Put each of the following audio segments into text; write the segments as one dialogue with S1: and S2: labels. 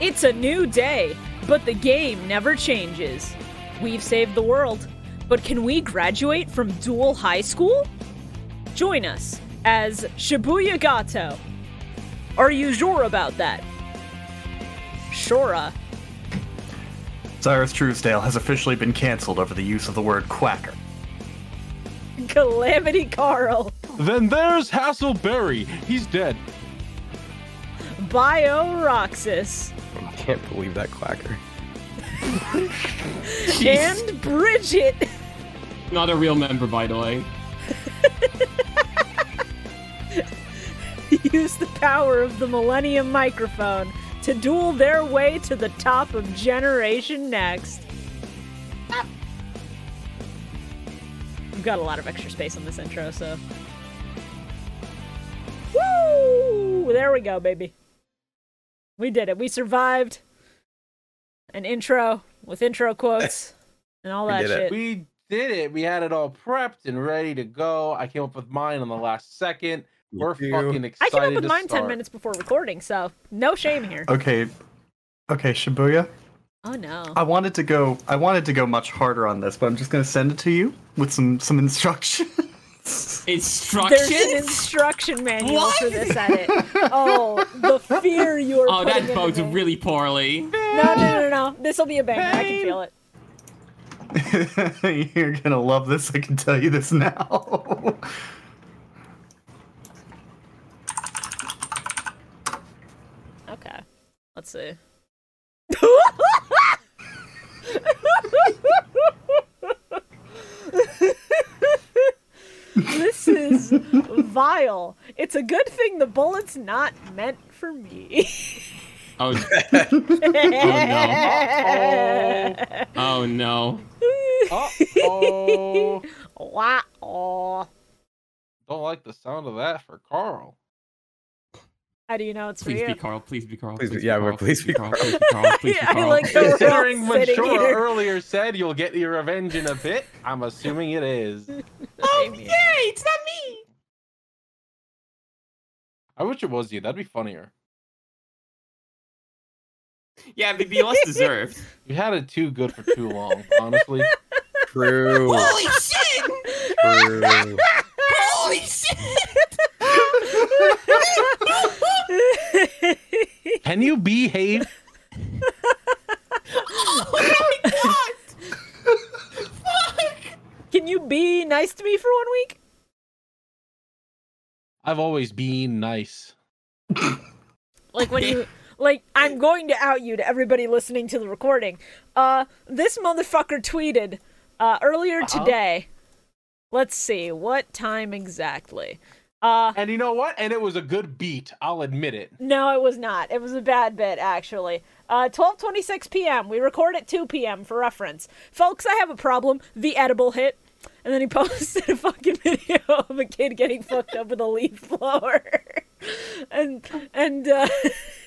S1: It's a new day, but the game never changes. We've saved the world, but can we graduate from dual high school? Join us as Shibuya Gato. Are you sure about that? Shura.
S2: Cyrus Truesdale has officially been cancelled over the use of the word quacker.
S1: Calamity Carl.
S3: Then there's Hasselberry. He's dead.
S1: Bio Roxas.
S4: I can't believe that quacker.
S1: And Bridget.
S5: Not a real member, by the way.
S1: use the power of the Millennium Microphone to duel their way to the top of Generation Next. We've got a lot of extra space on this intro, so. Woo! There we go, baby. We did it. We survived an intro with intro quotes and all
S4: We
S1: that
S4: did it.
S1: shit.
S3: We did it. We had it all prepped and ready to go. I came up with mine on the last second. We're
S4: too.
S3: fucking excited.
S1: I came up with
S3: to
S1: mine 10
S3: start.
S1: minutes before recording, so no shame here.
S2: Okay, okay, Shibuya.
S1: Oh no.
S2: I wanted to go. I wanted to go much harder on this, but I'm just gonna send it to you with some some instruction.
S1: There's an
S5: Instructions?
S1: instruction manual
S5: What?
S1: for this edit. Oh, the fear you are.
S5: Oh,
S1: putting
S5: that
S1: into
S5: bodes
S1: me.
S5: really poorly.
S1: No, no, no, no. This will be a banger. I can feel it.
S2: You're gonna love this. I can tell you this now.
S1: Okay. Let's see. this is vile. It's a good thing the bullet's not meant for me.
S5: Oh, oh no.
S3: Uh-oh.
S1: Wow.
S3: Don't like the sound of that for Carl.
S1: How do you know it's for
S5: Please
S1: you?
S5: be Carl. Please be Carl.
S4: Please be-
S5: be
S4: yeah,
S5: Carl,
S4: but please be Carl.
S5: Please be Carl. Please be
S1: Yeah, I
S5: Carl.
S1: like that. We're all
S3: Considering what
S1: sitting
S3: Shora
S1: here.
S3: earlier said you'll get your revenge in a bit, I'm assuming it is.
S1: oh, yeah.
S3: I wish it was you. That'd be funnier.
S5: Yeah, it'd be less deserved.
S3: You had it too good for too long, honestly.
S4: True.
S5: shit!
S4: True.
S5: Holy shit!
S3: Can you behave?
S5: Oh
S1: Can you be nice to me for one week?
S3: I've always been nice.
S1: Like when you like I'm going to out you to everybody listening to the recording. Uh this motherfucker tweeted uh earlier
S5: Uh-huh.
S1: today. Let's see what time exactly. Uh
S3: And you know what? And it was a good beat. I'll admit it.
S1: no, it was not. It was a bad bit actually. Uh 12:26 p.m. We record at 2 p.m. for reference. Folks, I have a problem. The edible hit. And then he posted a fucking video of a kid getting fucked up with a leaf blower. and and uh,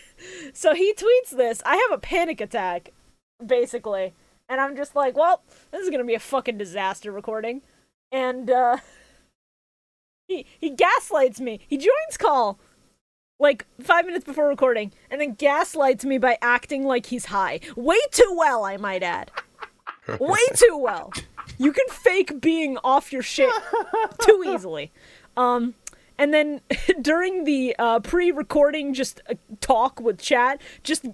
S1: so he tweets this. I have a panic attack, basically, and I'm just like, well, this is gonna be a fucking disaster recording. And uh, he he gaslights me. He joins call like five minutes before recording, and then gaslights me by acting like he's high. Way too well, I might add. Way too well. You can fake being off your shit too easily. Um, and then during the uh, pre-recording, just uh, talk with chat, just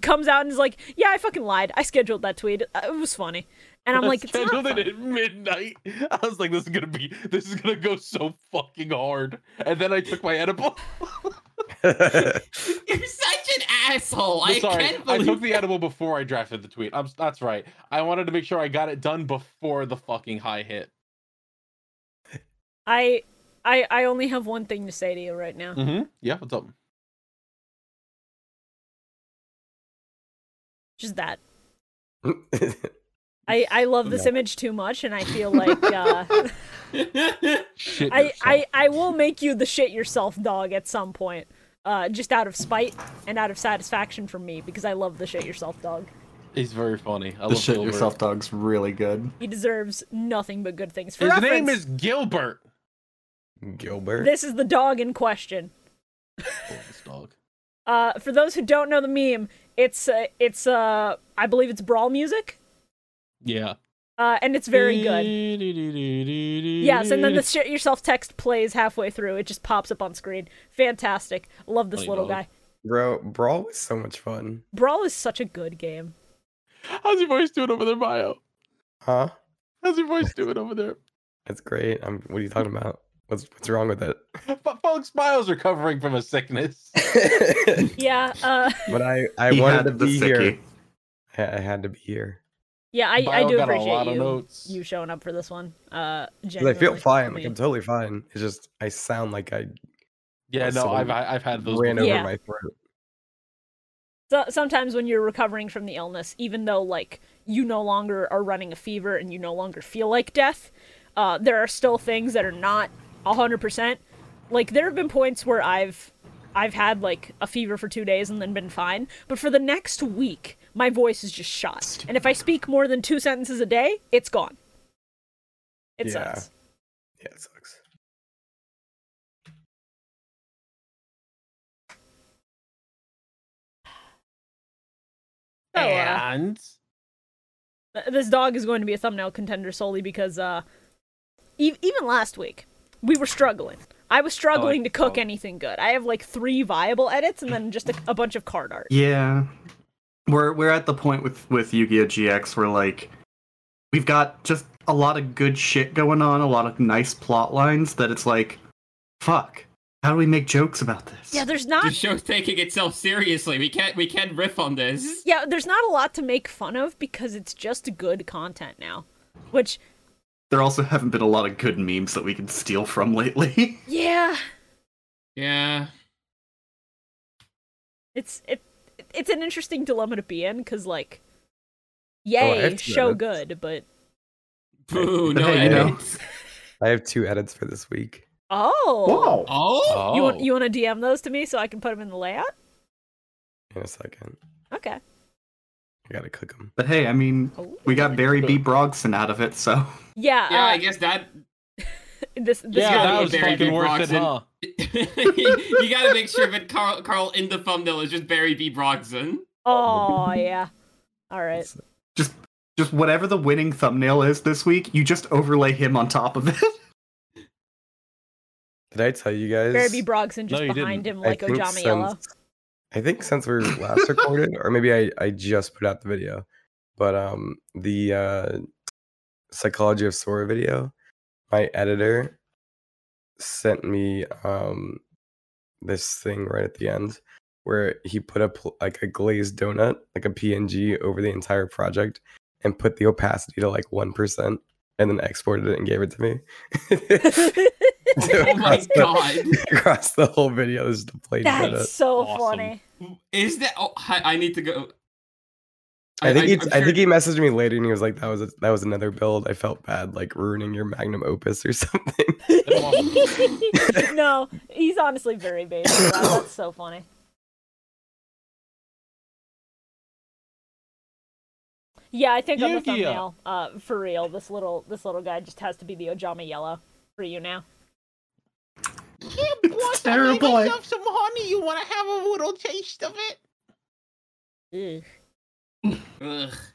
S1: comes out and is like, "Yeah, I fucking lied. I scheduled that tweet. Uh, It was funny." And I'm like, "It's not
S3: scheduled it at midnight. I was like, this is gonna be, this is gonna go so fucking hard. And then I took my edible.
S5: You're such an asshole. I
S3: Sorry,
S5: can't
S3: I
S5: believe.
S3: took the edible before I drafted the tweet. I'm, that's right. I wanted to make sure I got it done before the fucking high hit.
S1: I, I, I only have one thing to say to you right now.
S3: Mm-hmm. Yeah, what's up?
S1: Just that. I, I love this image too much, and I feel like uh,
S3: Shit.
S1: I,
S3: yourself.
S1: I, I will make you the shit yourself dog at some point, uh, just out of spite and out of satisfaction from me because I love the shit yourself dog.
S3: He's very funny.
S2: the
S3: I love
S2: shit
S3: Gilbert.
S2: yourself dog's really good.
S1: He deserves nothing but good things. For
S3: His
S1: reference,
S3: name is Gilbert.
S4: Gilbert.
S1: this is the dog in question.
S3: Oh, this dog.
S1: Uh, for those who don't know the meme, It's uh, it's uh I believe it's brawl music.
S3: Yeah.
S1: Uh, and it's very good. Yes, and then the shit yourself text plays halfway through. It just pops up on screen. Fantastic. Love this
S3: Funny
S1: little
S3: dog.
S1: guy.
S4: Bro, Brawl was so much fun.
S1: Brawl is such a good game.
S3: How's your voice doing over there, Mayo?
S4: Huh?
S3: How's your voice doing over there?
S4: That's great. I'm, what are you talking about? What's what's wrong with it?
S3: F- folks, Miles recovering from a sickness.
S1: Yeah, uh,
S4: but I I
S2: He
S4: wanted
S2: had
S4: to
S2: the
S4: be here.
S2: sickie.
S4: I I had to be here.
S1: yeah, I, I
S3: Bio
S1: do
S3: got a lot
S1: appreciate
S3: of
S1: you
S3: notes.
S1: you showing up for this one. Uh,
S4: 'Cause I feel
S1: genuinely.
S4: fine.
S1: I
S4: Like
S1: mean-
S4: I'm totally fine. It's just I sound like I
S3: Yeah, no,
S4: Someone
S3: I've I- I've had those.
S4: ran
S3: before.
S4: over
S1: Yeah.
S4: my throat.
S1: So, sometimes when you're recovering from the illness, even though like you no longer are running a fever and you no longer feel like death, uh, there are still things that are not hundred percent. Like there have been points where I've I've had like a fever for two days and then been fine, but for the next week my voice is just shot, and if I speak more than two sentences a day, it's gone. It
S4: Yeah.
S1: sucks.
S4: Yeah, it sucks.
S3: Oh,
S1: So, uh,
S3: And
S1: Th- this dog is going to be a thumbnail contender solely because uh e- even last week we were struggling i was struggling to cook anything good i have like three viable edits and then just a, a bunch of card art
S2: Yeah. We're we're at the point with with Yu-Gi-Oh GX where like we've got just a lot of good shit going on, a lot of nice plot lines that it's like fuck. How do we make jokes about this?
S1: yeah there's
S5: The
S1: not
S5: show's taking itself seriously. We can't we can't riff on this.
S1: yeah there's not a lot to make fun of because it's just good content now which
S2: there also haven't been a lot of good memes that we can steal from lately.
S1: yeah
S5: Yeah.
S1: it's it it's an interesting dilemma to be in because like
S4: I
S1: yay
S4: have two
S1: show
S4: edits.
S1: good but
S5: Boo, no
S2: Hey, you know.
S5: edits.
S4: I have two edits for this week.
S1: oh
S5: Oh?
S1: you want you want to dm those to me so i can put them in the layout
S4: In a second,
S1: okay
S4: I gotta cook them.
S2: But hey, I mean,
S1: oh.
S2: we got Barry B. Brogson out of it, so
S1: yeah,
S5: Yeah,
S1: uh,
S5: I guess that
S1: This, this
S5: Yeah,
S1: gotta
S5: that
S1: be
S5: was
S1: Barry
S5: fucking
S1: B.
S5: worth it,
S1: Broxton.
S5: huh? you gotta make sure that Carl, Carl in the thumbnail is just Barry B. Brogson.
S1: Oh yeah. All right.
S4: It's-
S2: just just whatever the winning thumbnail is this week, you just overlay him on top of it.
S4: Did I tell you guys?
S1: Barry B. Brogson just
S3: No, you
S1: behind him
S4: I
S1: like
S4: think
S1: Ojama Yellow.
S4: since- I think since we last recorded, or maybe I, I just put out the video, but um the uh psychology of Sora video, my editor sent me um this thing right at the end where he put up like a glazed donut, like a PNG over the entire project and put the opacity to like 1% and then exported it and gave it to me.
S5: Oh my
S4: Across the-
S5: god.
S4: Across the whole video is the plate donut.
S1: That's so
S3: Awesome.
S1: funny.
S5: Is that oh, I, I need to go
S4: I think he,
S5: I'm
S4: I think
S5: sure-
S4: he messaged me later and he was like, "That was a, that was another build. I felt bad, like ruining your magnum opus or something."
S5: Oh,
S1: no, he's honestly very basic. Wow, that's so funny. Yeah, I think on the
S3: Yu-Gi-Oh!
S1: thumbnail, uh, for real, this little this little guy just has to be the Ojama Yellow for you now.
S2: It's terrible. I-
S5: some honey. You want to have a little taste of it?
S1: Ugh.
S5: Ugh.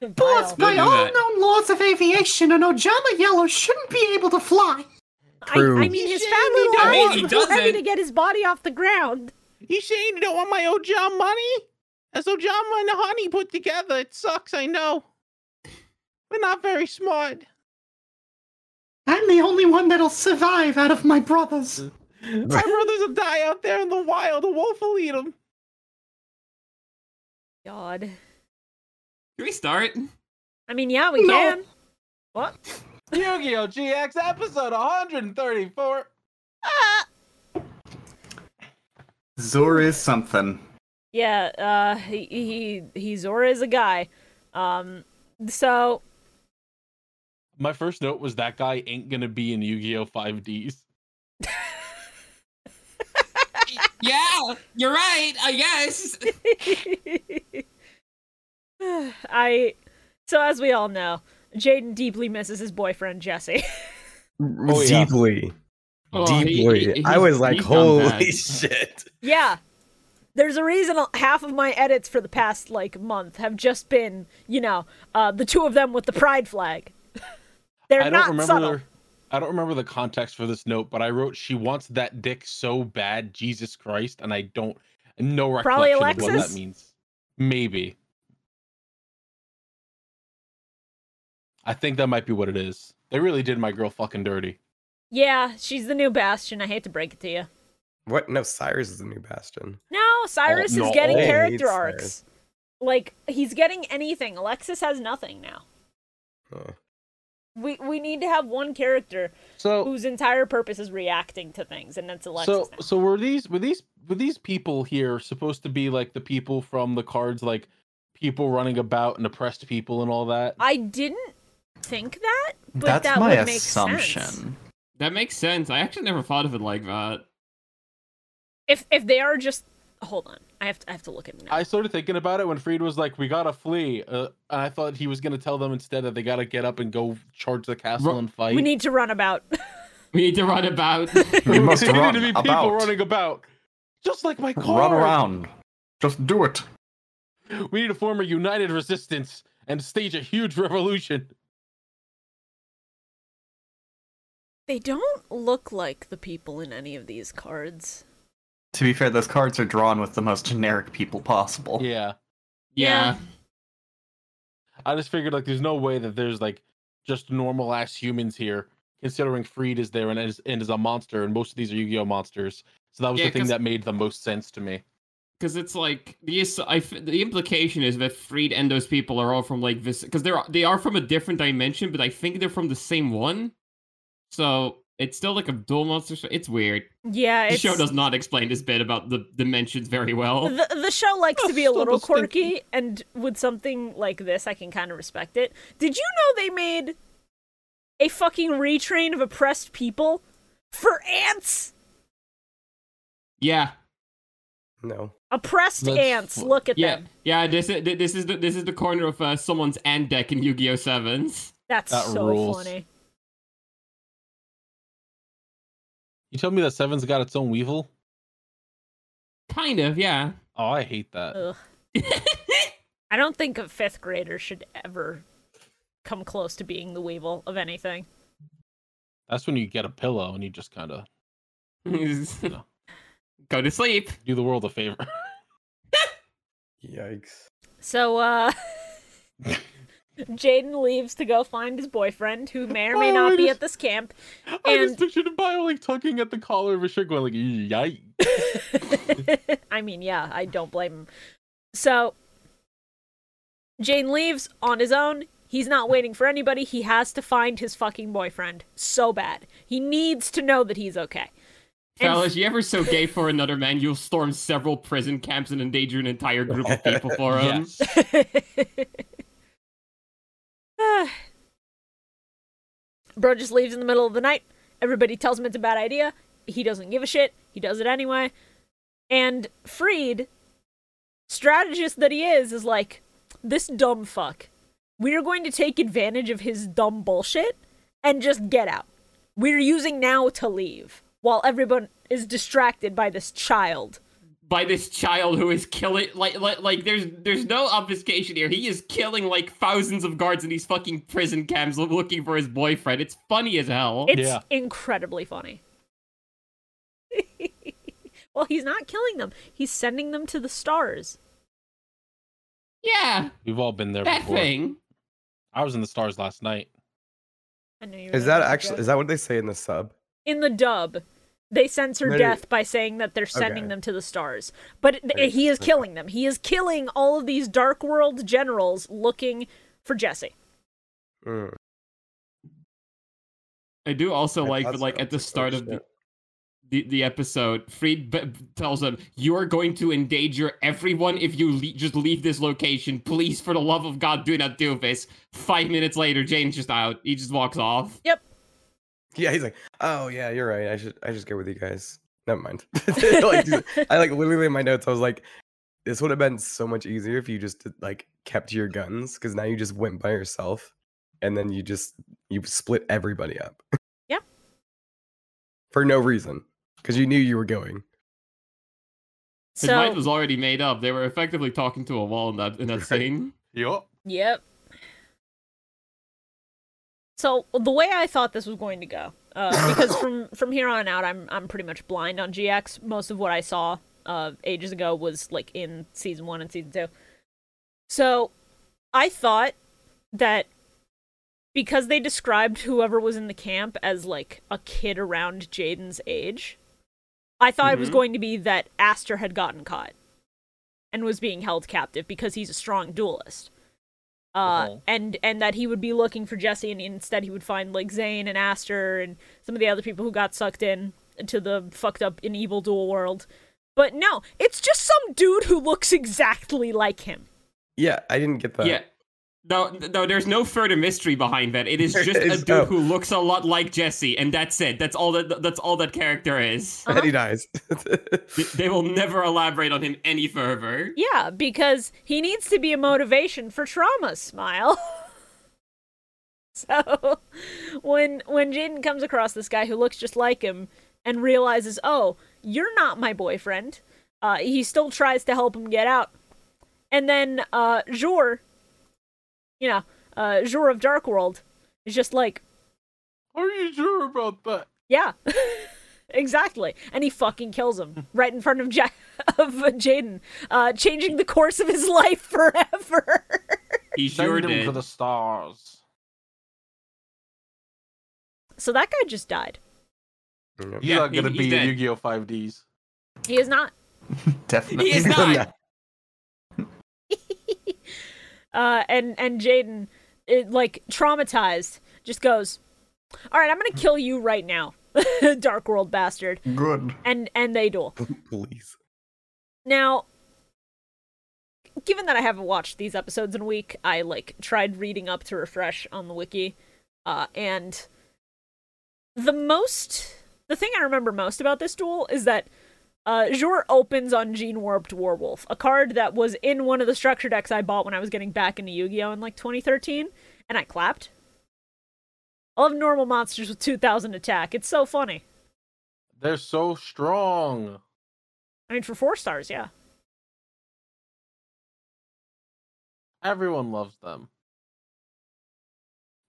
S1: Vile.
S5: by do all that.
S2: known laws of aviation, an Ojama Yellow shouldn't be able to fly.
S1: I, I
S4: Prove.
S1: mean,
S6: You
S1: his
S6: say
S1: fat
S6: we
S1: little
S5: don't. I mean,
S1: eyes
S5: he
S1: were too heavy
S5: doesn't.
S1: to get his body off the ground.
S6: You saying you don't want my Ojama money? That's Ojama and the honey put together. It sucks, I know. We're not very smart.
S2: I'm the only one that'll survive out of my brothers.
S6: My brothers will die out there in the wild. The wolf will eat them.
S1: God.
S5: Can we start?
S1: I mean, yeah, we
S2: No.
S1: can.
S3: Yu-Gi-Oh GX episode 134.
S2: Zor is something.
S1: Yeah, uh, he he he Zora is a guy. Um, so
S3: My first note was that guy ain't gonna be in Yu-Gi-Oh 5Ds.
S5: Yeah, you're right. I guess.
S1: I, so as we all know, Jaden deeply misses his boyfriend Jesse.
S3: Oh, yeah.
S4: Deeply,
S5: Oh, he-
S4: deeply.
S5: he-
S4: I was like,
S5: he's done
S4: "Holy
S5: that.
S4: shit!"
S1: yeah, There's a reason half of my edits for the past like month have just been, you know, uh, the two of them with the pride flag. They're
S3: I don't
S1: not
S3: remember.
S1: subtle.
S3: the- I don't remember the context for this note, but I wrote she wants that dick so bad, Jesus Christ, and I don't no
S1: Probably
S3: recollection of what
S1: Alexis?
S3: that means. Maybe. I think that might be what it is. They really did my girl fucking dirty.
S1: Yeah, she's the new Bastion. I hate to break it to you.
S4: What? No, Cyrus is the new Bastion.
S1: No, Cyrus
S3: no.
S1: is getting
S4: Oh,
S1: character
S4: it's
S1: arcs.
S4: Cyrus.
S1: Like he's getting anything. Alexis has nothing now.
S4: Oh.
S1: We we need to have one character
S3: So
S1: whose entire purpose is reacting to things, and that's Alexis.
S3: so
S1: now.
S3: so were these were these were these people here supposed to be like the people from the cards like people running about and oppressed people and all that?
S1: I didn't think that, but
S2: That's
S1: that
S2: my
S1: would make
S2: assumption.
S1: sense.
S5: That makes sense. I actually never thought of it like that.
S1: If if they are just hold on, I have to I have to look at it. now.
S3: I started thinking about it when Freed was like, "We gotta flee," uh, and I thought he was gonna tell them instead that they gotta get up and go charge the castle
S5: Ru-
S3: and fight.
S1: we need to run about.
S5: We need to run about.
S2: We must
S3: There
S2: run
S3: needed to be people
S2: about.
S3: running about, just like my car.
S2: Run around. Just do it.
S3: We need to form a united resistance and stage a huge revolution.
S1: they don't look like the people in any of these cards.
S2: To be fair, those cards are drawn with the most generic people possible.
S3: Yeah,
S5: yeah.
S3: I just figured like there's no way that there's like just normal ass humans here, considering Freed is there and is and is a monster, and most of these are Yu-Gi-Oh monsters. So that was
S5: Yeah,
S3: the thing
S5: 'cause-
S3: that made the most sense to me.
S5: Because it's like the ass- I f- the implication is that Freed and those people are all from like this because they're they are from a different dimension, but I think they're from the same one. So it's still like a dual monster. show. It's weird.
S1: Yeah,
S5: The
S1: it's,
S5: show does not explain this bit about the dimensions very
S3: Oh.
S5: well.
S1: the, the show likes to be a
S3: That's
S1: little
S3: almost thinking-
S1: quirky, and with something like this, I can kind of respect it. Did you know they made a fucking retrain of oppressed people for ants?
S5: Yeah,
S4: No.
S1: Oppressed
S3: That's
S1: ants.
S3: fu-
S1: Look at
S5: yeah,
S1: them.
S5: yeah. This is this is the this is the corner of uh, someone's and deck in Yu-Gi-Oh Sevens.
S1: That's
S3: That
S1: so
S3: rules.
S1: funny.
S3: You tell me that Seven's got its own Weevil.
S5: Kind of, yeah.
S3: Oh, I hate that.
S1: Ugh. I don't think a fifth grader should ever come close to being the Weevil of anything.
S3: That's when you get a pillow and you just kind of
S5: Go to sleep.
S3: do the world a favor.
S4: Yikes.
S1: So, uh. Jaden leaves to go find his boyfriend, who may
S3: Oh,
S1: or may not be at this camp.
S3: I just
S1: And-
S3: pictured Bio like tugging at the collar of his shirt, going like, "Yikes!"
S1: I mean, yeah, I don't blame him. So Jane leaves on his own. He's not waiting for anybody. He has to find his fucking boyfriend so bad. He needs to know that he's okay. And-
S5: Fellas, you ever so gay for another man, you'll storm several prison camps and endanger an entire group of people for him.
S3: Yes.
S1: Bro just leaves in the middle of the night. Everybody tells him it's a bad idea. He doesn't give a shit. He does it anyway. And Freed, strategist that he is, is like, this dumb fuck. We are going to take advantage of his dumb bullshit and just get out. We're using now to leave while everyone is distracted by this child.
S5: By this child who is killing, like, like, like, there's, there's no obfuscation here. He is killing like thousands of guards in these fucking prison camps lo- looking for his boyfriend. It's funny as hell.
S1: It's
S3: Yeah.
S1: incredibly funny. well, he's not killing them. He's sending them to the stars.
S5: yeah,
S3: We've all been there
S5: that
S3: before.
S5: thing.
S3: I was in the stars last night.
S1: I knew you were
S4: Is
S1: gonna
S4: that
S1: make a
S4: actually?
S1: joke.
S4: Is that what they say in the sub?
S1: in the dub? They censor
S4: No, no.
S1: death by saying that they're sending
S4: Okay.
S1: them to the stars, but it-
S4: Okay.
S1: he is killing them. He is killing all of these Dark World generals looking for Jesse.
S4: Mm.
S5: I do also
S4: I
S5: like,
S4: thought
S5: that, like,
S4: so.
S5: at the
S4: Oh,
S5: start of the,
S4: shit.
S5: the, the episode, Freed b- b- tells him, "You are going to endanger everyone if you le- just leave this location. Please, for the love of God, do not do this." Five minutes later, Jane's just out. He just walks off.
S4: Yeah, he's like, oh yeah, you're right. I should, I just go with you guys. Never mind. Like, dude, I like literally in my notes. I was like, this would have been so much easier if you just did, like kept to your guns because now you just went by yourself, and then you just you split everybody up.
S1: Yep.
S4: For no reason, because you knew you were going.
S5: His
S1: So,
S5: mind was already made up. They were effectively talking to a wall in that in that scene.
S3: Yup.
S1: yep. So the way I thought this was going to go, uh, because from from here on out, I'm I'm pretty much blind on GX. Most of what I saw uh, ages ago was like in season one and season two. So I thought that because they described whoever was in the camp as like a kid around Jaden's age, I thought it was
S5: Mhm.
S1: going to be that Aster had gotten caught and was being held captive because he's a strong duelist. Uh,
S3: Uh-huh.
S1: and and that he would be looking for Jesse, and instead he would find like Zane and Aster and some of the other people who got sucked in to the fucked up and evil dual world. But no, it's just some dude who looks exactly like him.
S4: Yeah, I didn't get that.
S5: Yeah. No, no, there's no further mystery behind that. It is
S4: There
S5: just a
S4: is
S5: dude
S4: no-
S5: who looks a lot like Jesse, and that's it. That's all that that's all that character is.
S1: Uh-huh.
S4: And he dies.
S5: They- They will never elaborate on him any further.
S1: Yeah, because he needs to be a motivation for trauma, Smile. so when when Jaden comes across this guy who looks just like him and realizes, "Oh, you're not my boyfriend." Uh, he still tries to help him get out. And then uh Jor, you know, uh Jor of Dark World is just like,
S3: Are you sure about that?
S1: "Yeah." exactly. And he fucking kills him right in front of ja- of Jaden, uh changing the course of his life forever.
S5: He sure
S3: Send him to
S5: did.
S3: the stars.
S1: So that guy just died.
S4: Yep.
S3: He's
S5: Yeah,
S3: not gonna
S5: he-
S3: be
S5: he's
S3: in
S5: dead.
S3: Yu-Gi-Oh! 5Ds.
S1: He is not.
S2: Definitely.
S5: He is not.
S1: Uh, and and Jaden, it, like traumatized, just goes, "All right, I'm gonna kill you right now, Dark World bastard."
S2: Good.
S1: And and they duel.
S4: Please.
S1: Now, given that I haven't watched these episodes in a week, I like tried reading up to refresh on the wiki, uh, and the most, the thing I remember most about this duel is that uh, Jor opens on Gene Warped Warwolf, a card that was in one of the structure decks I bought when I was getting back into Yu-Gi-Oh in like 2013, and I clapped. I love normal monsters with 2,000 attack. It's so funny.
S3: They're so strong.
S1: I mean, for four stars, yeah.
S3: Everyone loves them.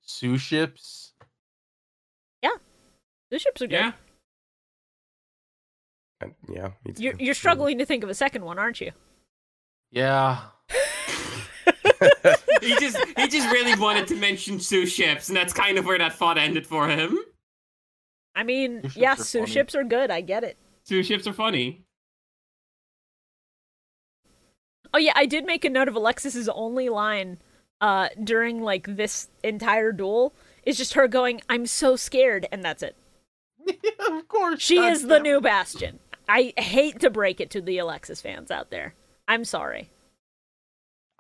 S3: Sous ships.
S1: The ships are good.
S5: Yeah.
S4: And- Yeah. me too.
S1: You're, you're struggling to think of a second one, aren't you?
S3: Yeah.
S5: He just he just really wanted to mention sous ships, and that's kind of where that thought ended for him.
S1: I mean,
S3: Sous ships
S1: yes,
S3: are
S1: sous
S3: funny.
S1: ships are good. I get it.
S5: Sous ships are funny.
S1: Oh yeah, I did make a note of Alexis's only line uh, during like this entire duel is just her going, "I'm so scared," and that's it.
S3: of course.
S1: She
S3: God
S1: is the
S3: damn
S1: new Bastion. I hate to break it to the Alexis fans out there. I'm sorry.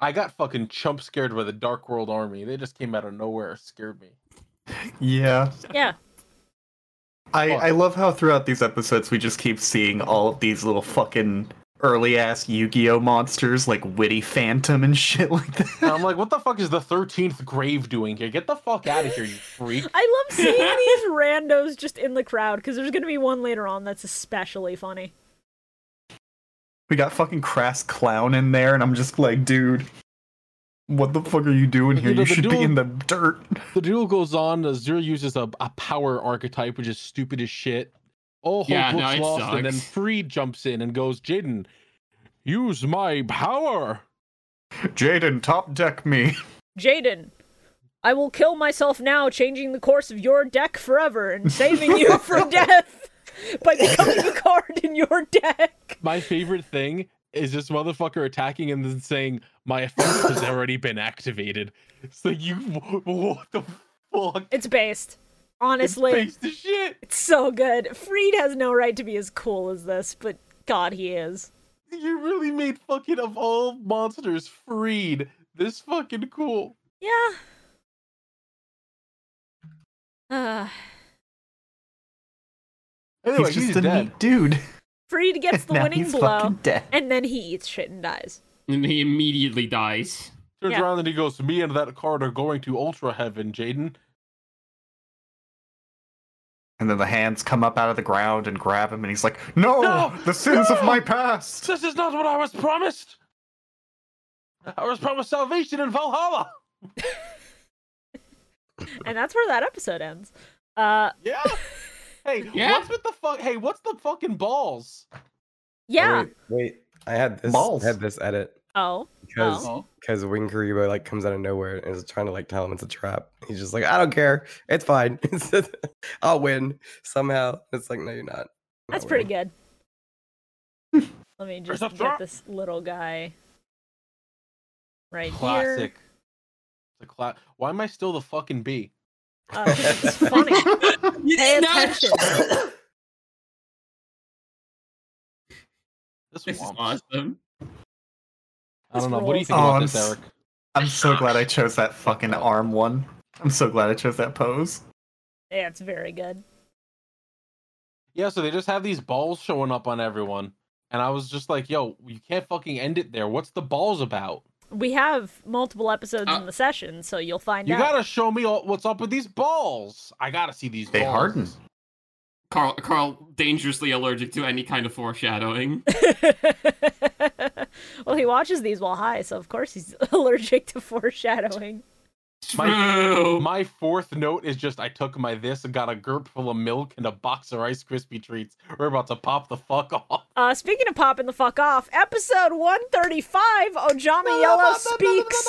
S3: I got fucking chump scared by the Dark World Army. They just came out of nowhere, scared me.
S2: Yeah.
S1: Yeah,
S2: I,
S3: Fuck.
S2: I love how throughout these episodes we just keep seeing all of these little fucking early ass Yu-Gi-Oh monsters like Witty Phantom and shit like
S3: And
S2: that.
S3: I'm like, what the fuck is the 13th grave doing here? Get the fuck out of here, you freak.
S1: I love seeing these randos just in the crowd because there's gonna be one later on that's especially funny.
S2: We got fucking Crass Clown in there, and I'm just like, dude, what the fuck are you doing here?
S3: You know,
S2: You
S3: the
S2: should be
S3: duel-
S2: in the dirt.
S3: The duel goes on. Uh, Zero uses a, a power archetype, which is stupid as shit. Oh, Hulk
S5: Yeah, no,
S3: looks
S5: it
S3: lost, and then
S5: sucks.
S3: Free jumps in and goes, Jaden, use my power.
S2: Jaden, top deck me.
S1: Jaden, I will kill myself now, changing the course of your deck forever and saving you from death by becoming a card in your deck.
S3: My favorite thing is this motherfucker attacking and then saying, my effect has already been activated. It's like, you, what the fuck?
S1: It's based.
S3: It's
S1: Honestly, it's,
S3: piece of shit.
S1: so good. Freed has no right to be as cool as this, but God, he is.
S3: You really made fucking of all monsters freed. This fucking cool.
S1: Yeah. Uh,
S3: Anyway,
S2: he's
S3: he's,
S2: just a
S3: dead.
S2: neat dude.
S1: Freed gets the
S2: now
S1: winning
S2: he's
S1: blow,
S2: fucking dead.
S1: and then he eats shit and dies.
S5: And he immediately dies.
S3: Turns
S1: Yeah.
S3: around and he goes, "Me and that card are going to Ultra Heaven, Jaden."
S2: And then the hands come up out of the ground and grab him, and he's like, "No,
S3: No!
S2: the sins of
S3: No!"
S2: my past."
S3: This is not what I was promised. I was promised salvation in Valhalla.
S1: And that's where that episode ends. Uh,
S3: Yeah. Hey,
S5: Yeah.
S3: what's with the fuck? Hey, what's the fucking balls?
S1: yeah.
S4: Wait, wait, I had this.
S2: Balls.
S4: I had this edit
S1: Oh,
S4: because
S1: Oh.
S4: because Wing Karibo like comes out of nowhere and is trying to like tell him it's a trap. He's just like, I don't care. It's fine. I'll win somehow. It's like, no, you're not.
S1: that's pretty good. Let me just
S3: There's a
S1: get
S3: drop.
S1: this little guy right
S3: Classic. The cla- Why am I still the fucking bee?
S1: here. Uh, 'cause it's funny. Pay attention.
S3: This,
S5: This is
S3: womp.
S5: awesome.
S3: I don't know.
S1: This
S3: What do you
S1: rules.
S3: think
S2: Oh,
S3: about
S2: I'm
S3: this,
S2: s-
S3: Eric?
S2: I'm so glad I chose that fucking arm one. I'm so glad I chose that pose.
S1: Yeah, it's very good.
S3: Yeah, so they just have these balls showing up on everyone. And I was just like, yo, you can't fucking end it there. What's the balls about?
S1: We have multiple episodes
S5: Uh,
S1: in the session, so you'll find
S3: You
S1: out.
S3: gotta show me all, what's up with these balls. I gotta see these
S2: They
S3: balls.
S2: harden.
S5: Carl, Carl, dangerously allergic to any kind of foreshadowing.
S1: well, he watches these while high, so of course he's allergic to foreshadowing.
S5: True.
S3: My fourth note is just I took my this and got a gurp full of milk and a box of Rice Krispie treats. We're about to pop the fuck off.
S1: Uh, speaking of popping the fuck off, episode 135, Ojama Yellow speaks.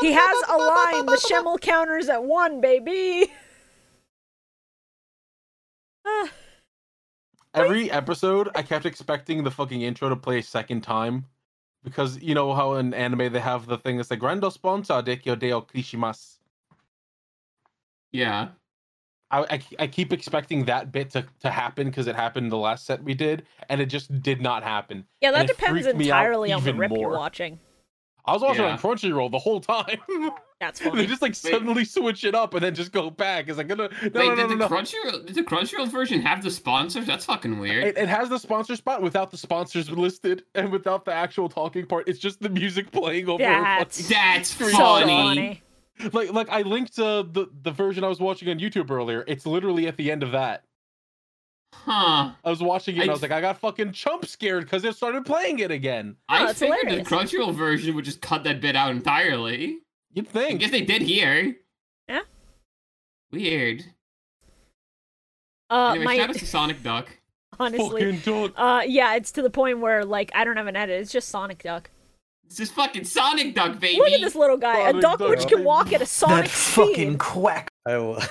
S1: He has a line, the Shemel counters at one, baby. Ah,
S3: Every episode, I kept expecting the fucking intro to play a second time. Because you know how in anime they have the thing that's like Grando sponsor Dekyo Deo Kishimas.
S5: yeah.
S3: I, I, I keep expecting that bit to, to happen because it happened the last set we did, and it just did not happen.
S1: yeah, that
S3: And it
S1: depends
S3: freaked me out
S1: entirely on the
S3: even
S1: rip you're
S3: more.
S1: watching.
S3: I was watching
S5: Yeah.
S3: on Crunchyroll the whole time.
S1: That's
S3: they
S1: funny.
S3: just like suddenly switch it up and then just go back. It's like, no, no, no,
S5: Wait,
S3: no, no,
S5: did, the
S3: no.
S5: Crunchyroll, did the Crunchyroll version have the sponsors? That's fucking weird.
S3: It, it has the sponsor spot without the sponsors listed and without the actual talking part. It's just the music playing over. a
S1: That's
S3: fucking-
S5: That's
S3: So
S1: So
S5: funny.
S1: funny.
S3: Like like I linked uh, the the version I was watching on YouTube earlier. It's literally at the end of that.
S1: Oh,
S5: Huh.
S3: I was watching it. and I
S5: I-
S3: was like, I got fucking chump scared because it started playing it again.
S5: I
S1: that's
S5: figured
S1: hilarious.
S5: the Crunchyroll version would just cut that bit out entirely.
S3: You'd
S5: I
S3: think.
S5: guess they did here.
S1: Yeah.
S5: Weird.
S1: Uh,
S5: anyway, shout
S1: my,
S5: out to Sonic Duck.
S1: honestly,
S3: Fucking dog.
S1: Uh, yeah, it's to the point where like I don't have an edit. It's just Sonic Duck.
S5: This is fucking Sonic Duck, baby.
S1: Look at this little guy, a
S3: Sonic
S1: duck,
S3: Duck.
S1: which can walk at a
S2: That
S1: Sonic speed.
S2: fucking quack.
S4: I will.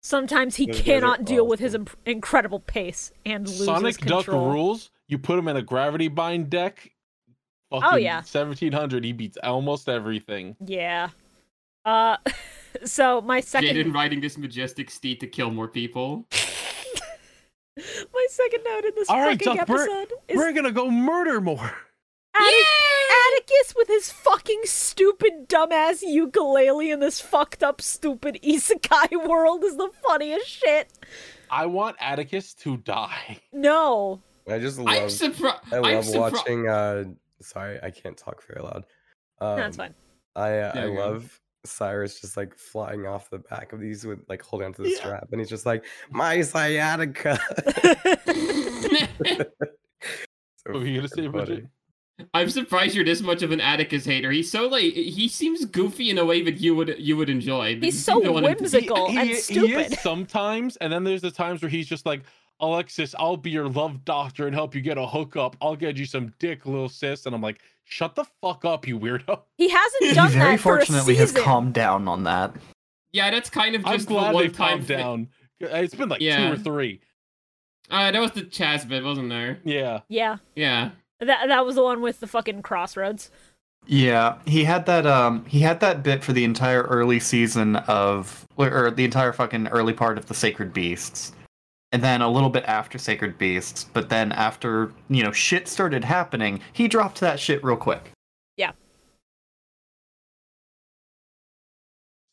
S1: Sometimes he
S4: Those guys are
S1: cannot deal with his
S4: awesome.
S1: imp- incredible pace and loses
S3: Sonic
S1: control.
S3: Duck rules. You put him in a gravity bind deck. Fucking
S1: Oh, yeah.
S3: 1700. He beats almost everything.
S1: Yeah. Uh, so my second
S5: Jaden riding this majestic steed to kill more people.
S1: my second note in this
S3: All right,
S1: fucking
S3: Duck, we're-
S1: episode is
S3: We're gonna go murder more.
S1: Attic- Atticus with his fucking stupid dumbass ukulele in this fucked up stupid isekai world is the funniest shit.
S3: I want Atticus to die.
S1: No,
S4: I just love.
S5: I'm surprised.
S4: I
S5: am
S4: love
S5: surpri-
S4: watching. Uh, sorry, I can't talk very loud. Um,
S1: that's fine.
S4: I uh, I
S5: Yeah, go on.
S4: love Cyrus just like flying off the back of these with like holding onto the
S3: Yeah.
S4: strap, and he's just like my sciatica. So
S3: What were you gonna say,
S4: fucking
S3: Bridget?
S5: I'm surprised you're this much of an Atticus hater. He's so like he seems goofy in a way that you would you would enjoy.
S1: He's
S5: You
S1: so
S5: know what I'm-
S1: whimsical. Physical and stupid.
S3: is sometimes, and then there's the times where he's just like, Alexis, I'll be your love doctor and help you get a hookup. I'll get you some dick, little sis. And I'm like, shut the fuck up, you weirdo.
S1: He hasn't
S2: He
S1: done
S2: very
S1: that for a
S2: fortunately has
S1: season.
S2: calmed down on that.
S5: Yeah, that's kind of
S3: I'm
S5: just the
S3: glad
S5: one
S3: they've
S5: time.
S3: calmed
S5: thing.
S3: down. It's been like
S5: Yeah.
S3: two or three.
S5: Uh, that was the Chaz bit, wasn't there?
S3: Yeah.
S1: Yeah,
S5: Yeah.
S1: that that was the one with the fucking crossroads.
S2: Yeah, he had that. Um, he had that bit for the entire early season of, or, or the entire fucking early part of the Sacred Beasts, and then a little bit after Sacred Beasts. But then after you know shit started happening, he dropped that shit real quick.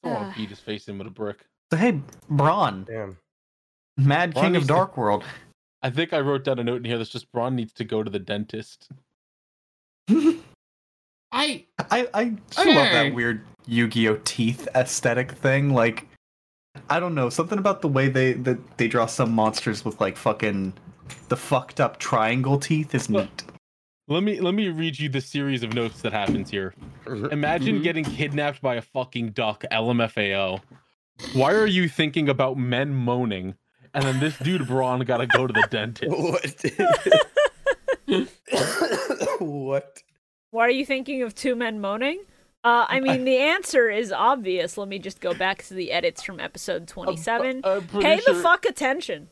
S3: I don't want
S1: Ugh.
S3: to beat his face in with a brick.
S2: So hey, Braun,
S4: Damn.
S2: Mad
S3: Braun
S2: King of
S3: needs to-
S2: Dark World.
S3: I think I wrote down a note in here that's just Braun needs to go to the dentist.
S5: I
S2: I I, I love that
S5: Sure.
S2: weird Yu-Gi-Oh teeth aesthetic thing. Like I don't know something about the way they that they draw some monsters with like fucking the fucked up triangle teeth is neat.
S3: Let me let me read you the series of notes that happens here. Imagine
S5: Mhm.
S3: getting kidnapped by a fucking duck, LMFAO. Why are you thinking about men moaning? And then this dude Braun gotta go to the dentist.
S4: what? what?
S1: Why are you thinking of two men moaning? Uh, I mean, the answer is obvious. Let me just go back to the edits from episode 27.
S3: I'm pretty
S1: Pay the
S3: sure-
S1: fuck attention.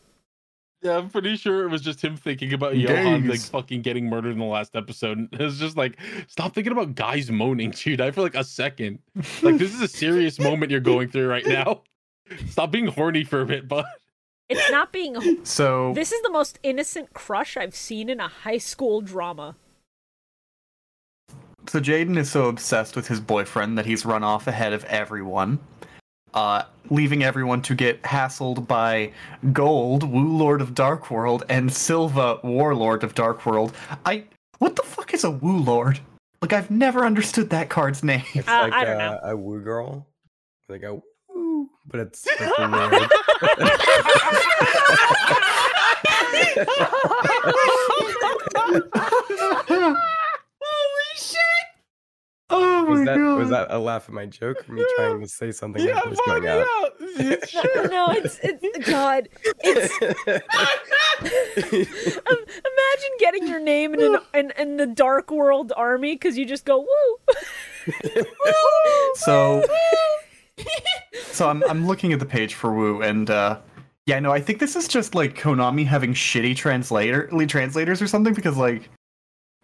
S3: Yeah, I'm pretty sure it was just him thinking about Johan like
S2: Gays.
S3: fucking getting murdered in the last episode. It was just like, stop thinking about guys moaning, dude. I for like a second. Like this is a serious moment you're going through right now. Stop being horny for a bit, but
S1: It's not being.
S2: So
S1: This is the most innocent crush I've seen in a high school drama.
S2: so Jaden is so obsessed with his boyfriend that he's run off ahead of everyone, uh, leaving everyone to get hassled by Gold, Woo Lord of Dark World, and Silva, Warlord of Dark World. I what the fuck is a Woo Lord? Like I've never understood that card's name.
S4: It's
S1: Uh,
S4: like
S1: I don't know.
S4: uh, a woo girl. Like a woo, but it's fucking weird.
S2: Oh my
S4: Was that
S2: god!
S4: was that a laugh at my joke? Or me trying to say something
S3: yeah,
S4: that was going
S3: fuck it
S4: out?
S3: out.
S1: No, it's. it's God. It's. Um, imagine getting your name in an, in, in the dark world army because you just go woo.
S2: So, so I'm I'm looking at the page for Woo, and uh, yeah, no, I think this is just like Konami having shitty translator translators or something because like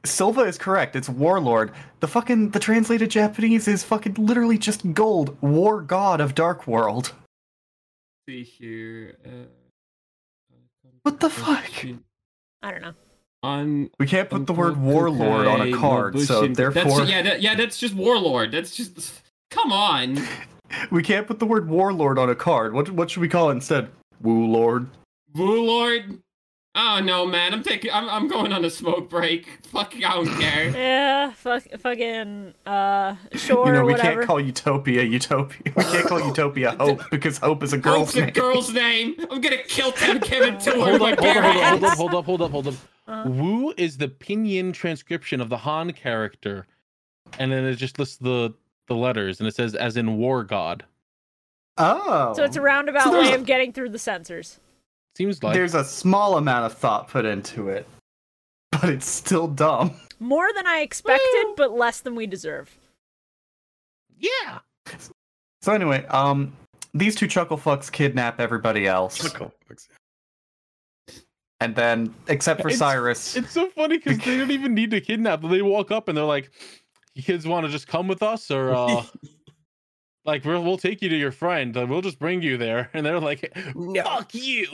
S2: Silva is correct. It's Warlord. The fucking the translated Japanese is fucking literally just gold. War God of Dark World.
S5: see here. Uh,
S2: What the fuck?
S1: I don't know.
S5: On
S2: We can't put the word Warlord on a card, so therefore
S5: that's, yeah, that, yeah, that's just warlord. That's just come on.
S2: we can't put the word Warlord on a card. What what should we call it instead? Woo Lord.
S5: Woo Lord. Oh no, man. I'm taking. I'm, I'm going on a smoke break. Fuck. I don't care.
S1: Yeah, fuck, fucking uh, sure,
S2: you know, we
S1: whatever.
S2: can't call Utopia Utopia. We can't call Utopia Hope because Hope is a girl's
S5: Girl's a
S2: name.
S5: girl's name. I'm gonna kill Tim Kevin Tiller
S3: hold
S5: with
S3: up,
S5: bare
S3: hold up, hold
S5: hands.
S3: up, hold up, hold up, hold up.
S1: Uh-huh.
S3: Wu is the pinyin transcription of the Han character, and then it just lists the the letters, and it says as in war god.
S2: Oh.
S1: so it's a roundabout
S2: So there's
S1: way
S2: a-
S1: of getting through the sensors.
S3: Seems like
S2: There's a small amount of thought put into it, but it's still dumb.
S1: More than I expected, but less than we deserve.
S3: yeah.
S2: So anyway, um, these two chuckle fucks kidnap everybody else,
S4: Chuckle.
S2: and then except for
S3: It's-
S2: Cyrus,
S3: It's so funny because they don't even need to kidnap. them. They walk up and they're like, "You kids want to just come with us, or uh, like we'll we'll take you to your friend. Like, we'll just bring you there." And they're like,
S4: No.
S3: "Fuck you!"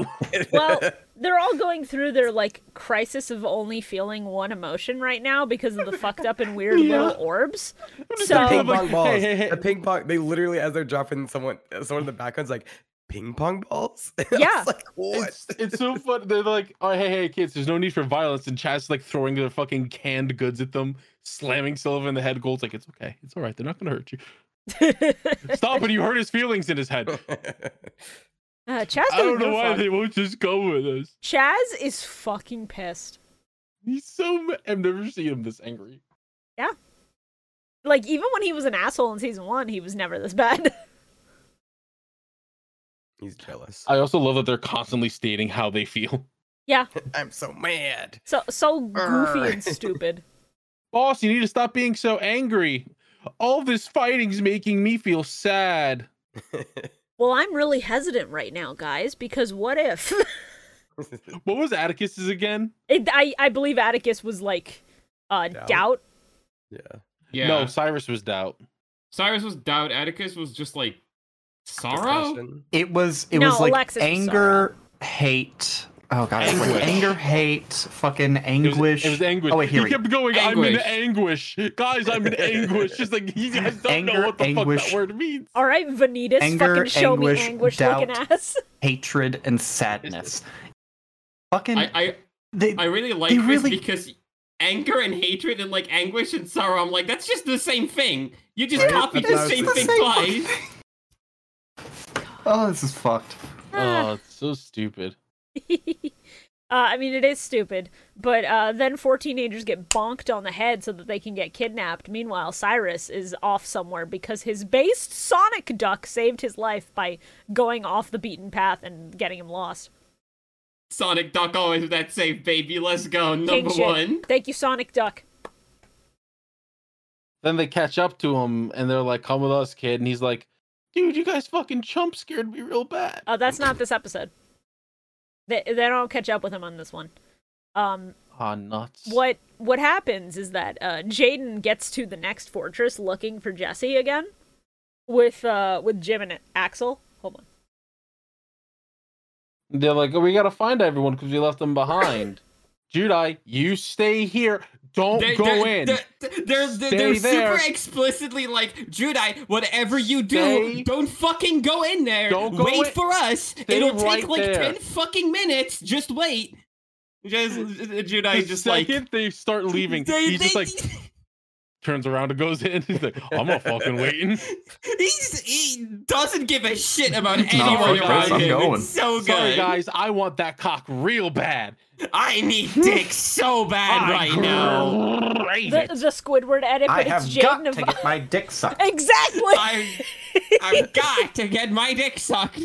S1: Well, they're all going through their like crisis of only feeling one emotion right now because of the fucked up and weird
S3: Yeah.
S1: little orbs.
S3: just
S1: So
S4: The ping
S3: thinking of, like,
S4: pong balls.
S3: hey, hey, hey.
S4: The ping pong. They literally, as they're dropping, someone, someone in the background's like, "Ping pong balls." I was
S1: Yeah.
S4: like what?
S3: It's, it's so fun. They're like, "Oh hey hey kids, there's no need for violence." And Chad's like throwing their fucking canned goods at them, slamming Sullivan in the head. Gold's like, "It's okay, it's all right. They're not gonna hurt you. Stop it! You hurt his feelings in his head.
S1: Uh, Chaz
S3: I
S1: doesn't
S3: don't know
S1: give a
S3: why
S1: fuck.
S3: they won't just go with us.
S1: Chaz is fucking pissed.
S3: He's so. ma- I've never seen him this angry."
S1: Like even when he was an asshole in season one, he was never this bad.
S4: He's jealous.
S3: I also love that they're constantly stating how they feel.
S4: I'm so mad.
S1: so so goofy and
S4: Err.
S1: stupid.
S3: Boss, you need to stop being so angry. All this fighting's making me feel sad.
S1: Well, I'm really hesitant right now, guys, because what if?
S3: What was Atticus's again?
S1: it, I I believe Atticus was like, uh, doubt.
S4: Doubt? yeah.
S5: Yeah.
S3: No, Cyrus was doubt.
S5: Cyrus was doubt. Atticus was just like sorrow.
S4: Discussion.
S2: it was it
S1: No,
S2: was like
S1: Alexis was
S2: anger, hate. Oh god, it was like
S3: Anguish.
S2: anger, hate, fucking
S3: It was-
S2: anguish.
S3: It was, anguish.
S2: Oh wait, here
S3: he
S2: we go.
S3: kept going. I'm in anguish, guys. I'm in anguish. Just like you guys don't know
S2: Anger,
S3: what the fuck
S2: anguish.
S3: that word means.
S1: All right, Vanitas,
S2: Anger,
S1: fucking show
S2: anguish,
S1: me anguish looking
S2: doubt.
S1: ass.
S2: hatred and sadness. Fucking
S5: I, I
S2: they,
S5: I really like
S2: They
S5: this
S2: really-
S5: because anger and hatred and like anguish and sorrow. I'm like, that's just the same thing. You just
S4: Right?
S5: copied
S4: That's
S5: the
S4: not-
S5: same
S4: It's the
S5: thing
S2: same
S5: twice.
S2: Oh, this is fucked.
S1: Ah.
S3: Oh, it's so stupid.
S1: uh, I mean, it is stupid, but uh, then four teenagers get bonked on the head so that they can get kidnapped. Meanwhile, Cyrus is off somewhere because his based Sonic Duck saved his life by going off the beaten path and getting him lost.
S5: Sonic Duck always with that safe baby. Let's go.
S1: King
S5: Number
S1: shit.
S5: one.
S1: Thank you, Sonic Duck.
S3: Then they catch up to him and they're like, "Come with us, kid." And he's like, "Dude, you guys fucking chump scared me real bad."
S1: Uh, that's not this episode. They, they don't catch up with him on this one. Um,
S3: Ah, nuts.
S1: what what happens is that uh, Jaden gets to the next fortress looking for Jesse again, with uh, with Jim and Axel. Hold on.
S3: They're like, oh, we gotta find everyone because we left them behind. Judai, you stay here. Don't
S5: They-
S3: Oh, go
S5: they're,
S3: in.
S5: They're, they're, they're,
S3: Stay
S5: they're
S3: there.
S5: super explicitly like, Judai, whatever you do,
S3: Stay-
S5: don't fucking go in there.
S3: Don't go
S5: wait
S3: in-
S5: for us.
S3: Stay
S5: It'll
S3: right
S5: take like
S3: there."
S5: 10 fucking minutes. Just wait. Just, Judai
S3: The
S5: just like.
S3: second they start leaving,
S5: They-
S3: he just
S5: they-
S3: like turns around and goes in. He's like, I'm not fucking waiting.
S5: He's, he doesn't give a shit about
S2: fuck
S5: anyone
S2: this,
S5: around
S2: I'm
S5: him.
S2: going.
S5: It's so good.
S3: Sorry, guys, I want that cock real bad.
S5: I need dick so bad
S3: I
S5: right now.
S3: crave
S1: the,
S3: it.
S1: the Squidward edit, but it's Jaden and Vi-
S2: my dick sucked.
S1: Exactly.
S5: I, I've got to get my dick sucked.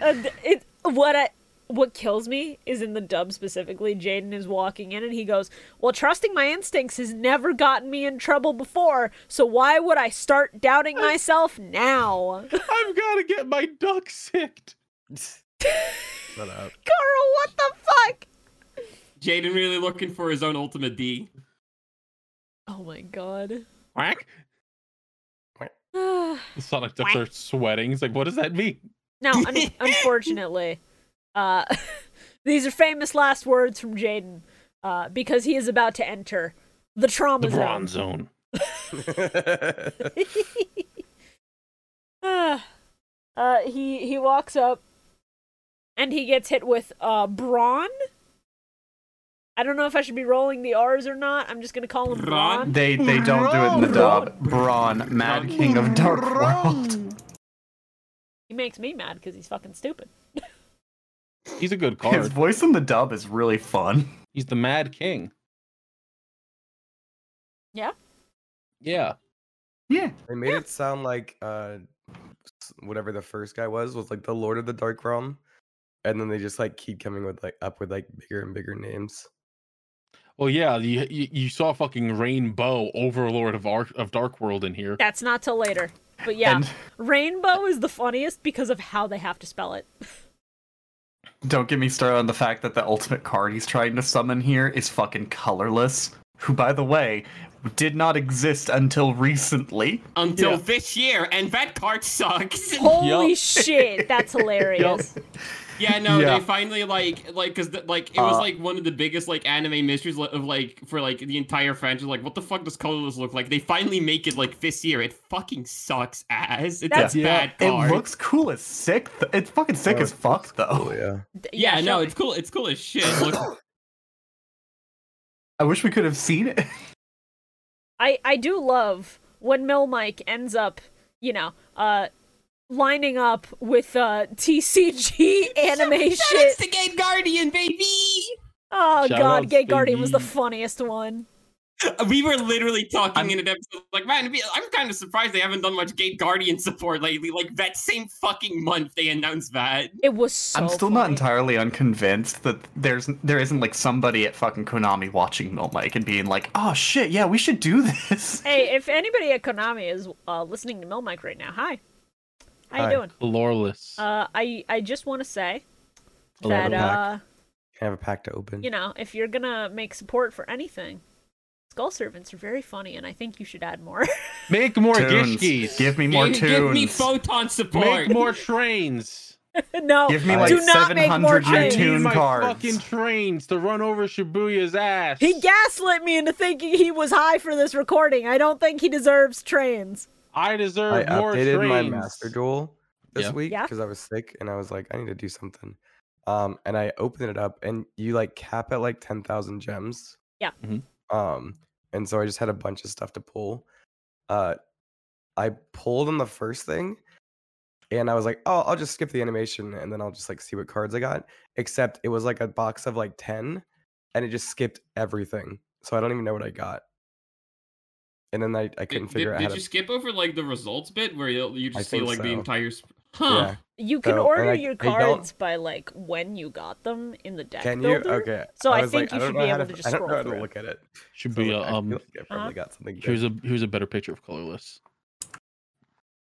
S1: Uh, th- it, what I, what kills me is in the dub specifically. Jaden is walking in and he goes, "Well, trusting my instincts has never gotten me in trouble before, so why would I start doubting myself now?"
S3: I've gotta get my duck sicked.
S4: Shut up.
S1: Carl, what the fuck?
S5: Jaden really looking for his own ultimate D.
S1: Oh my god.
S3: Quack.
S1: no,
S3: The Sonic ducks are sweating. He's like, what does that mean?
S1: un- unfortunately, uh, these are famous last words from Jaden uh, because he is about to enter the trauma
S3: The
S1: zone.
S3: bronze zone.
S1: Ah. uh, he he walks up, and he gets hit with uh brawn. I don't know if I should be rolling the R's or not. I'm just gonna call him
S5: Brawn?
S1: brawn.
S2: They they don't do it in the dub. Brawn, Mad King of Dark World.
S1: He makes me mad because he's fucking stupid.
S3: He's a good
S2: His
S3: card.
S2: voice in the dub is really fun.
S3: He's the Mad King.
S1: Yeah?
S3: Yeah.
S2: Yeah.
S4: They made it sound like uh, s- whatever the first guy was was like the Lord of the Dark Realm, and then they just like keep coming with like up with like bigger and bigger names.
S3: Well, yeah. You, you, you saw fucking Rainbow Overlord of Ar- of Dark World in here.
S1: That's not till later. But yeah,
S2: And
S1: rainbow is the funniest because of how they have to spell it.
S2: don't get me started on the fact that the ultimate card he's trying to summon here is fucking colorless. Who, by the way, did not exist until recently.
S5: Until
S3: Yeah.
S5: this year, and that card sucks.
S1: Holy shit, that's hilarious.
S5: yeah, no,
S2: Yeah.
S5: they finally like like because like it was
S2: Uh,
S5: like one of the biggest like anime mysteries li- of like for like the entire franchise. Like, what the fuck does colorless look like? They finally make it like this year. It fucking sucks ass. It's
S1: That's-
S5: a bad card.
S2: It looks cool as sick. th- it's fucking sick
S4: Oh,
S2: as fuck
S4: Oh
S2: though.
S4: yeah,
S1: D-
S5: yeah, no,
S1: show
S5: it's cool. It's cool as shit. Look,
S2: I wish we could have seen it.
S1: I I do love when Mill Mike ends up, you know, uh lining up with uh TCG anime
S5: Shoutouts
S1: shit.
S5: to Gate Guardian, baby.
S1: Oh
S3: Shout
S1: god,
S3: outs,
S1: Gay Guardian was the
S3: baby.
S1: funniest one.
S5: We were literally talking in an episode like, man, I'm kind of surprised they haven't done much Gate Guardian support lately. Like that same fucking month they announced that.
S1: It was so
S2: I'm still not
S1: funny.
S2: entirely unconvinced that there's there isn't like somebody at fucking Konami watching Mill Mike and being like, oh shit, yeah, we should do this.
S1: Hey, if anybody at Konami is uh listening to Mill Mike right now, hi. How
S4: Hi.
S1: you doing?
S3: Loreless.
S1: Uh I I just want to say
S4: Hello,
S1: that
S4: Mill Mike.
S1: uh
S4: can I have a pack to open.
S1: you know, if you're gonna make support for anything, skull servants are very funny, and I think you should add more.
S3: Make more
S2: Tunes.
S3: gishkis.
S2: Give me more
S5: give,
S2: tunes.
S5: give me photon support.
S3: Make more trains.
S1: no,
S2: Give me
S4: I-
S2: like
S1: do not make more
S2: 700 new
S1: trains.
S3: I need
S2: tune
S3: my
S2: cards.
S3: fucking trains to run over Shibuya's ass.
S1: he gaslit me into thinking he was high for this recording. I don't think he deserves trains.
S3: I deserve
S4: I
S3: more
S4: updated
S3: trains.
S4: my master duel this
S3: Yeah.
S4: week
S1: Yeah.
S4: because I was sick and I was like, I need to do something. Um, and I opened it up and you like cap at like ten thousand gems.
S1: Yeah.
S3: Mhm.
S5: Mm-hmm.
S4: Um, and so I just had a bunch of stuff to pull. Uh, I pulled on the first thing, and I was like, oh, I'll just skip the animation and then I'll just like see what cards I got. Except it was like a box of like 10 and it just skipped everything. So I don't even know what I got. And then I, I couldn't
S5: Did,
S4: figure
S5: did,
S4: out
S5: did
S4: how
S5: you
S4: to.
S5: skip over like the results bit where you you
S4: I
S5: just see
S4: think
S5: like the
S4: so.
S5: entire? Sp-
S4: Yeah.
S5: huh.
S1: You can
S4: So, and
S1: order
S4: I-
S1: your
S4: I don't-
S1: cards by like when you got them in the deck
S4: Can you?
S1: builder.
S4: Okay.
S1: So I
S4: was
S1: think you
S4: don't
S1: should
S4: know
S1: be
S4: how
S1: able to just
S4: I don't know
S1: scroll
S4: how to
S1: through
S4: look at it.
S3: Should
S4: So,
S3: be
S4: like,
S3: a,
S4: I feel
S3: um.
S4: like I probably got something. good.
S3: Here's a here's a better picture of colorless.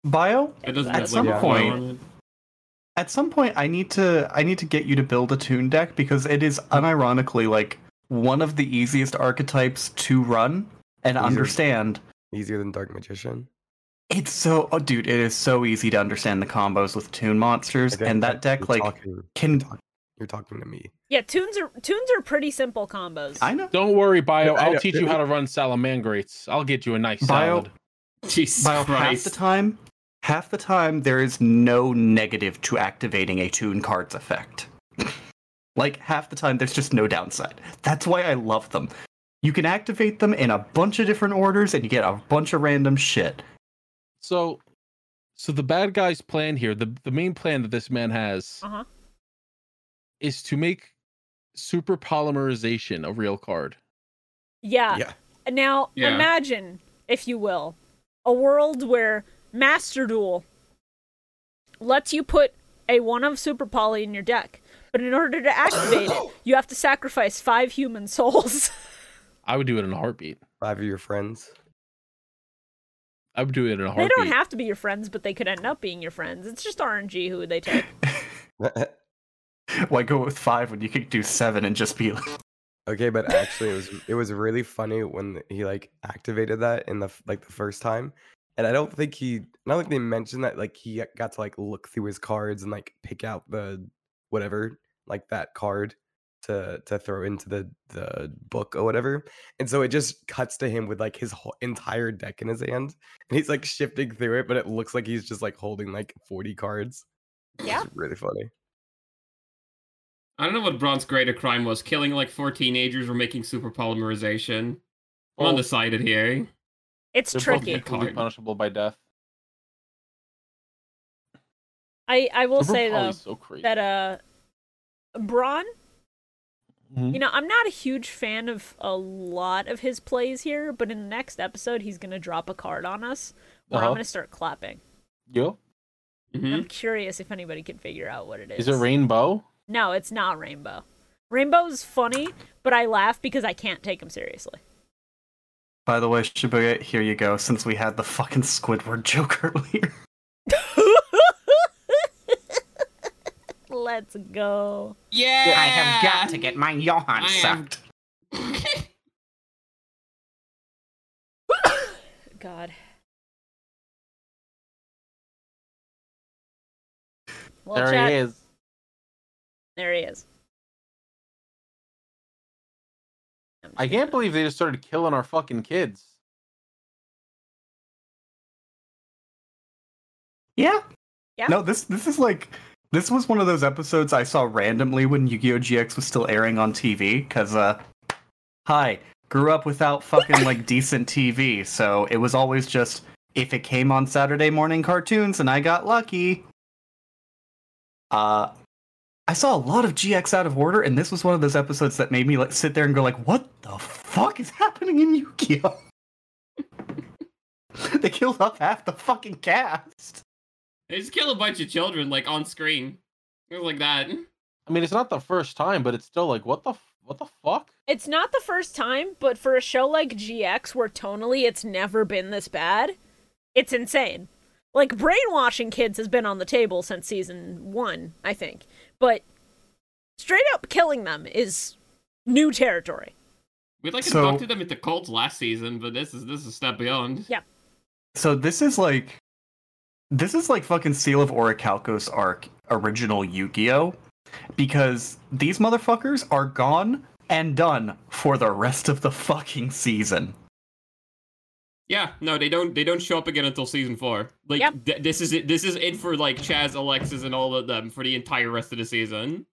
S2: Bio,
S5: It doesn't
S2: At
S5: have,
S2: some
S5: like, a
S2: point-
S5: color on it.
S2: at some point I need to I need to get you to build a tune deck because it is unironically like one of the easiest archetypes to run and
S4: Easier.
S2: understand.
S4: easier than Dark Magician.
S2: It's so oh dude, it is so easy to understand the combos with tune monsters
S4: Again,
S2: and that
S4: you're
S2: deck like
S4: talking,
S2: can
S4: you're talking to me.
S1: Yeah, tunes are tunes are pretty simple combos.
S2: I know
S3: Don't worry, Bio.
S4: I know.
S3: I'll teach you how to run salamangreats. I'll get you a nice
S2: Bio-
S3: salad.
S5: Jesus
S2: Well, half the
S5: Christ.
S2: time, half the time there is no negative to activating a tune card's effect. like half the time, there's just no downside. That's why I love them. You can activate them in a bunch of different orders, and you get a bunch of random shit.
S3: So, so the bad guy's plan here, the the main plan that this man has,
S1: Uh-huh.
S3: is to make super polymerization a real card.
S1: Yeah.
S4: yeah.
S1: Now
S5: Yeah.
S1: imagine, if you will, a world where Master Duel lets you put a one of Super Poly in your deck, but in order to activate it, you have to sacrifice five human souls.
S3: I would do it in a heartbeat.
S4: Five of your friends.
S3: I would do it in a
S1: they
S3: heartbeat.
S1: don't have to be your friends, but they could end up being your friends. It's just RNG who they take.
S2: Why go with five when you could do seven and just be like,
S4: okay, but actually, it was it was really funny when he like activated that in the f- like the first time, and I don't think he. I don't think they mentioned that like he got to like look through his cards and like pick out the whatever like that card to to throw into the the book or whatever. And so it just cuts to him with like his whole entire deck in his hand, and he's like shifting through it, but it looks like he's just like holding like forty cards.
S1: Yeah.
S4: it's really funny.
S5: I don't know what Braun's greater crime was: killing like four teenagers or making super polymerization. I'm
S3: Well,
S5: undecided here.
S1: It's
S3: they're both
S1: tricky.
S3: equally
S5: Card.
S3: punishable by death.
S1: I, I will
S3: Super
S1: say though
S3: Poly's so crazy.
S1: that uh Braun
S3: Mhm.
S1: You know, I'm not a huge fan of a lot of his plays here, but in the next episode, he's going to drop a card on us where I'm
S3: Uh-huh.
S1: going to start clapping.
S3: Yo,
S5: hmm
S1: I'm curious if anybody can figure out what it is.
S3: is it rainbow?
S1: No, it's not Rainbow. Rainbow's funny, but I laugh because I can't take him seriously.
S2: "By the way, Shibuya, here you go." Since we had the fucking Squidward joke earlier,
S1: Let's go.
S5: Yeah.
S2: get my Johan
S5: I am- sucked.
S1: God. Well,
S3: there
S1: chat,
S3: he is.
S1: There he is. I'm
S3: I
S1: just
S3: can't
S1: gonna-
S3: believe they just started killing our fucking kids.
S2: Yeah.
S1: Yeah.
S2: No, this this is like this was one of those episodes I saw randomly when Yu-Gi-Oh GX was still airing on TV cuz uh hi, grew up without fucking like decent TV, so it was always just if it came on Saturday morning cartoons and I got lucky. Uh I saw a lot of GX out of order and this was one of those episodes that made me like sit there and go like what the fuck is happening in Yu-Gi-Oh? they killed off half the fucking cast.
S5: They just kill a bunch of children like on screen. It was like that.
S3: I mean, it's not the first time, but it's still like, what the f- what the fuck?
S1: It's not the first time, but for a show like GX, where tonally it's never been this bad, it's insane. Like, brainwashing kids has been on the table since season one, I think. But straight up killing them is new territory.
S5: We like
S2: So-
S5: inducted them into cults last season, but this is this is a step beyond.
S2: So this is like this is like fucking Seal of Orichalcos arc original Yu-Gi-Oh because these motherfuckers are gone and done for the rest of the fucking season.
S5: Yeah, no, they don't. They don't show up again until season four. Like
S1: Yep.
S5: th- this is it. This is it for like Chaz, Alexis, and all of them for the entire rest of the season.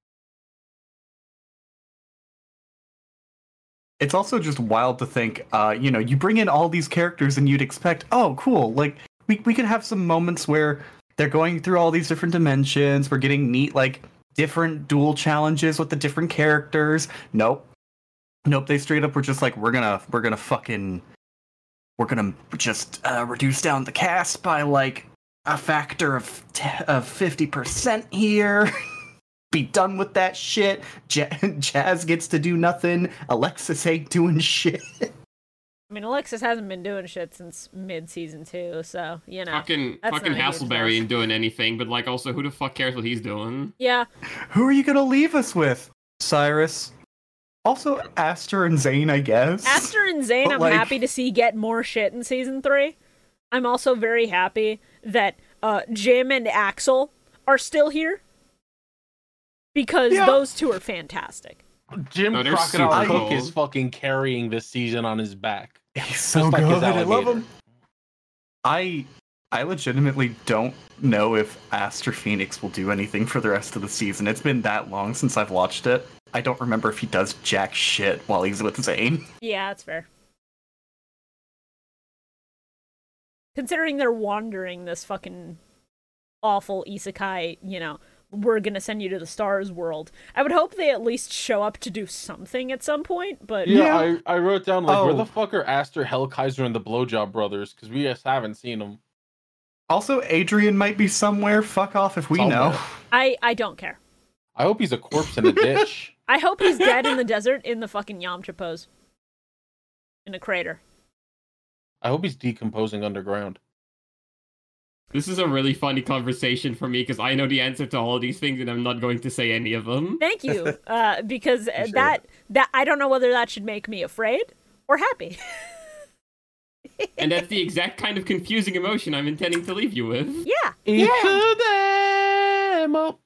S2: It's also just wild to think uh you know, you bring in all these characters and you'd expect, "Oh, cool, like we we could have some moments where they're going through all these different dimensions. We're getting neat like different dual challenges with the different characters. Nope. Nope, they straight up were just like we're going to we're going to fucking we're going to just uh, reduce down the cast by like a factor of t- of 50% here. Be done with that shit. Ja- Jazz gets to do nothing. Alexis ain't doing shit.
S1: I mean, Alexis hasn't been doing shit since mid season two, so you know.
S5: fucking
S1: that's
S5: fucking
S1: not a huge
S5: Hasselberry
S1: loss.
S5: ain't doing anything, but like also who the fuck cares what he's doing?
S1: Yeah,
S2: Who are you gonna leave us with? Cyrus. Also, Aster and Zane, I guess.
S1: Aster and Zane,
S2: But,
S1: I'm
S2: like-
S1: happy to see get more shit in season three. I'm also very happy that uh, Jim and Axel are still here because
S2: Yeah.
S1: those two are fantastic.
S3: Jim
S5: No, they're
S3: Crocodile
S2: super
S3: Cook
S5: cool.
S3: is fucking carrying this season on his back.
S2: He's so
S3: Just like
S2: good.
S3: his
S2: I love
S3: alligator.
S2: him. I I legitimately don't know if Aster Phoenix will do anything for the rest of the season. It's been that long since I've watched it. I don't remember if he does jack shit while he's with Zane.
S1: Yeah, that's fair. Considering they're wandering this fucking awful isekai, you know, we're gonna send you to the stars world. I would hope they at least show up to do something at some point, but
S3: Yeah, I, I wrote down like where
S2: Oh.
S3: the fuck are Aster, Hellkaiser, and the Blowjob Brothers? Because we just haven't seen them.
S2: Also, Adrian might be somewhere. Fuck off if we know.
S3: Somewhere.
S1: I I don't care.
S3: I hope he's a corpse in a ditch.
S1: I hope he's dead in the desert in the fucking Yamcha pose. In a crater.
S3: I hope he's decomposing underground.
S5: This is a really funny conversation for me because I know the answer to all these things and I'm not going to say any of them.
S1: Thank you, uh, because uh,
S4: sure.
S1: that that I don't know whether that should make me afraid or happy.
S5: And that's the exact kind of confusing emotion I'm intending to leave you with.
S1: yeah,
S3: It's a demo.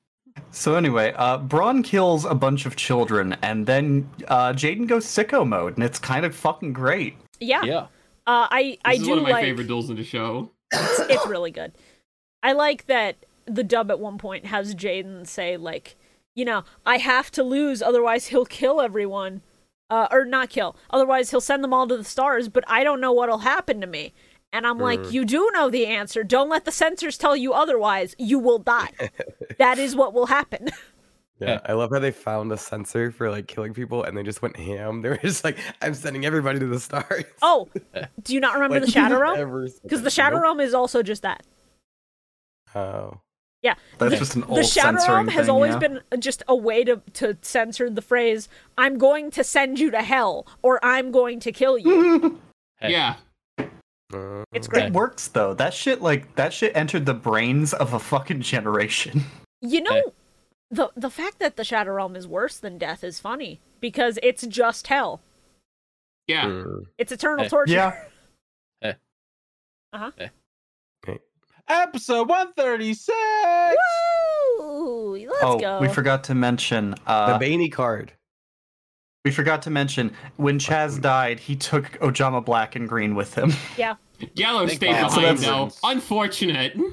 S2: So anyway, uh, Braun kills a bunch of children, and then uh, Jaden goes sicko mode, and it's kind of fucking great.
S1: yeah.
S3: Yeah.
S1: Uh, I I
S5: This is
S1: do
S5: one of my
S1: like
S5: favorite duels in the show.
S1: it's, it's really good. I like that the dub at one point has Jaden say like, you know, I have to lose, otherwise he'll kill everyone, uh, or not kill. Otherwise he'll send them all to the stars. But I don't know what'll happen to me. And I'm like, you do know the answer. Don't let the censors tell you otherwise. You will die. that is what will happen.
S4: Yeah, I love how they found a sensor for like killing people, and they just went ham. They were just like, "I'm sending everybody to the stars."
S1: Oh, do you not remember
S4: Like,
S1: the Shadow Realm?
S4: ever-
S1: Because the Shadow
S4: Nope.
S1: Realm is also just that.
S4: Oh,
S2: That's
S1: The-
S2: just an old
S1: the shadow
S2: censoring
S1: realm has
S2: thing,
S1: always
S2: yeah.
S1: been just a way to to censor the phrase i'm going to send you to hell or i'm going to kill
S2: Mm-hmm.
S1: you
S3: Hey.
S5: Yeah.
S4: uh,
S1: it's
S2: It
S1: great
S2: works though. That shit like that shit entered the brains of a fucking generation.
S1: you know
S3: Hey.
S1: the the fact that the shadow realm is worse than death is funny because it's just hell
S5: Yeah.
S4: mm.
S1: it's eternal
S3: Hey.
S1: torture
S2: Yeah.
S3: Episode 136.
S1: Woo! let's
S2: oh,
S1: go
S2: we forgot to mention
S4: the
S2: uh
S4: Baney card.
S2: we forgot to mention when Chaz died, he took Ojama Black and Green with him.
S5: Yellow
S3: Thank
S5: stayed
S2: God. So
S5: behind though.
S3: that's-
S5: Unfortunate.
S2: So
S3: Get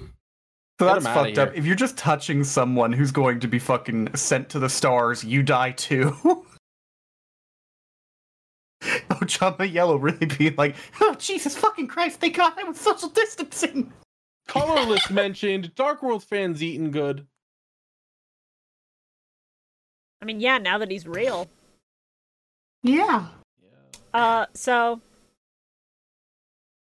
S2: that's
S3: him outta
S2: fucked up.
S3: here.
S2: If you're just touching someone who's going to be fucking sent to the stars, you die too. Ojama Yellow really being like, oh Jesus fucking Christ, thank God I was social distancing.
S3: Colorless mentioned. Dark World fans eating good.
S1: i mean yeah now that he's real
S2: Yeah.
S1: uh so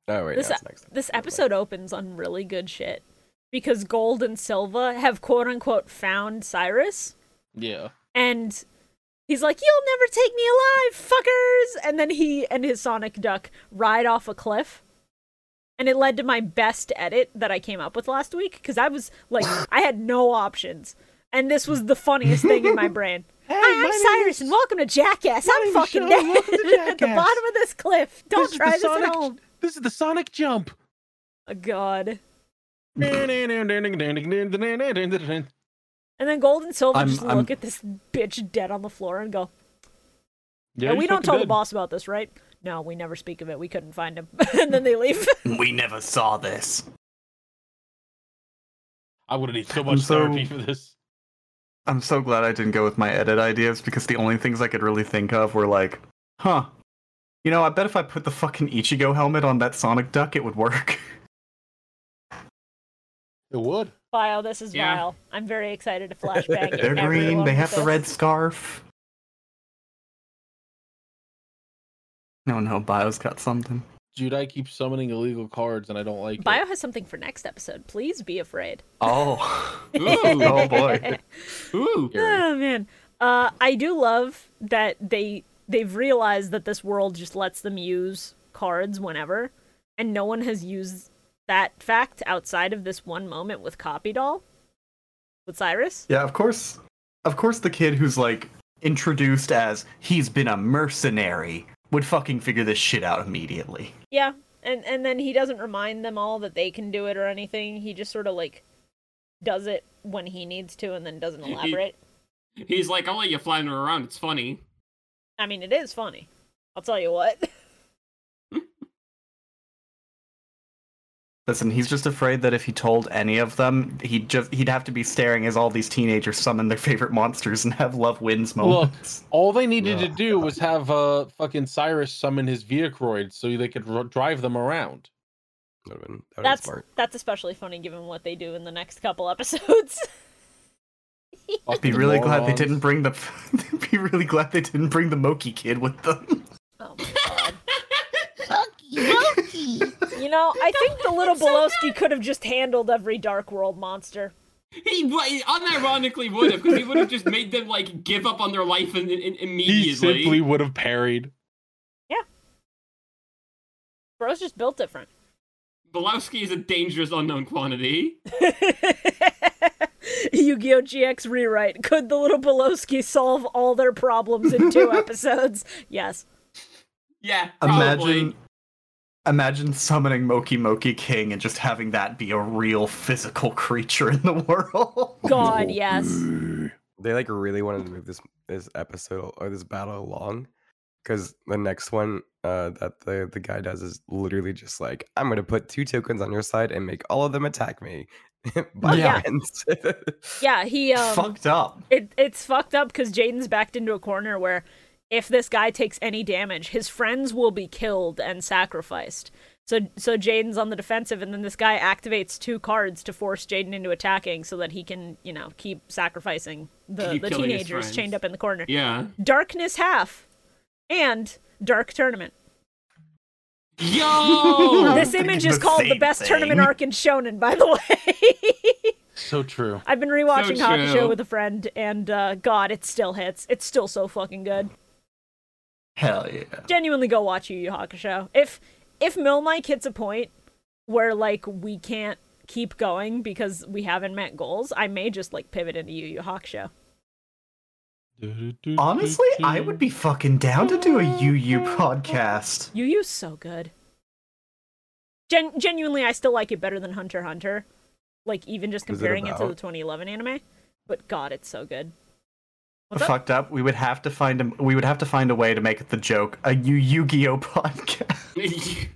S4: Oh wait,
S1: This- e,
S4: that's next.
S1: This episode opens on really good shit because Gold and Silva have quote unquote found Cyrus
S3: Yeah.
S1: and he's like, You'll never take me alive, fuckers! And then he and his Sonic Duck ride off a cliff. And it led to my best edit that I came up with last week because I was like, I had no options. And this was the funniest thing in my brain.
S6: Hey,
S1: Hi, I'm
S6: my
S1: Cyrus,
S6: name's-
S1: and welcome to Jackass. I'm
S6: name's
S1: fucking
S6: Sean.
S1: dead
S6: Welcome to
S1: at the
S6: Jackass.
S1: bottom of this cliff. Don't
S6: is the
S1: try this
S6: Sonic-
S1: at home.
S6: This is the Sonic Jump.
S1: Oh, God.
S3: That's
S1: And then Gold and Silver
S2: I'm-
S1: just
S2: I'm-
S1: look at this bitch dead on the floor and go,
S3: Yeah,
S1: "And
S3: he's
S1: we don't
S3: fucking
S1: tell the
S3: dead.
S1: boss about this, right? No, we never speak of it. We couldn't find him. and then they leave.
S2: We never saw this.
S3: I would have need so much
S2: so-
S3: therapy for this.
S2: I'm so glad I didn't go with my edit ideas because the only things I could really think of were like, huh. You know, I bet if I put the fucking Ichigo helmet on that Sonic Duck, it would work.
S3: It would.
S1: Vile, this is
S5: Yeah.
S1: vile. I'm very excited to flashback.
S4: They're
S2: They're green.
S1: everyone
S2: They
S1: with
S2: have the
S1: this.
S2: red scarf. No, Oh no, Bio's got something.
S3: Dude, I keep summoning illegal cards and I don't like
S1: Bio has something for next episode. Please be afraid.
S2: Oh,
S5: Ooh,
S2: oh boy.
S5: ooh.
S1: Oh man, uh, I do love that they they've realized that this world just lets them use cards whenever, and no one has used that fact outside of this one moment with Copy Doll, with Cyrus.
S2: Yeah, of course. Of course, the kid who's like introduced as he's been a mercenary would fucking figure this shit out immediately.
S1: Yeah, and and then he doesn't remind them all that they can do it or anything. He just sort of like does it when he needs to, and then doesn't
S5: He-
S1: elaborate.
S5: He's like, I'll let you flounder around. It's funny.
S1: I mean, it is funny. I'll tell you what.
S2: Listen, he's just afraid that if he told any of them, he'd just he'd have to be staring as all these teenagers summon their favorite monsters and have love wins moments.
S3: All they needed to
S4: Oh,
S3: do was have uh fucking Cyrus summon his Vehicuroid so they could r- drive them around.
S4: Would've been- that would've been
S1: That's
S4: smart.
S1: that's especially funny given what they do in the next couple episodes.
S2: I'd be
S3: Fucking
S2: really glad they
S3: morons.
S2: didn't bring the. I'd be really glad they didn't bring the Moki kid with them.
S1: Oh my god. You know, I think the little
S5: It's so
S1: Bolowski could have just handled every Dark World monster.
S5: He, wa- he unironically would have, because he would have just made them like give up on their life in, in, immediately.
S3: He simply would have parried.
S1: Bro's just built different.
S5: Belowski is a dangerous unknown quantity.
S1: Yu-Gi-Oh! GX rewrite. Could the little Bolowski solve all their problems in two episodes? Yes.
S5: Yeah, probably.
S2: Imagine, imagine summoning Moki Moki King and just having that be a real physical creature in the world.
S1: God, yes.
S4: They like really wanted to move this this episode or this battle along, because the next one uh, that the the guy does is literally just like I'm gonna put two tokens on your side and make all of them attack me. By
S1: Yeah.
S4: hands.
S1: Yeah, he um
S2: Fucked up.
S1: it, it's fucked up because Jaden's backed into a corner where if this guy takes any damage, his friends will be killed and sacrificed. So so Jaden's on the defensive, and then this guy activates two cards to force Jaden into attacking so that he can you know keep sacrificing the,
S5: Keep
S1: the
S5: killing his
S1: teenagers
S5: friends.
S1: chained up in the corner.
S5: Yeah.
S1: Darkness half, and dark tournament.
S5: Yo!
S1: this
S2: thinking
S1: image is
S2: the
S1: called the
S2: same
S1: best tournament
S2: thing.
S1: arc in Shonen, by the way.
S3: So true.
S1: I've been rewatching
S5: So
S1: Hockey Show
S5: true.
S1: with a friend, and uh, God, it still hits. It's still so fucking good.
S2: Hell yeah.
S1: genuinely go watch Yu Yu Hakusho. If if Milmike hits a point where like we can't keep going because we haven't met goals, I may just like pivot into Yu Yu Hakusho.
S2: Honestly, I would be fucking down to do a Yu Yu podcast.
S1: Yu Yu's so good. Gen- genuinely, I still like it better than Hunter x Hunter. Like even just
S4: What is it
S1: comparing it, to the
S4: about?
S1: 2011 anime, but God, it's so good. What's up?
S2: Fucked up. We would have to find a. We would have to find a way to make it the joke. A Yu Yu Gi Oh podcast.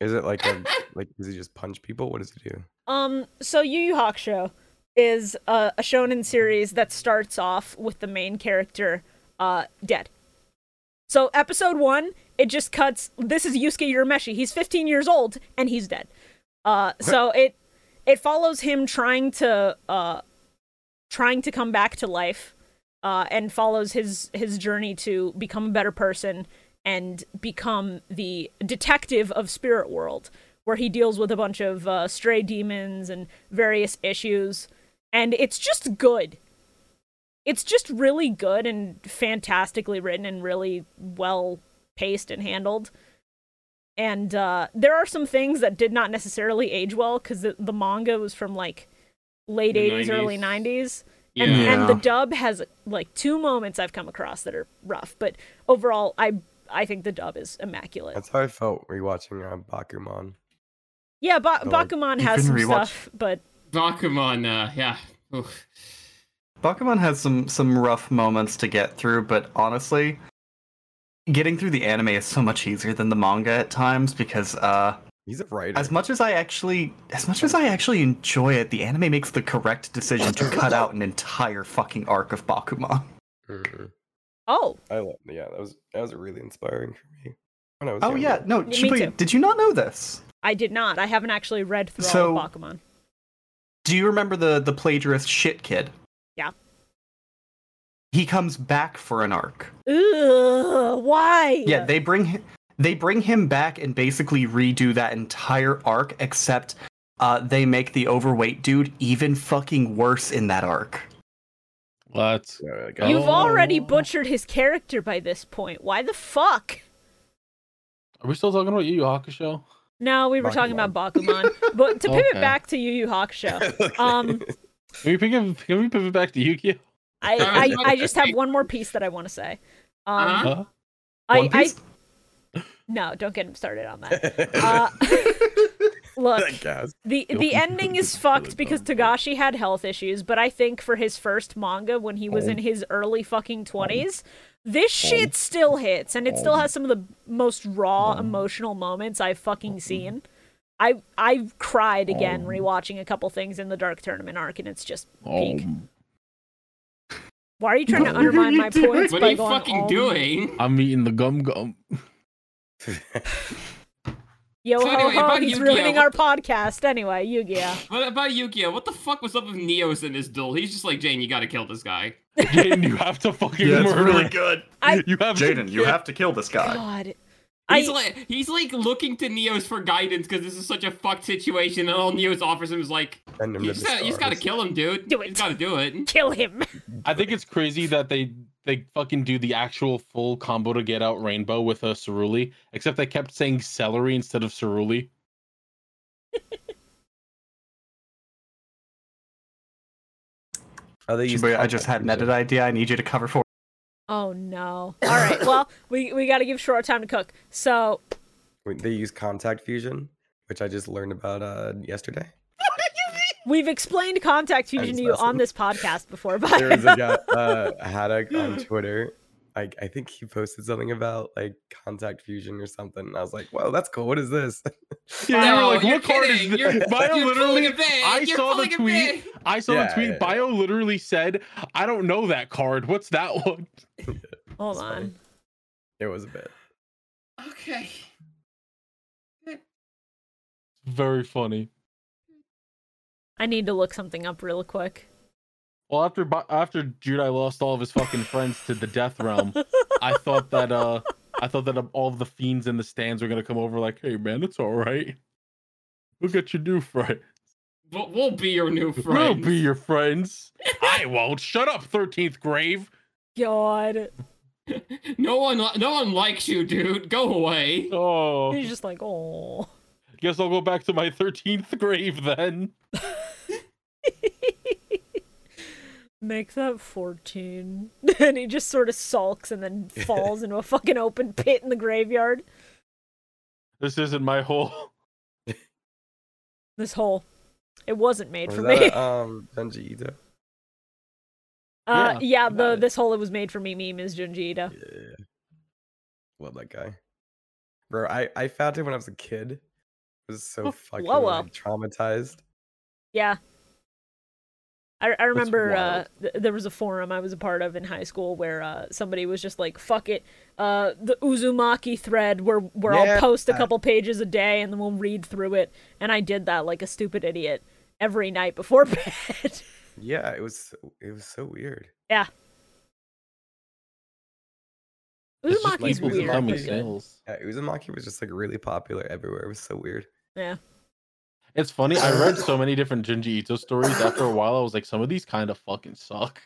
S4: Is it like a, like does he just punch people? What does he do?
S1: Um, so Yu Yu Hakusho is a, a shonen series that starts off with the main character uh, dead. So episode one, it just cuts. This is Yusuke Urameshi. He's 15 years old and he's dead. Uh, so it it follows him trying to uh, trying to come back to life, uh, and follows his his journey to become a better person and become the detective of Spirit World, where he deals with a bunch of uh, stray demons and various issues, and it's just good. It's just really good and fantastically written and really well paced and handled. And uh, there are some things that did not necessarily age well because the, the manga was from like late
S5: The
S1: 80s, early
S5: 90s.
S1: 90s
S5: yeah.
S1: and,
S2: Yeah.
S1: and the dub has like two moments I've come across that are rough, but overall, I I think the dub is immaculate.
S4: That's how I felt rewatching uh, Bakuman.
S1: yeah, ba-
S4: I like-
S1: Bakuman
S2: you
S1: has some
S2: couldn't rewatch-
S1: stuff, but
S5: Bakuman, uh, yeah. Oof.
S2: Pokemon has some some rough moments to get through, but honestly, getting through the anime is so much easier than the manga at times because uh,
S4: He's a writer.
S2: as much as I actually as much as I actually enjoy it, the anime makes the correct decision to cut out an entire fucking arc of Bakuman.
S4: Mhm.
S1: oh,
S4: I love. Yeah, that was that was really inspiring for me when I was.
S2: Oh yeah,
S4: younger.
S2: no,
S1: Me too.
S2: Shibuya, did you not know this?
S1: I did not. I haven't actually read through all
S2: So-
S1: of Bakuman.
S2: do you remember the the plagiarist shit kid?
S1: Yeah.
S2: He comes back for an arc.
S1: Ugh, why?
S2: Yeah, they bring hi- they bring him back and basically redo that entire arc, except uh, they make the overweight dude even fucking worse in that arc.
S3: Let's.
S4: Uh,
S3: You-
S1: You've already
S3: Oh.
S1: butchered his character by this point. Why the fuck?
S3: Are we still talking about Yu Yu Hakusho?
S1: No, we were talking about Bakuman. but to pivot
S3: Okay.
S1: back to Yu Yu Hakusho, um,
S3: Can we pivot, can we pivot back to Yukio?
S1: I, I,
S5: Alright.
S1: I just have one more piece that I want to say. Um,
S5: Uh-huh.
S3: Huh?
S1: I,
S2: One
S1: I
S2: Piece?
S1: no, don't get him started on that. Uh, look,
S4: that gas.
S1: the the ending is fucked because Tagashi had health issues, but I think for his first manga when he was in
S2: Oh.
S1: his early fucking 20s, this shit still hits and it
S2: Oh.
S1: still has some of the most raw emotional moments I've fucking seen. I I cried
S2: Oh.
S1: again rewatching a couple things in the Dark Tournament arc and it's just peak. Why are you trying to
S2: What are
S1: undermine
S2: you
S1: my
S2: doing?
S1: points
S5: What
S1: by
S5: are you
S1: going
S5: fucking
S1: all-
S5: doing?
S3: I'm eating the gum gum.
S1: Yo
S5: So
S1: ho
S5: anyway,
S1: ho,
S5: about
S1: he's
S5: Yu-Gi-Oh!
S1: ruining our podcast anyway, Yu-Gi-Oh!
S5: What about Yukio? What the fuck was up with Neos in this duel? He's just like, Jane, you gotta kill this guy.
S3: Jaden, you have to fucking
S2: Yeah, it's
S3: murder.
S2: really
S3: him.
S2: good.
S1: I-
S3: you have to-
S2: Jaden, you have to kill this guy.
S1: God.
S5: He's
S1: I,
S5: like he's like looking to Neos for guidance because this is such a fucked situation, and all Neos offers him is like,
S4: Send him
S5: you
S4: to
S5: just,
S4: the
S5: gotta, you just gotta
S4: stars.
S5: kill him, dude.
S1: Do
S5: You
S1: it."
S5: just gotta do it.
S1: kill him.
S3: I think it's crazy that they they fucking do the actual full combo to get out Rainbow with a Cerule, except they kept saying celery instead of Cerule.
S4: Oh, they used
S2: Shibuya, I just had an
S4: contact
S2: edit
S4: feature.
S2: idea. I need you to cover for.
S1: Oh no. All right. Well, we we got to give Short time to cook. So,
S4: Wait, They use contact fusion, which I just learned about uh, yesterday.
S1: we've explained contact fusion
S4: Thanks,
S1: to you on
S4: Dustin.
S1: this podcast before,
S4: There was a
S1: but
S4: guy, uh, Haddock on Twitter. I, I think he posted something about like contact fusion or something. And I was like, whoa, that's cool. What is this?
S3: Yeah, they were
S5: No,
S3: like,
S5: you're
S3: what card is
S5: kidding.
S3: this?
S5: You're-
S3: Bio
S5: you're
S3: literally,
S5: pulling a bit.
S3: I
S5: You're
S3: saw the
S5: pulling a
S3: tweet.
S5: bit.
S3: I saw the
S4: Yeah,
S3: tweet.
S4: yeah.
S3: Bio literally said, I don't know that card. What's that one?
S1: hold
S4: It's funny.
S1: on.
S4: It was a bit.
S5: Okay.
S3: Very funny.
S1: I need to look something up real quick.
S3: Well, after Bi- after Judai lost all of his fucking friends to the Death Realm, I thought that uh, I thought that all of the fiends in the stands were gonna come over like, hey man, it's all right. We'll get your new friend.
S5: But we'll be your new friend.
S3: We'll be your friends. I won't. Shut up, thirteenth grave.
S1: God.
S5: No one, li- no one likes you, dude. Go away.
S3: Oh,
S1: He's just like, "Oh."
S3: guess I'll go back to my thirteenth grave then.
S1: Make that 14. and he just sort of sulks and then falls into a fucking open pit in the graveyard.
S3: This isn't my whole.
S1: This hole. It wasn't made
S4: Was
S1: for
S4: that
S1: me.
S4: a, um, Junji Ito?
S1: Uh,
S3: yeah,
S1: yeah, the
S4: got it.
S1: this hole it was made for me meme is Junji Ito.
S4: Yeah. Love that guy. Bro, I, I found him when I was a kid. I was so
S1: Oh,
S4: fucking
S1: whoa,
S4: like,
S1: whoa.
S4: traumatized.
S1: Yeah. I, I remember uh,
S4: wild.
S1: th- there was a forum I was a part of in high school where uh, somebody was just like, fuck it, uh, the Uzumaki thread where, where I'll
S4: Yeah.
S1: post a couple pages a day and then we'll read through it. And I did that like a stupid idiot every night before bed.
S4: Yeah, it was so- it was so weird.
S3: It's just
S1: Uzumaki's
S4: like
S1: weird. Eh, but
S4: Uzumaki,
S3: Uzumami
S1: good.
S3: sales.
S4: Yeah, Uzumaki was just like really popular everywhere. It was so weird.
S3: It's funny. I read so many different Junji Ito stories. After a while, I was like, some of these kind of fucking suck.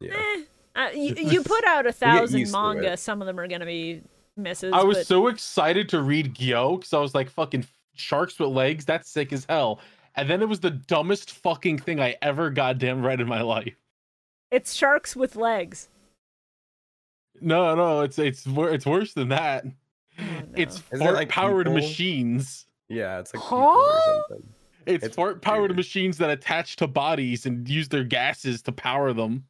S4: Yeah.
S1: Eh, uh, you, you put out a thousand
S4: used to it.
S1: manga, some of them are going to be misses.
S3: I was
S1: but-
S3: so excited to read Gyo because I was like, fucking sharks with legs. That's sick as hell. And then it was the dumbest fucking thing I ever goddamn read in my life.
S1: It's sharks with legs.
S3: No, no, it's it's wor- it's worse than that.
S1: Oh, no.
S3: It's
S4: it
S3: fart
S4: like
S3: powered
S4: people?
S3: machines.
S4: Yeah, it's like people
S1: Huh?
S4: or something.
S3: It's,
S4: It's
S3: fart powered
S4: weird.
S3: machines that attach to bodies and use their gases to power them.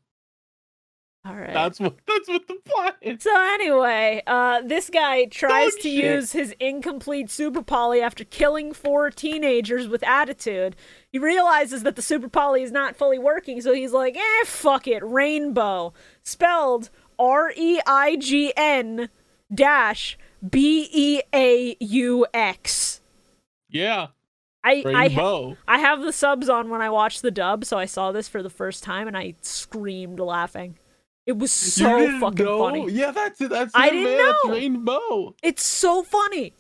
S1: All right.
S3: That's what that's what the plot is.
S1: So anyway, uh, this guy tries
S3: Dog
S1: to
S3: Oh, shit.
S1: use his incomplete super poly after killing four teenagers with attitude. He realizes that the super poly is not fully working, so he's like, "Eh, fuck it, rainbow, spelled R E I G N dash B E A U X."
S3: Yeah.
S1: I
S3: Bring
S1: I
S3: Bo.
S1: I have the subs on when I watched the dub, so I saw this for the first time and I screamed laughing. It was so
S3: You didn't
S1: fucking
S3: know?
S1: funny.
S3: Yeah, that's it. That's
S1: I
S3: him,
S1: didn't
S3: man. That's
S1: know.
S3: Rainbow.
S1: It's so funny.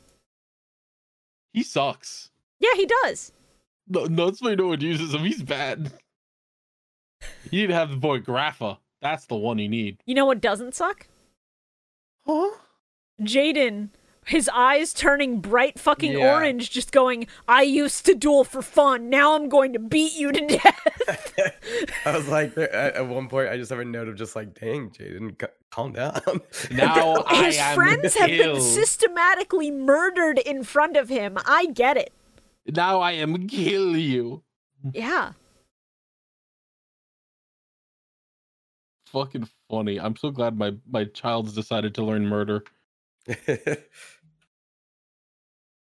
S3: He sucks.
S1: Yeah, he does.
S3: No, no, that's why no one uses him. He's bad. You need to have the boy Graffa. That's the one you need.
S1: You know what doesn't suck?
S3: Huh?
S1: Jaden, his eyes turning bright fucking
S4: Yeah.
S1: orange, just going, I used to duel for fun. Now I'm going to beat you to death.
S4: I was like, there, at, at one point, I just have a note of just like, dang, Jaden, c- calm down.
S3: Now I
S1: his
S3: am
S1: friends have been
S3: killed.
S1: systematically murdered in front of him. I get it.
S3: Now I am kill you.
S1: Yeah.
S3: Fucking funny. I'm so glad my my child's decided to learn murder.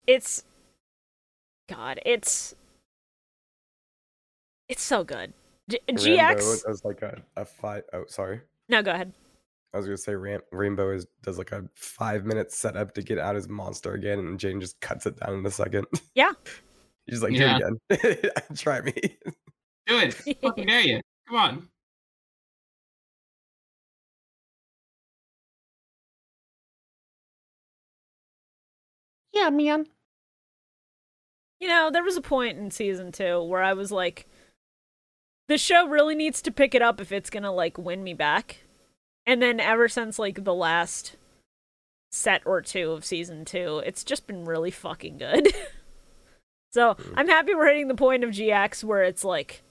S1: It's God, it's it's so good. G-
S4: Rainbow
S1: GX
S4: does like a, a five. Oh, sorry.
S1: No, go ahead.
S4: I was gonna say Ram- Rainbow is does like a five minute setup to get out his monster again, and Jane just cuts it down in a second.
S1: Yeah.
S4: She's like, do
S5: Yeah.
S4: it again. Try me.
S5: Do it. Fucking dare you. Come on.
S6: Yeah, man.
S1: You know, there was a point in season 2 where I was like the show really needs to pick it up if it's going to like win me back. And then ever since like the last set or two of season 2, it's just been really fucking good. so, I'm happy we're hitting the point of GX where it's like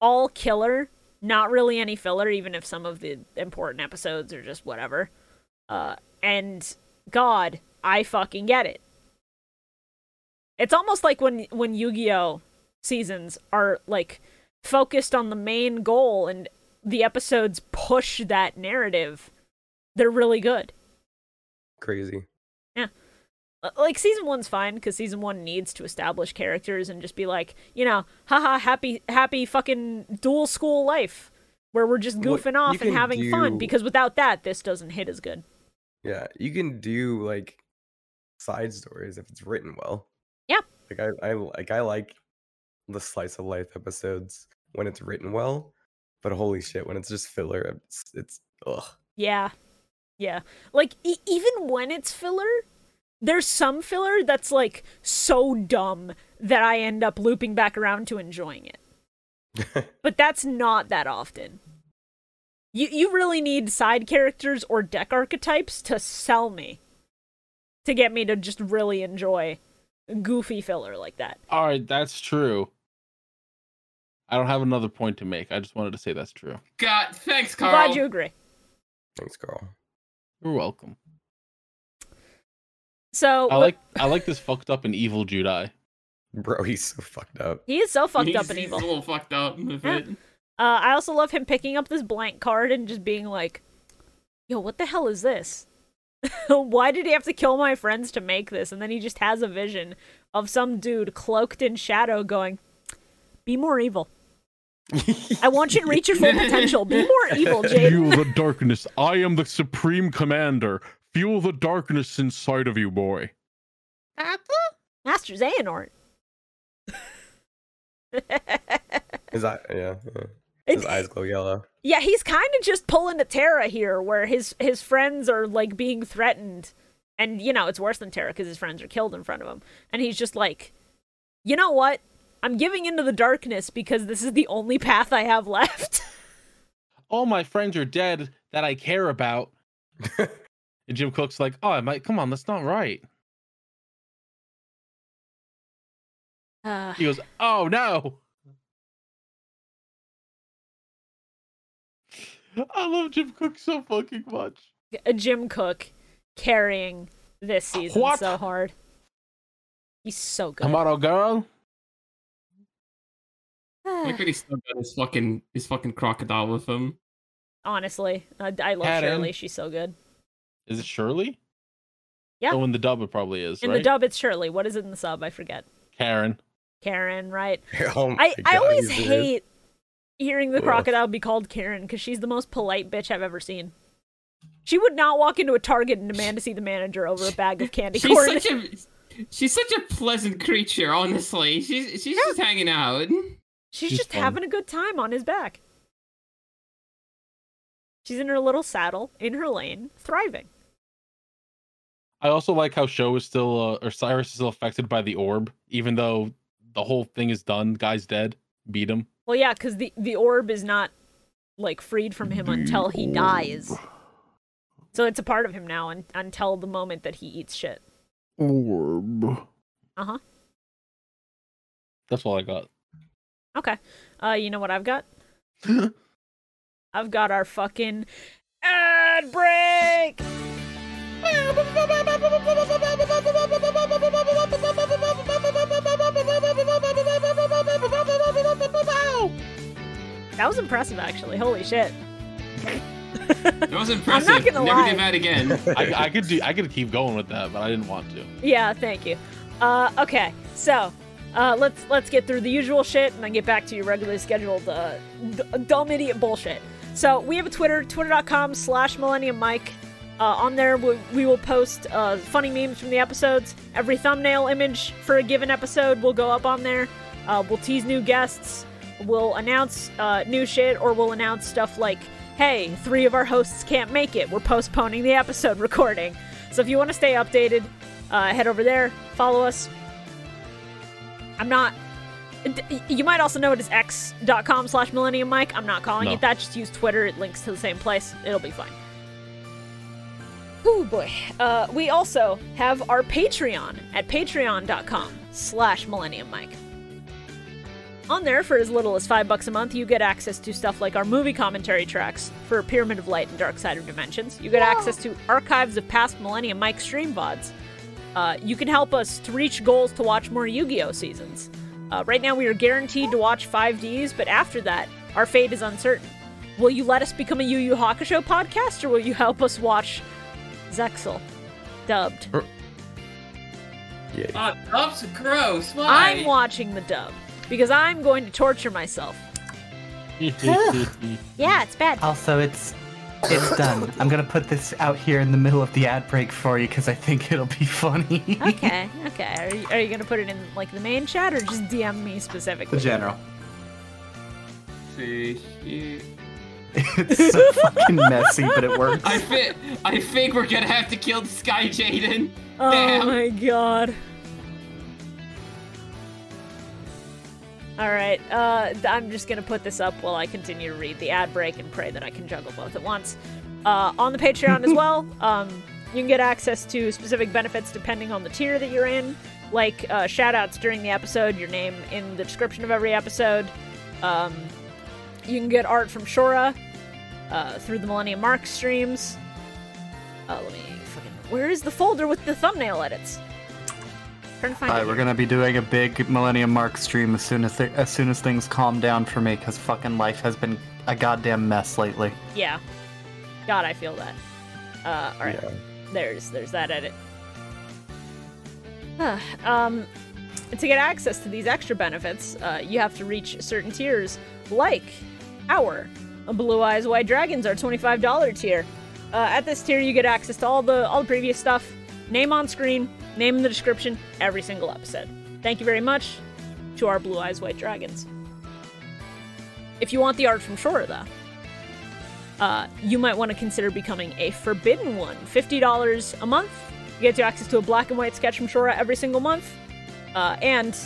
S1: all killer, not really any filler even if some of the important episodes are just whatever. Uh and god, I fucking get it. It's almost like when when Yu-Gi-Oh seasons are like focused on the main goal and the episodes push that narrative. They're really good.
S4: Crazy.
S1: Uh, Like season 1's fine cuz season 1 needs to establish characters and just be like, you know, haha happy happy fucking dual school life where we're just
S4: What-
S1: goofing
S4: you
S1: off and
S4: can
S1: having fun
S4: do-
S1: because without that this doesn't hit as good.
S4: Yeah, you can do like side stories if it's written well.
S1: Yeah.
S4: Like I, I like I like the slice of life episodes when it's written well, but holy shit, when it's just filler, it's it's ugh.
S1: Yeah. Yeah. Like e- even when it's filler, there's some filler that's like so dumb that I end up looping back around to enjoying it. But that's not that often. You you really need side characters or deck archetypes to sell me to get me to just really enjoy goofy filler like that.
S3: All right, that's true. I don't have another point to make. I just wanted to say that's true.
S5: God, thanks, Carl.
S1: Glad you agree.
S4: Thanks, Carl.
S3: You're welcome.
S1: So
S3: I like I like this fucked up and evil Judai.
S4: Bro, he's so fucked up.
S1: he is so fucked
S5: He's-
S1: up and
S5: he's
S1: evil.
S5: A little fucked up. with
S1: Yeah.
S5: it.
S1: Uh, I also love him picking up this blank card and just being like, "Yo, what the hell is this? Why did he have to kill my friends to make this?" And then he just has a vision of some dude cloaked in shadow going, "Be more evil. I want you to reach your full potential. Be more evil, Jaden."
S3: Fuel the darkness. I am the supreme commander. Fuel the darkness inside of you, boy.
S6: Doctor?
S1: Master Xehanort.
S4: His eye, yeah, yeah. his
S1: It-
S4: eyes glow yellow.
S1: Yeah, he's kind of just pulling a Terra here, where his his friends are like being threatened, and you know it's worse than Terra because his friends are killed in front of him, and he's just like, you know what? I'm giving into the darkness because this is the only path I have left.
S3: All my friends are dead that I care about. and Jim Cook's like, oh, I might. Come on, that's not right.
S1: Uh,
S3: He goes, oh no. I love Jim Cook so fucking much.
S1: Jim Cook carrying this season
S3: What?
S1: so hard. He's so good.
S3: Tomorrow, girl.
S5: Look what he's still got his fucking his fucking crocodile with him.
S1: Honestly, I, I love
S3: Adam.
S1: Shirley. She's so good.
S3: Is it Shirley?
S1: Yeah.
S3: Oh, in the dub, it probably is.
S1: In
S3: right?
S1: the dub, it's Shirley. What is it in the sub? I forget.
S3: Karen.
S1: Karen, right?
S4: Oh my
S1: I, I
S4: God,
S1: always
S4: he's weird.
S1: hate hearing the
S4: Ugh.
S1: crocodile be called Karen because she's the most polite bitch I've ever seen. She would not walk into a Target and demand to see the manager over a bag of candy
S5: She's
S1: corn.
S5: such a She's such a pleasant creature, honestly. She's she's just hanging out.
S1: She's,
S3: She's
S1: just
S3: fun.
S1: having a good time on his back. She's in her little saddle, in her lane, thriving.
S3: I also like how Show is still, uh, or Cyrus is still affected by the orb, even though the whole thing is done. Guy's dead. Beat him.
S1: Well, yeah, because the, the orb is not, like, freed from him until he dies. So it's a part of him now un- until the moment that he eats shit.
S3: Orb.
S1: Uh-huh.
S3: That's all I got.
S1: Okay. Uh, you know what I've got? I've got our fucking ad break! That was impressive, actually. Holy shit.
S5: That was impressive.
S1: gonna
S5: Never
S1: lie.
S5: do that again.
S3: I, I could do. I could keep going with that, but I didn't want to.
S1: Yeah, thank you. Uh, okay, so uh, let's let's get through the usual shit and then get back to your regularly scheduled uh, d- dumb idiot bullshit. So we have a Twitter, twitter.com slash Millennium Mike. Uh, on there, we, we will post uh, funny memes from the episodes. Every thumbnail image for a given episode will go up on there. Uh, we'll tease new guests. We'll announce uh, new shit, or we'll announce stuff like, hey, three of our hosts can't make it. We're postponing the episode recording. So if you want to stay updated, uh, head over there, follow us. I'm not. d- You might also know it as x.com slash millennium mike. I'm not calling
S3: No.
S1: it that. Just use Twitter. It links to the same place. It'll be fine. Oh boy. Uh, we also have our Patreon at patreon.com slash millennium mike. On there, for as little as five bucks a month, you get access to stuff like our movie commentary tracks for Pyramid of Light and Dark Side of Dimensions. You get access to archives of past Millennium Mike stream VODs. Uh, you can help us to reach goals to watch more Yu Gi Oh! seasons. Uh, right now, we are guaranteed to watch 5Ds, but after that, our fate is uncertain. Will you let us become a Yu Yu Hakusho podcast, or will you help us watch Zexel? Dubbed.
S4: Yeah.
S5: Oh, that's gross. Why?
S1: I'm watching the dub because I'm going to torture myself. Yeah, it's bad.
S2: Also, it's it's done. I'm gonna put this out here in the middle of the ad break for you because I think it'll be funny.
S1: Okay, okay. Are you, are you gonna put it in like the main chat or just DM me specifically?
S2: the general.
S5: See, you-
S2: It's so fucking messy, but it works.
S5: I think I think we're gonna have to kill this guy, Jaden.
S1: Oh
S5: Damn.
S1: my god. Alright, uh, th- I'm just gonna put this up while I continue to read the ad break and pray that I can juggle both at once. Uh, on the Patreon as well, um, you can get access to specific benefits depending on the tier that you're in, like uh, shout outs during the episode, your name in the description of every episode. Um, you can get art from Shora uh, through the Millennium Mark streams. Uh, let me fucking. Where is the folder with the thumbnail edits? Trying to find
S2: Alright,
S1: it.
S2: we're gonna be doing a big Millennium Mark stream as soon as th- as soon as things calm down for me, cause fucking life has been a goddamn mess lately.
S1: Yeah. God, I feel that. Uh, all right.
S4: Yeah.
S1: There's there's that edit. Huh, um, to get access to these extra benefits, uh, you have to reach certain tiers, like our Blue Eyes White Dragons, our twenty-five dollar tier. Uh, at this tier, you get access to all the all the previous stuff, name on screen, name in the description, every single episode. Thank you very much to our Blue Eyes White Dragons. If you want the art from Shora, though, uh, you might want to consider becoming a forbidden one. $50 a month. You get to access to a black and white sketch from Shora every single month. Uh, and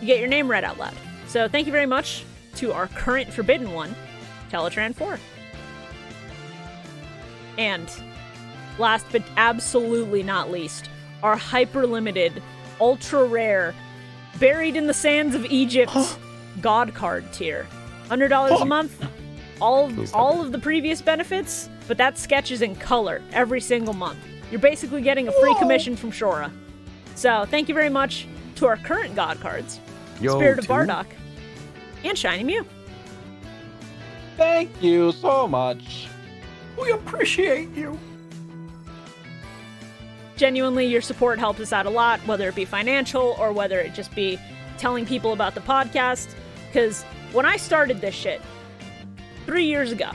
S1: you get your name read out loud. So thank you very much to our current forbidden one, Teletran 4. And last but absolutely not least, our hyper limited, ultra rare, buried in the sands of Egypt God card tier. $100 a month, all
S4: Please stop
S1: all of the previous benefits, but that sketch is in color every single month. You're basically getting a free commission from Shora. So thank you very much to our current God cards,
S4: Yo,
S1: Spirit of
S4: two?
S1: Bardock, and Shiny Mew.
S3: Thank you so much.
S2: We appreciate you.
S1: Genuinely, your support helps us out a lot, whether it be financial or whether it just be telling people about the podcast. Because when I started this shit three years ago,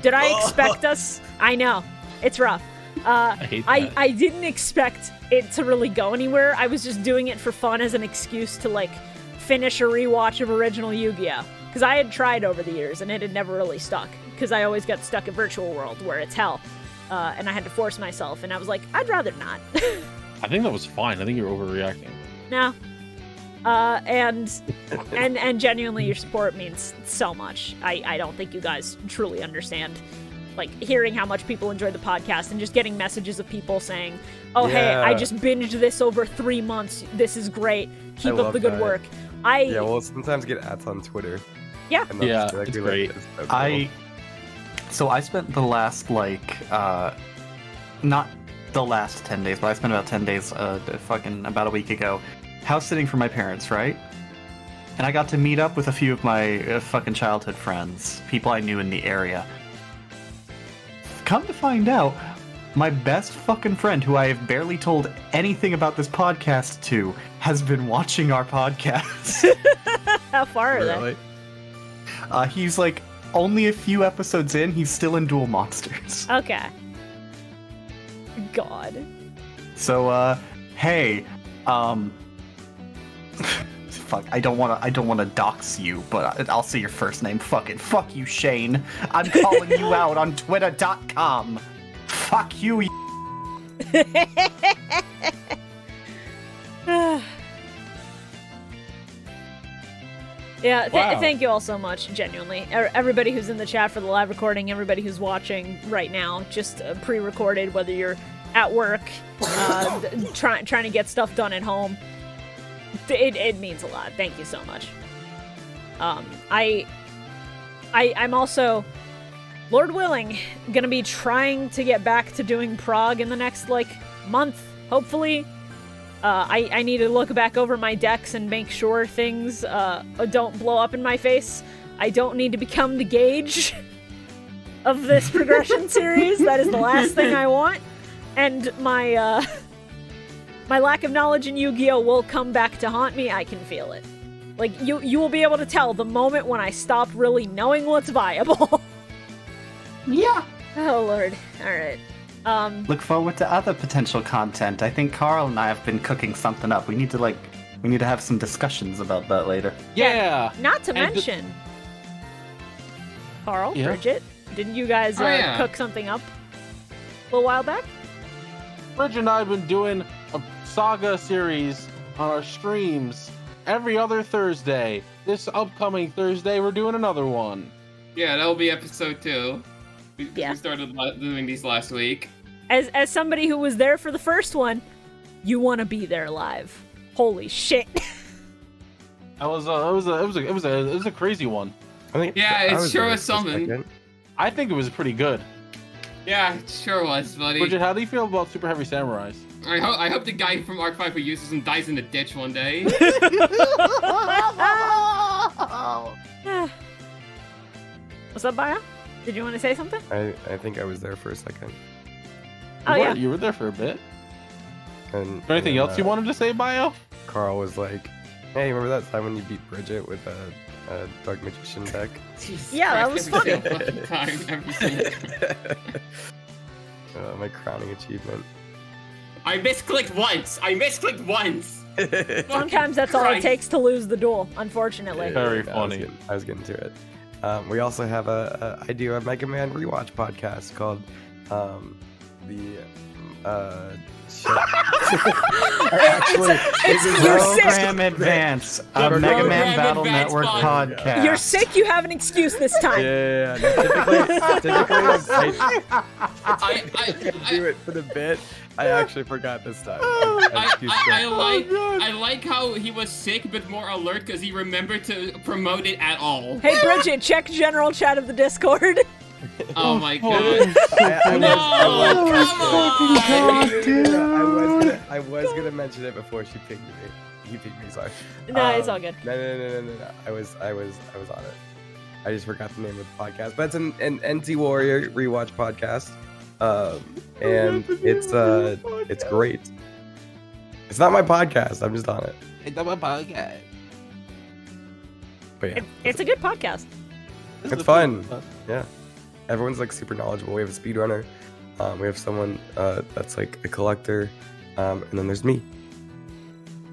S1: did I expect us? I know, it's rough. Uh,
S3: I hate
S1: I,
S3: that.
S1: I didn't expect it to really go anywhere. I was just doing it for fun as an excuse to like finish a rewatch of original Yu-Gi-Oh! Because I had tried over the years and it had never really stuck. Because I always got stuck at Virtual World where it's hell, uh, and I had to force myself. And I was like, I'd rather not.
S3: I think that was fine. I think you're overreacting.
S1: no. Uh, and and and genuinely, your support means so much. I I don't think you guys truly understand. Like hearing how much people enjoy the podcast and just getting messages of people saying, "Oh hey, I
S4: Yeah.
S1: just binged this over three months. This is great. Keep up
S4: love
S1: the good
S4: that.
S1: work." I
S4: Yeah, well, sometimes get ads on Twitter.
S1: Yeah.
S4: And they'll just
S3: Yeah,
S4: be like,
S3: it's
S4: "We like
S3: great.
S4: this." So
S2: I so I spent the last like uh not the last 10 days, but I spent about 10 days uh d- fucking about a week ago house sitting for my parents, right? And I got to meet up with a few of my uh, fucking childhood friends, people I knew in the area. Come to find out, my best fucking friend who I have barely told anything about this podcast to has been watching our podcast.
S1: how far
S4: cool.
S1: are they?
S4: Really?
S2: Uh, he's like only a few episodes in. He's still in Duel Monsters.
S1: Okay. God.
S2: So, uh, hey, um, fuck. I don't wanna. I don't wanna dox you, but I- I'll say your first name. Fucking fuck you, Shane. I'm calling you out on Twitter.com. Fuck you. you-
S1: yeah, th-
S3: Wow.
S1: thank you all so much, genuinely. E- Everybody who's in the chat for the live recording, everybody who's watching right now, just uh, pre recorded, whether you're at work, uh, th- try- trying to get stuff done at home. Th- It, it means a lot. Thank you so much. Um, I, I, I'm also, Lord willing, gonna be trying to get back to doing Prague in the next like month, hopefully. Uh, I, I need to look back over my decks and make sure things uh, don't blow up in my face. I don't need to become the gauge of this progression series. That is the last thing I want. And my uh, my lack of knowledge in Yu-Gi-Oh will come back to haunt me. I can feel it. Like you you will be able to tell the moment when I stop really knowing what's viable. yeah. Oh lord. All right. Um.
S2: Look forward to other potential content. I think Carl and I have been cooking something up. We need to like. We need to have some discussions about that later.
S3: Yeah.
S1: Not to
S3: And the-
S1: mention, Carl,
S3: Yeah?
S1: Bridget, didn't you guys
S5: Oh,
S1: uh,
S5: yeah.
S1: cook something up a little while back?
S3: Bridge and I have been doing a saga series on our streams every other Thursday. This upcoming Thursday, we're doing another one.
S5: Yeah, that'll be episode two. We,
S1: Yeah.
S5: we started la- doing these last week.
S1: As as somebody who was there for the first one, you want to be there live. Holy shit!
S3: That was a, it was a, it was a, it was a, it was a crazy one.
S4: I think
S5: Yeah,
S4: I
S5: it
S4: was
S5: sure
S4: there
S5: was
S4: for a
S5: something.
S4: second.
S3: I think it was pretty good.
S5: Yeah, it sure was, buddy.
S3: Bridget, how do you feel about Super Heavy Samurais?
S5: I, ho- I hope the guy from Arc 5 who uses them dies in the ditch one day.
S1: What's up, Baya? Did you want to say something?
S4: I, I think I was there for a second.
S1: Oh
S3: you, were,
S1: yeah.
S3: you were there for a bit. Is
S4: And
S3: there anything
S4: and,
S3: else you
S4: uh,
S3: wanted to say, Bio?
S4: Carl was like, "Hey, remember that time when you beat Bridget with a, a Dark Magician deck?"
S5: Jesus
S1: Yeah,
S5: Christ,
S1: that was
S5: every single fucking time, every single time.
S4: uh, my crowning achievement.
S5: I misclicked once. I misclicked once.
S1: Sometimes that's all it
S5: Christ.
S1: takes to lose the duel, unfortunately.
S3: Yeah. Very
S4: I was
S3: funny.
S4: getting- I was getting to it. Um, we also have a, a I do a Mega Man rewatch podcast called um, the. Uh, shit. Actually,
S1: it's-
S4: this is
S1: you're
S4: wrong.
S1: sick.
S2: Program Advance, a
S4: The
S2: Mega
S5: Program
S2: Man Battle
S5: Advance
S2: Network
S5: pod.
S2: podcast.
S1: You're sick. You have an excuse this
S4: Yeah,
S1: time.
S4: yeah, yeah. No, typically, typically I,
S5: I, I,
S4: I
S5: I,
S4: do it for the bit. I actually forgot this time. I, I
S5: I,
S4: excused
S5: I, I
S4: it.
S5: like
S1: Oh,
S5: I like how he was sick but more alert because he remembered to promote it at all.
S1: Hey, Bridget, check general chat of the Discord.
S3: Uh,
S5: Oh my god.
S4: I- I
S5: No!
S4: was- I was-
S5: Come on!
S4: I was gonna, I was gonna mention it before she pinged me. You pinged me, sorry.
S1: No, it's all good.
S4: Um, No, no, no, no, no, no. I was, I was, I was on it. I just forgot the name of the podcast, but it's an, an NT Warrior rewatch podcast, um, and it's uh, it's great. It's not my podcast. I'm just on it.
S6: It's not my podcast.
S4: But yeah,
S1: It- it's a good podcast.
S3: This is
S4: It's
S3: a fun
S4: fun.
S3: one.
S4: everyone's like super knowledgeable. We have a speedrunner Um, we have someone uh, that's like a collector, um, and then there's me.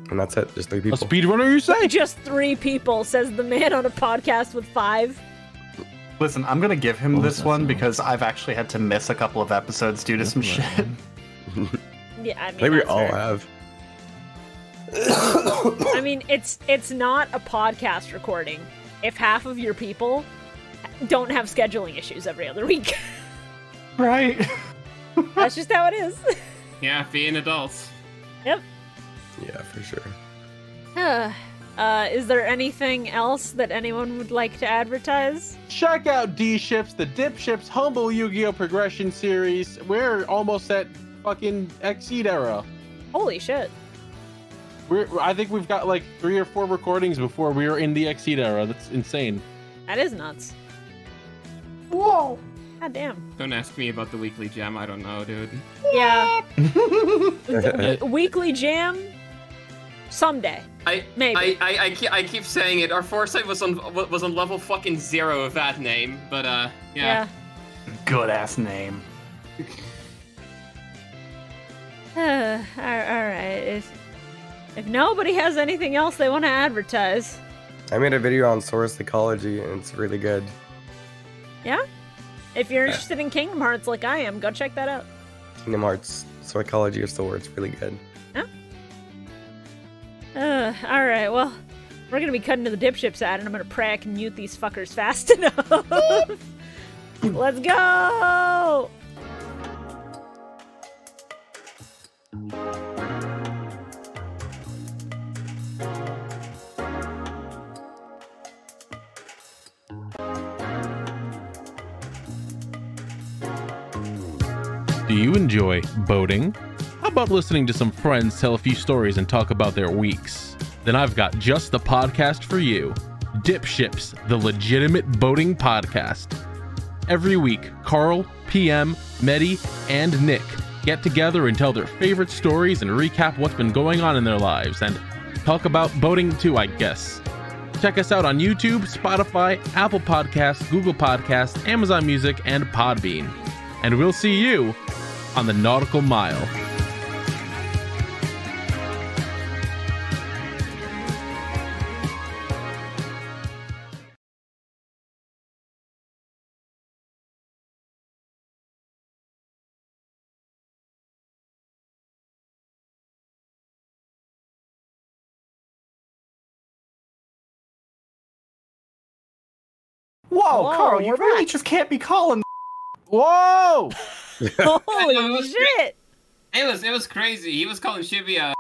S4: And that's it. Just three
S3: A
S4: people.
S3: speedrunner, you say?
S1: Just three people, says the man on a podcast with five.
S2: Listen, I'm gonna give him
S4: What was
S2: this
S4: that
S2: one
S4: sound?
S2: because I've actually had to miss a couple of episodes due to some
S4: That's what
S2: shit.
S1: Yeah, I mean,
S4: I think we
S1: that's
S4: all
S1: fair.
S4: have.
S1: I mean, it's it's not a podcast recording if half of your people don't have scheduling issues every other week.
S2: Right.
S1: That's just how it is.
S5: Yeah, being adults.
S4: Yeah, for sure.
S1: uh, is there anything else that anyone would like to advertise?
S3: Check out D Ships, the Dip Ships Humble Yu Gi Oh! Progression Series. We're almost at fucking Exceed era.
S1: Holy shit.
S3: We're, I think we've got like three or four recordings before we were in the Exceed era. That's insane.
S1: That is nuts. Whoa. God damn.
S5: Don't ask me about the weekly gem. I don't know, dude.
S1: Yeah.
S4: I
S1: Weekly jam? Someday.
S5: I
S1: Maybe.
S5: I, I, I, keep, I keep saying it. Our foresight was on wa- was on level fucking zero of that name, but uh, yeah.
S2: Good ass name.
S1: Uh, all right. If, if nobody has anything else they want to advertise,
S4: made a video on Source Ecology, and it's really good.
S1: if you're interested in Kingdom Hearts like I am, go check that out.
S4: Kingdom Hearts Psychology of Soar. It's really good.
S1: Uh, all right. Well, we're gonna be cutting to the dip ships ad, and I'm gonna pray I can mute these fuckers fast enough. Let's go.
S3: Do you enjoy boating? How about listening to some friends tell a few stories and talk about their weeks? Then I've got just the podcast for you Dip Ships, the legitimate boating podcast. Every week, Carl, PM, Medi, and Nick get together and tell their favorite stories and recap what's been going on in their lives and talk about boating too, I guess. Check us out on YouTube, Spotify, Apple Podcasts, Google Podcasts, Amazon Music, and Podbean. And we'll see you on the nautical mile.
S2: Whoa,
S1: Whoa,
S2: Carl, you
S1: we're
S2: really
S1: back.
S2: just can't be calling.
S3: Whoa!
S1: Holy shit!
S5: It was it was crazy. He was calling Shibia.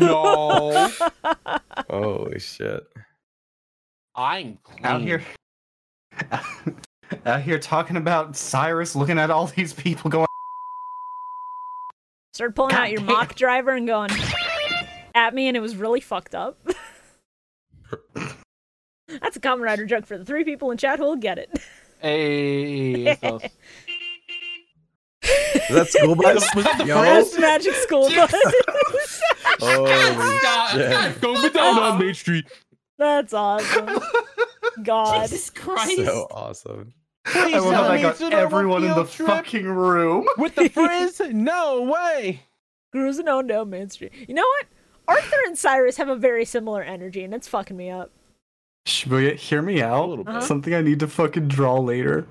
S3: No,
S4: Holy shit.
S3: I'm clean.
S4: Mm.
S2: Out here. out here talking about Cyrus looking at all these people going,
S1: Started pulling out your mock driver and going at me, and it was really fucked up. That's a common rider joke for the three people in chat who'll get it.
S3: Hey, it's us.
S4: Is that school bus?
S3: was that the
S4: Yo.
S1: That's magic school bus.
S4: Holy
S5: Stop.
S4: shit.
S3: Go down on Main Street.
S1: That's awesome. God.
S5: Jesus Christ.
S4: So awesome.
S3: Please
S2: I love how
S3: tell
S2: that
S3: me it's
S2: got
S3: an
S2: everyone in
S3: overkill
S2: the
S3: trip
S2: fucking room.
S3: with the frizz. No way.
S1: Cruising on down Main Street. You know what? Arthur and Cyrus have a very similar energy, and it's fucking me up.
S2: Shibuya, hear me out.
S3: little bit.
S1: Uh-huh.
S2: Something I need to fucking draw later.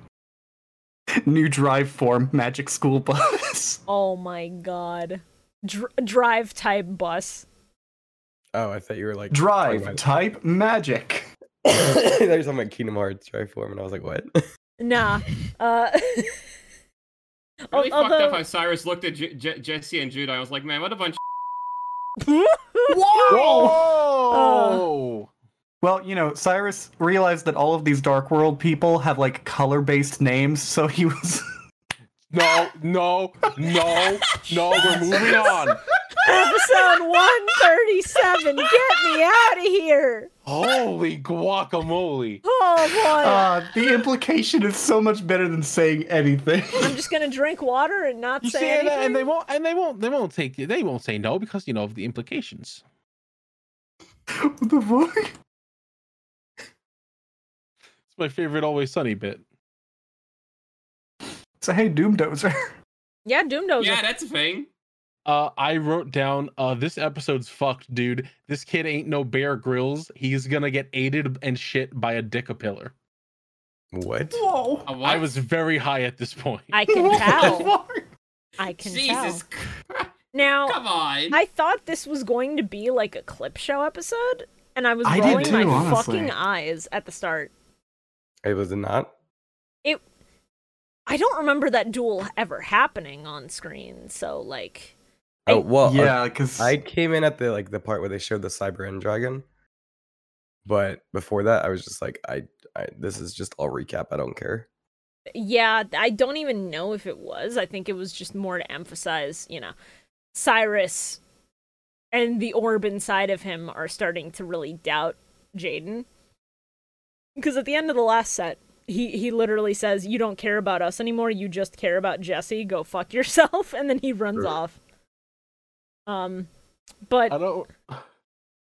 S2: New drive form, magic school bus.
S1: Oh my god. Dr- drive type bus.
S4: Oh, I thought you were like
S2: drive
S4: talking
S2: type magic.
S4: about- I thought you were talking about Kingdom Hearts Triform, and I was like, what?
S1: Nah. Uh. al-
S5: Really fucked up how Cyrus looked at J- J- Jesse and Judah. I was like, man, what a bunch.
S3: Whoa!
S2: Well, you know, Cyrus realized that all of these Dark World people have like color based names, so he was.
S3: No, no, no, no. We're moving on.
S1: episode 137. Get me out of here.
S3: Holy guacamole!
S1: Oh boy.
S2: Uh, the implication is so much better than saying anything.
S1: I'm just gonna drink water and not
S3: You see,
S1: say
S3: and,
S1: anything.
S3: and they won't, and they won't, they won't take it. They won't say no because you know of the implications.
S2: what the fuck?
S3: It's my favorite Always Sunny bit.
S2: So hey, Doomdozer.
S1: Yeah, Doomdozer.
S5: Yeah, that's a thing.
S3: Uh, I wrote down uh, this episode's fucked, dude. This kid ain't no Bear Grylls. He's gonna get aided and shit by a dickapillar.
S4: What?
S2: Whoa.
S5: A what?
S3: I was very high at this point.
S1: I can tell. I can
S5: Jesus.
S1: tell.
S5: Christ,
S1: Now,
S5: Come on.
S1: I thought this was going to be like a clip show episode, and I was
S2: I did
S1: rolling my
S2: too, honestly.
S1: fucking eyes at the start.
S4: It was not.
S1: I don't remember that duel ever happening on screen, so like,
S4: Oh well. okay.
S2: yeah, because
S4: I came in at the like the part where they showed the cyber end dragon. But before that, I was just like, I, I this is just all recap. I don't care.
S1: yeah, I don't even know if it was. I think it was just more to emphasize, you know, Cyrus and the orb inside of him are starting to really doubt Jaden. Because at the end of the last set, he, he literally says, You don't care about us anymore, you just care about Jesse, go fuck yourself, and then he runs
S4: Right.
S1: off. Um but
S3: I don't.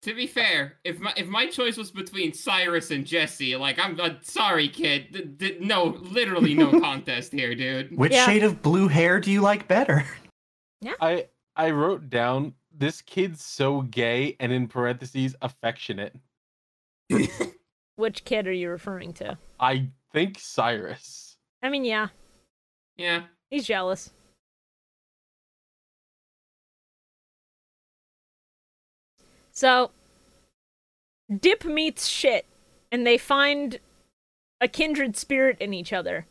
S5: To be fair, if my if my choice was between Cyrus and Jesse, like I'm uh, sorry, kid, th- th- no, literally no contest here, dude.
S2: which
S1: Yeah.
S2: shade of blue hair do you like better?
S3: I I wrote down this kid's so gay and in parentheses affectionate.
S1: which kid are you referring to?
S3: I think Cyrus.
S1: I mean, yeah,
S5: Yeah,
S1: he's jealous. So, Dip meets shit, and they find a kindred spirit in each other.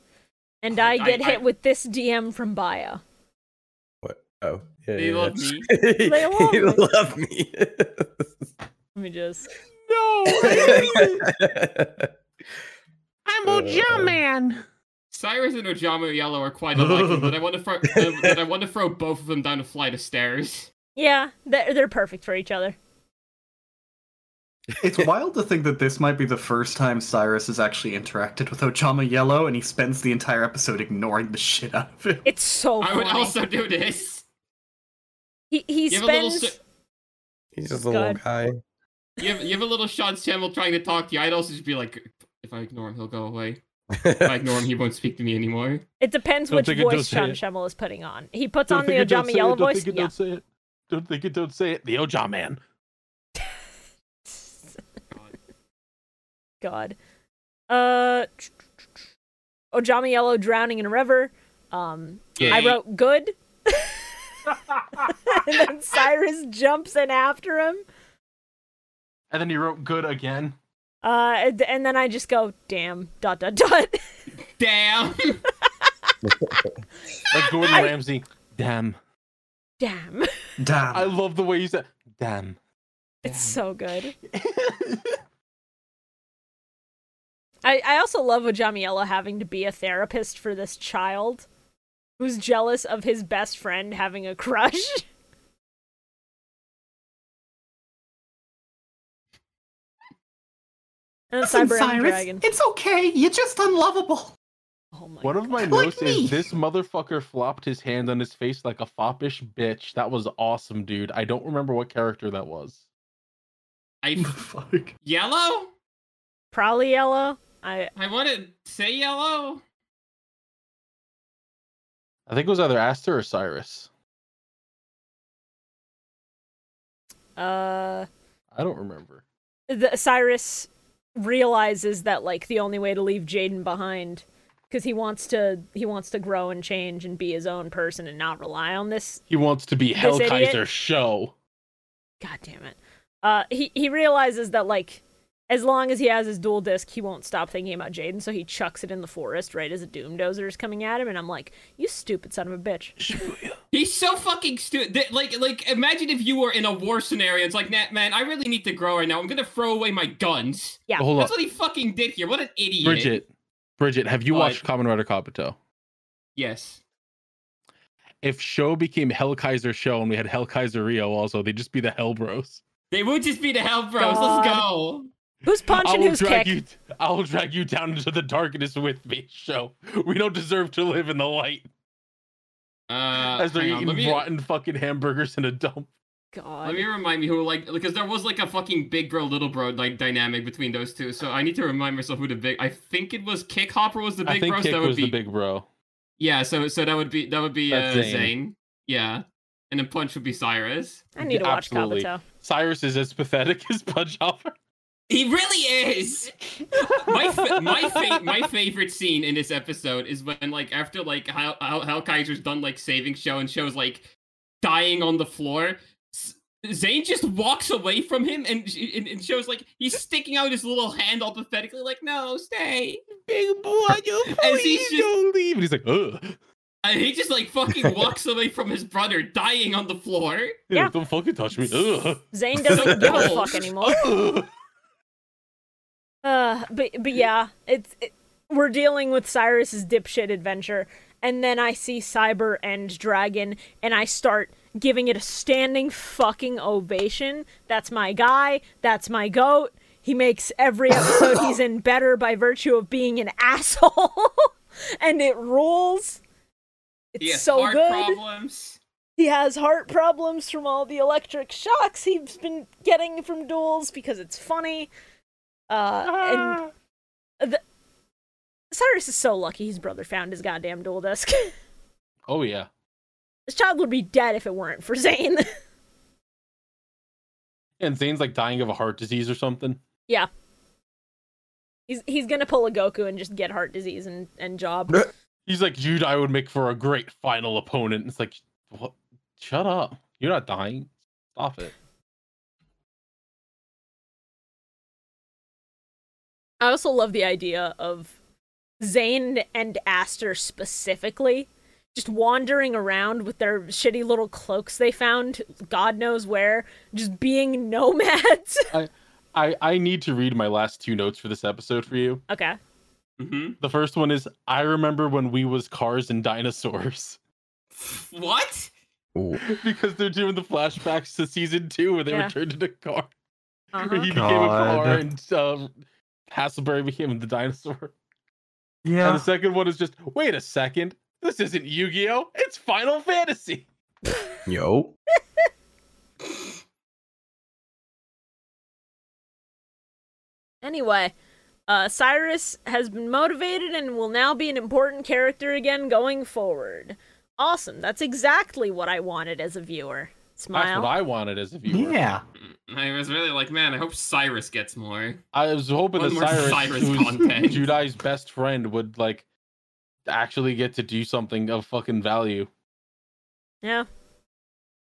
S1: And I,
S5: I-
S1: get
S5: I-
S1: hit with this DM from Bio.
S4: What? Oh, yeah,
S5: they
S4: yeah,
S5: love
S4: yeah.
S5: me.
S1: They love
S4: He
S1: me.
S4: loved me.
S1: Let me just.
S3: No,
S6: I'm Oja
S4: Uh.
S6: Man.
S5: Cyrus and Ojama Yellow are quite alike, but I want to throw but but I want to throw both of them down a flight of stairs.
S1: Yeah, they're, they're perfect for each other.
S2: It's wild to think that this might be the first time Cyrus has actually interacted with Ojama Yellow, and he spends the entire episode ignoring the shit out of him.
S1: It's so
S5: I
S1: funny.
S5: would also do this.
S1: he he
S5: Give a little
S1: spends.
S5: s-
S4: He's just a little
S1: Good.
S4: guy.
S5: You have, you have a little Sean's channel trying to talk to you. I'd also just be like, if I ignore him, he'll go away. If I ignore him, he won't speak to me anymore.
S1: It depends
S3: Don't
S1: which
S3: think it
S1: voice
S3: does
S1: Sean
S3: hit.
S1: Schemmel is putting on. He puts
S3: Don't
S1: on the
S3: think it, don't
S1: Ojama
S3: say it,
S1: Yellow
S3: don't
S1: voice.
S3: Think it,
S1: Yeah.
S3: Don't say it. Don't think it. Don't say it. The Oja Man.
S1: God. Uh, Ojama Yellow drowning in a river. Um, I
S5: Yay.
S1: wrote good. and then Cyrus jumps in after him.
S3: And then he wrote good again.
S1: Uh, and, and then I just go, damn, dot, dot, dot.
S5: Damn.
S3: Like Gordon Ramsay. Damn.
S1: damn.
S2: Damn.
S3: I love the way you said. Damn.
S1: It's so good. I, I also love Ojamiela having to be a therapist for this child who's jealous of his best friend having a crush. And a
S2: Listen,
S1: cyber Elm dragon.
S2: it's okay. You're just unlovable.
S1: Oh my
S3: One of my
S2: Like
S3: notes
S2: me.
S3: is this motherfucker flopped his hand on his face like a foppish bitch. That was awesome, dude. I don't remember what character that was.
S5: I
S2: Fuck.
S5: yellow.
S1: Probably yellow. I
S5: I want to say yellow.
S3: I think it was either Aster or Cyrus.
S1: uh
S3: I don't remember.
S1: the Cyrus realizes that like the only way to leave Jaden behind because he wants to he wants to grow and change and be his own person and not rely on this
S3: He wants to be
S1: This idiot?
S3: Hellkaiser show.
S1: god damn it uh he he realizes that like as long as he has his dual disc he won't stop thinking about Jaden so he chucks it in the forest right as a doomdozer is coming at him and I'm like you stupid son of a bitch
S5: He's so fucking stupid. Like, like, imagine if you were in a war scenario. It's like, nah, man, I really need to grow right now. I'm gonna throw away my guns.
S1: Yeah.
S3: Hold on.
S5: That's what he fucking did here. What an idiot.
S3: Bridget. Bridget, have you
S5: What?
S3: watched Common Rider Kabuto?
S5: Yes.
S3: If show became Hellkaiser show and we had Hellkaiser Rio also, they'd just be the Hellbros.
S5: They would just be the hell bros. Let's go.
S1: who's punch
S3: I
S1: and
S3: will
S1: who's kick
S3: drag you. I will drag you down into the darkness with me. Show we don't deserve to live in the light
S5: Uh,
S3: as they're
S5: hang on,
S3: eating
S5: let me,
S3: rotten fucking hamburgers in a dump.
S1: god
S5: let me remind me who like because there was like a fucking big bro little bro like dynamic between those two. So I need to remind myself who the big. I think it was Kick Hopper was the big
S3: I think
S5: bro. so
S3: Kick
S5: that would
S3: was
S5: be
S3: the big bro.
S5: Yeah, so so that would be that would be uh,
S3: That's Zane.
S5: Zane. Yeah, and then Punch would be Cyrus.
S1: I need to watch
S3: Absolutely.
S1: Kabuto.
S3: Cyrus is as pathetic as Punch Hopper.
S5: He really is. my fa- my fa- my favorite scene in this episode is when like after like how how Hellkaiser's done like saving show and shows like dying on the floor. S- Zane just walks away from him and, sh- and and shows like he's sticking out his little hand all pathetically, like no, stay.
S6: Big boy, you
S5: As he's
S6: please
S5: just-
S6: don't leave.
S3: Even he's like, ugh.
S5: And he just like fucking walks away from his brother dying on the floor.
S1: Yeah.
S3: Don't fucking touch me. Ugh.
S1: Zane doesn't give a
S5: No.
S1: fuck anymore.
S3: Ugh.
S1: Uh, but but yeah, it's it, we're dealing with Cyrus's dipshit adventure, and then I see Cyber and Dragon, and I start giving it a standing fucking ovation. That's my guy. That's my goat. He makes every episode he's in better by virtue of being an asshole, and it rules. It's
S5: He has
S1: so
S5: heart
S1: good.
S5: problems.
S1: He has heart problems from all the electric shocks he's been getting from duels because it's funny. Uh, and
S6: Ah.
S1: Cyrus is so lucky his brother found his goddamn dual disc.
S3: Oh yeah.
S1: this child would be dead if it weren't for Zane.
S3: And Zane's like dying of a heart disease or something.
S1: he's he's gonna pull a Goku and just get heart disease and, and job.
S3: He's like, you I would make for a great final opponent. It's like, what? Shut up. You're not dying. Stop it.
S1: I also love the idea of Zane and Aster specifically just wandering around with their shitty little cloaks they found, God knows where, just being nomads.
S3: I, I need to read my last two notes for this episode for you.
S1: okay.
S5: hmm
S3: The first one is I remember when we was cars and dinosaurs.
S5: What?
S4: Ooh.
S3: because they're doing the flashbacks to season two where they
S1: Yeah.
S3: were turned into car. Where
S1: Uh-huh.
S3: he became a
S2: God.
S3: car and um, Hasselberry became the dinosaur. And
S2: Yeah.
S3: the second one is just wait a second, this isn't Yu Gi Oh, it's Final Fantasy.
S4: Yo.
S1: Anyway, uh, Cyrus has been motivated and will now be an important character again going forward. Awesome. That's exactly what I wanted as a viewer.
S3: That's
S1: Smile.
S3: what I wanted as a viewer.
S2: Yeah.
S5: Mm, I was really like, man, I hope Cyrus gets more.
S3: I was hoping
S5: One more
S3: that Cyrus,
S5: Cyrus
S3: who's
S5: content.
S3: Judai's best friend, would like actually get to do something of fucking value.
S1: yeah.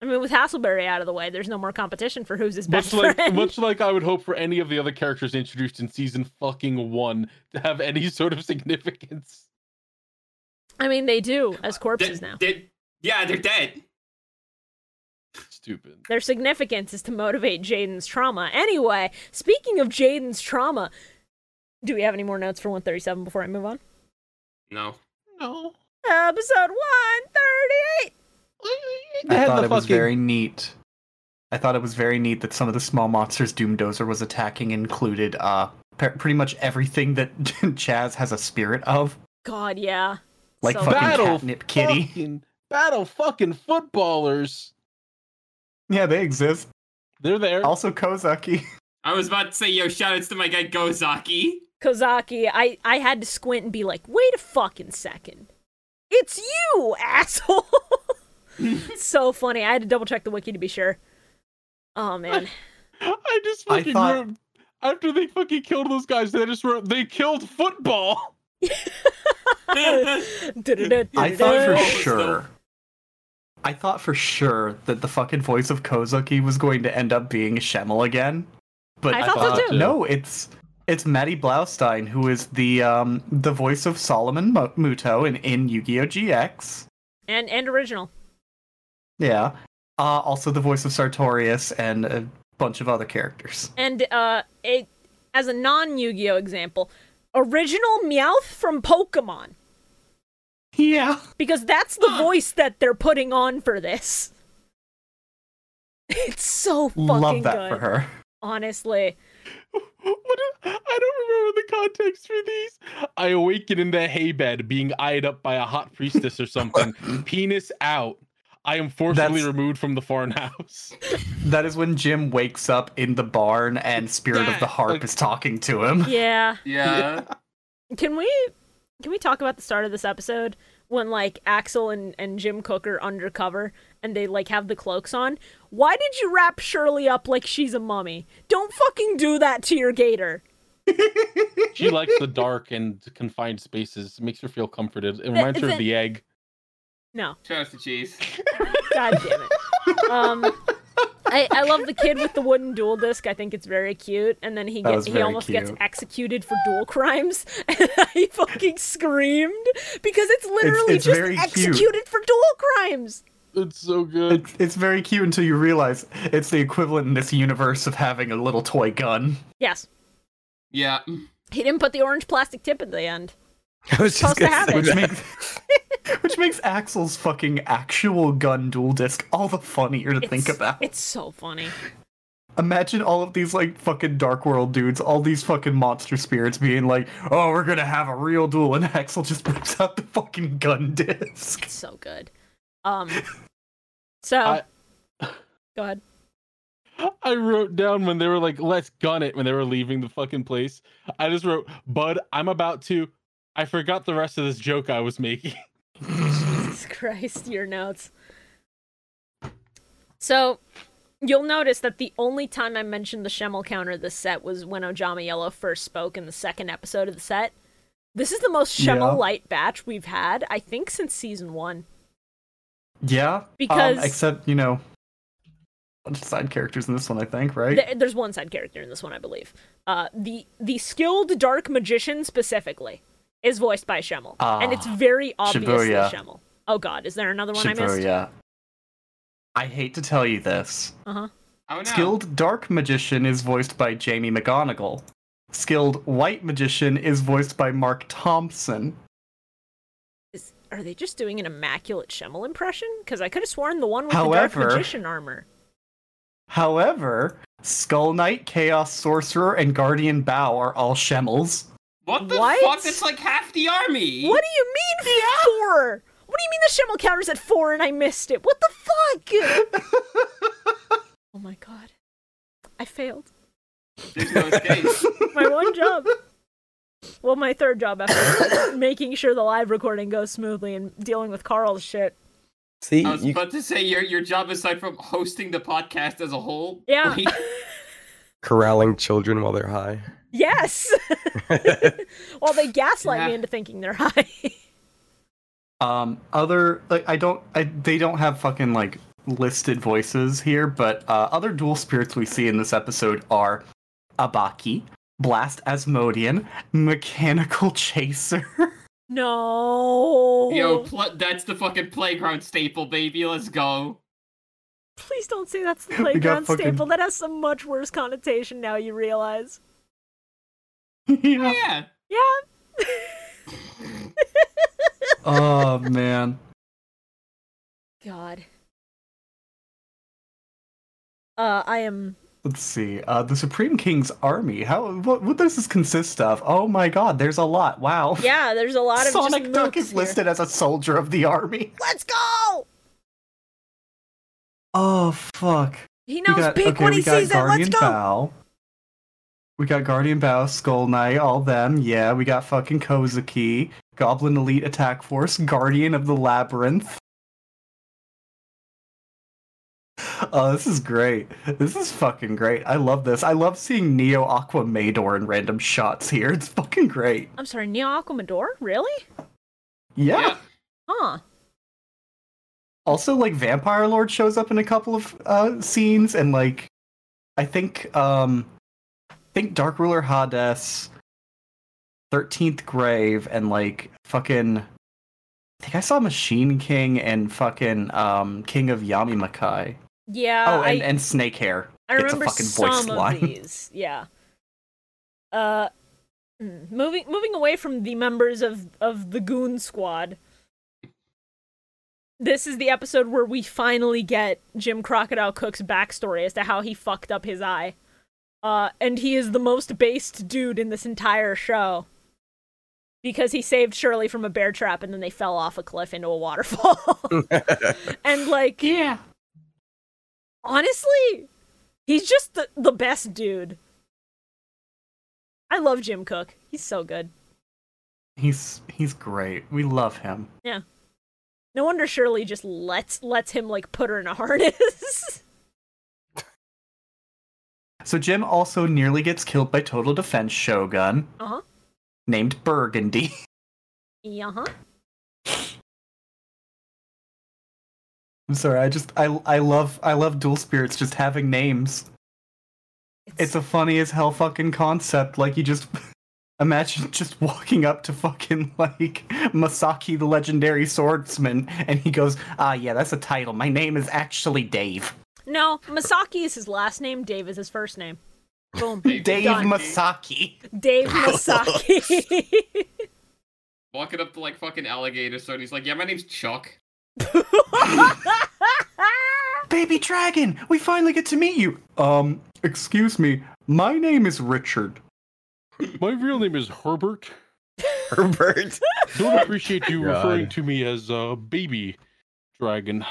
S1: I mean, with Hasselberry out of the way, there's no more competition for who's his best
S3: Much like
S1: friend.
S3: much like I would hope for any of the other characters introduced in season fucking one to have any sort of significance.
S1: I mean, they do as corpses
S5: They-
S1: now.
S5: they- yeah, they're dead.
S3: Stupid.
S1: Their significance is to motivate Jaden's trauma. Anyway, speaking of Jaden's trauma, do we have any more notes for 137 before I move on?
S5: No.
S6: No.
S1: Episode 138!
S3: They
S2: I
S3: had
S2: thought
S3: the
S2: it was
S3: fucking-
S2: very neat. I thought it was very neat that some of the small monsters Doomdozer was attacking included uh pe- pretty much everything that Chaz has a spirit of,
S1: God, yeah.
S2: like
S1: So-
S2: fucking
S3: Battle
S2: catnip kitty.
S3: Fucking battle fucking footballers.
S2: Yeah, they exist.
S3: They're there.
S2: Also Kozaki.
S5: I was about to say, yo, shoutouts to my guy Gozaki.
S1: Kozaki, I, I had to squint and be like, wait a fucking second. It's you, asshole. so funny. I had to double check the wiki to be sure. Oh man.
S3: I just
S2: I
S3: fucking
S2: thought-
S3: wrote after they fucking killed those guys, they just wrote they killed football.
S2: I thought for
S5: Oh,
S2: sure.
S5: so-
S2: I thought for sure that the fucking voice of Kozaki was going to end up being Shemel again. But
S1: I thought so too.
S2: no, it's it's Maddie Blaustein who is the um the voice of Solomon Mo- Muto in in Yu-Gi-Oh GX.
S1: and and original.
S2: Yeah. Uh, also the voice of Sartorius and a bunch of other characters.
S1: And uh it as a non Yu-Gi-Oh example, original Meowth from Pokemon.
S2: Yeah.
S1: Because that's the
S5: Huh.
S1: voice that they're putting on for this. It's so fucking
S2: Love that
S1: good.
S2: for her.
S1: Honestly.
S3: What a- I don't remember the context for these. I awaken in the hay bed, being eyed up by a hot priestess or something. Penis out. I am forcibly
S2: That's-
S3: removed from the farmhouse.
S2: That is when Jim wakes up in the barn and Spirit of
S5: That-
S2: the Harp
S3: like-
S2: is talking to him.
S1: Yeah.
S5: Yeah.
S1: Can we can we talk about the start of this episode when like Axel and, and Jim Cook are undercover and they like have the cloaks on. Why did you wrap Shirley up like she's a mummy? Don't fucking do that to your gator.
S3: She likes the dark and confined spaces. It makes her feel comforted. It reminds her of
S1: that-
S3: the egg.
S1: No.
S5: Show us the cheese.
S1: God damn it. Um I, I love the kid with the wooden dual disc. I think it's very cute. And then he
S2: That
S1: gets
S2: was
S1: he
S2: very
S1: almost gets
S2: cute.
S1: executed for dual crimes. And I fucking screamed because it's literally
S2: it's
S1: just
S2: very cute.
S1: executed for dual crimes.
S3: It's so good.
S2: It's, it's very cute until you realize it's the equivalent in this universe of having a little toy gun.
S1: Yes.
S5: Yeah.
S1: He didn't put the orange plastic tip at the end.
S4: I was
S1: Supposed
S4: just
S1: to
S4: gonna
S1: have
S4: say
S1: it.
S2: Which
S4: that.
S2: makes, which makes Axel's fucking actual gun dual disc all the funnier to think
S1: It's-
S2: about.
S1: It's so funny.
S2: Imagine all of these like fucking Dark World dudes, all these fucking monster spirits being like, "Oh, we're gonna have a real duel," and Axel just rips out the fucking gun disc.
S1: It's so good. Um so
S3: I-
S1: go ahead.
S3: I wrote down when they were like, let's gun it when they were leaving the fucking place. I just wrote, Bud, I'm about to. I forgot the rest of this joke I was making.
S1: Jesus Christ, your notes. So, you'll notice that the only time I mentioned the Shemel counter this set was when Ojama Yellow first spoke in the second episode of the set. This is the most
S2: Yeah.
S1: Shemel light batch we've had, I think, since season one.
S2: Yeah, um,
S1: Because-
S2: except you know, a bunch of side characters in this one, I think, right?
S1: There- there's one side character in this one, I believe. Uh, the the skilled dark magician specifically is voiced by Shemel, and it's
S2: Ah,
S1: very obviously
S2: Shibuya.
S1: Shemel. Oh God, is there another one I missed?
S2: Shibuya. I hate to tell you this.
S5: Oh no.
S2: Skilled Dark Magician is voiced by Jamie McGonigal. Skilled White Magician is voiced by Mark Thompson.
S1: Is, are they just doing an immaculate Shemel impression? Because I could have sworn the one with the
S2: However-
S1: dark magician armor.
S2: However, Skull Knight, Chaos Sorcerer, and Guardian Bow are all Shemels.
S5: What the
S1: What?
S5: fuck? That's like half the army.
S1: What do you mean four? What do you mean the Shemel counter's at four and I missed it? What the fuck? oh my god, I failed
S5: There's no escape.
S1: my one job. Well, my third job after making sure the live recording goes smoothly and dealing with Carl's shit.
S4: See,
S5: I was
S4: you,
S5: about to say your your job aside from hosting the podcast as a whole.
S1: Yeah.
S5: like,
S4: corralling children while they're high.
S1: Yes. well, they gaslight me
S5: Yeah.
S1: into thinking they're high.
S2: Um, other like I don't, I, they don't have fucking like listed voices here, but uh, other dual spirits we see in this episode are Abaki, Blast Asmodian, Mechanical Chaser.
S1: no.
S5: yo, pl- that's the fucking playground staple, baby. Let's go.
S1: Please don't say that's the
S2: We got
S1: playground
S2: fucking-
S1: staple. That has some much worse connotation now. You realize?
S2: yeah.
S5: Yeah.
S1: Yeah.
S2: Oh man.
S1: God. Uh, I am.
S2: Let's see. Uh, the Supreme King's army. How? What, what does this consist of? Oh my God! There's a lot. Wow.
S1: Yeah, there's a lot of
S2: Sonic
S1: just
S2: Duck
S1: mooks
S2: is
S1: here.
S2: listed as a soldier of the army.
S1: Let's go.
S2: Oh fuck.
S1: He
S2: We
S1: knows
S2: got,
S1: pink
S2: okay,
S1: when he
S2: we got
S1: sees it. Let's
S2: Guardian
S1: go.
S2: Bow. We got Guardian Bow, Skull Knight, all them. Yeah, we got fucking Kozuki, Goblin Elite Attack Force, Guardian of the Labyrinth. Oh, this is great. This is fucking great. I love this. I love seeing Neo Aqua Mador in random shots here. It's fucking great.
S1: I'm sorry, Neo Aquamador? Really?
S2: Yeah.
S5: Yeah.
S1: Huh.
S2: Also, like Vampire Lord shows up in a couple of uh, scenes, and like I think um I think Dark Ruler Hades, Thirteenth Grave, and like fucking I think I saw Machine King and fucking um King of Yami Makai.
S1: Yeah.
S2: oh, and,
S1: Uh, I,
S2: and Snake Hair.
S1: I
S2: it's a
S1: remember
S2: fucking
S1: some
S2: voice
S1: of
S2: line.
S1: these. Yeah. Uh, mm, moving moving away from the members of of the Goon Squad. This is the episode where we finally get Jim Crocodile Cook's backstory as to how he fucked up his eye. Uh, and he is the most based dude in this entire show. Because he saved Shirley from a bear trap and then they fell off a cliff into a waterfall. and like
S5: Yeah.
S1: honestly, he's just the, the best dude. I love Jim Cook. He's so good.
S2: He's he's great. We love him.
S1: No wonder Shirley just lets lets him like put her in a harness.
S2: So Jim also nearly gets killed by Total Defense Shogun.
S1: Uh-huh.
S2: Named Burgundy.
S1: yeah. huh
S2: I'm sorry, I just I I love I love dual spirits just having names. It's a funny as hell fucking concept. Like you just imagine just walking up to fucking like Masaki the legendary swordsman and he goes, Ah yeah, that's a title. My name is actually Dave.
S1: No, Masaki is his last name. Dave is his first name. Boom.
S5: Dave
S2: Dave
S1: Done.
S2: Masaki.
S1: Dave Masaki.
S5: Walking up to like fucking alligator, so he's like, "Yeah, my name's Chuck."
S1: Oh,
S2: Baby Dragon, we finally get to meet you. Um, excuse me. My name is Richard.
S3: My real name is Herbert.
S4: Herbert.
S3: Don't appreciate you
S4: God.
S3: referring to me as uh, baby dragon.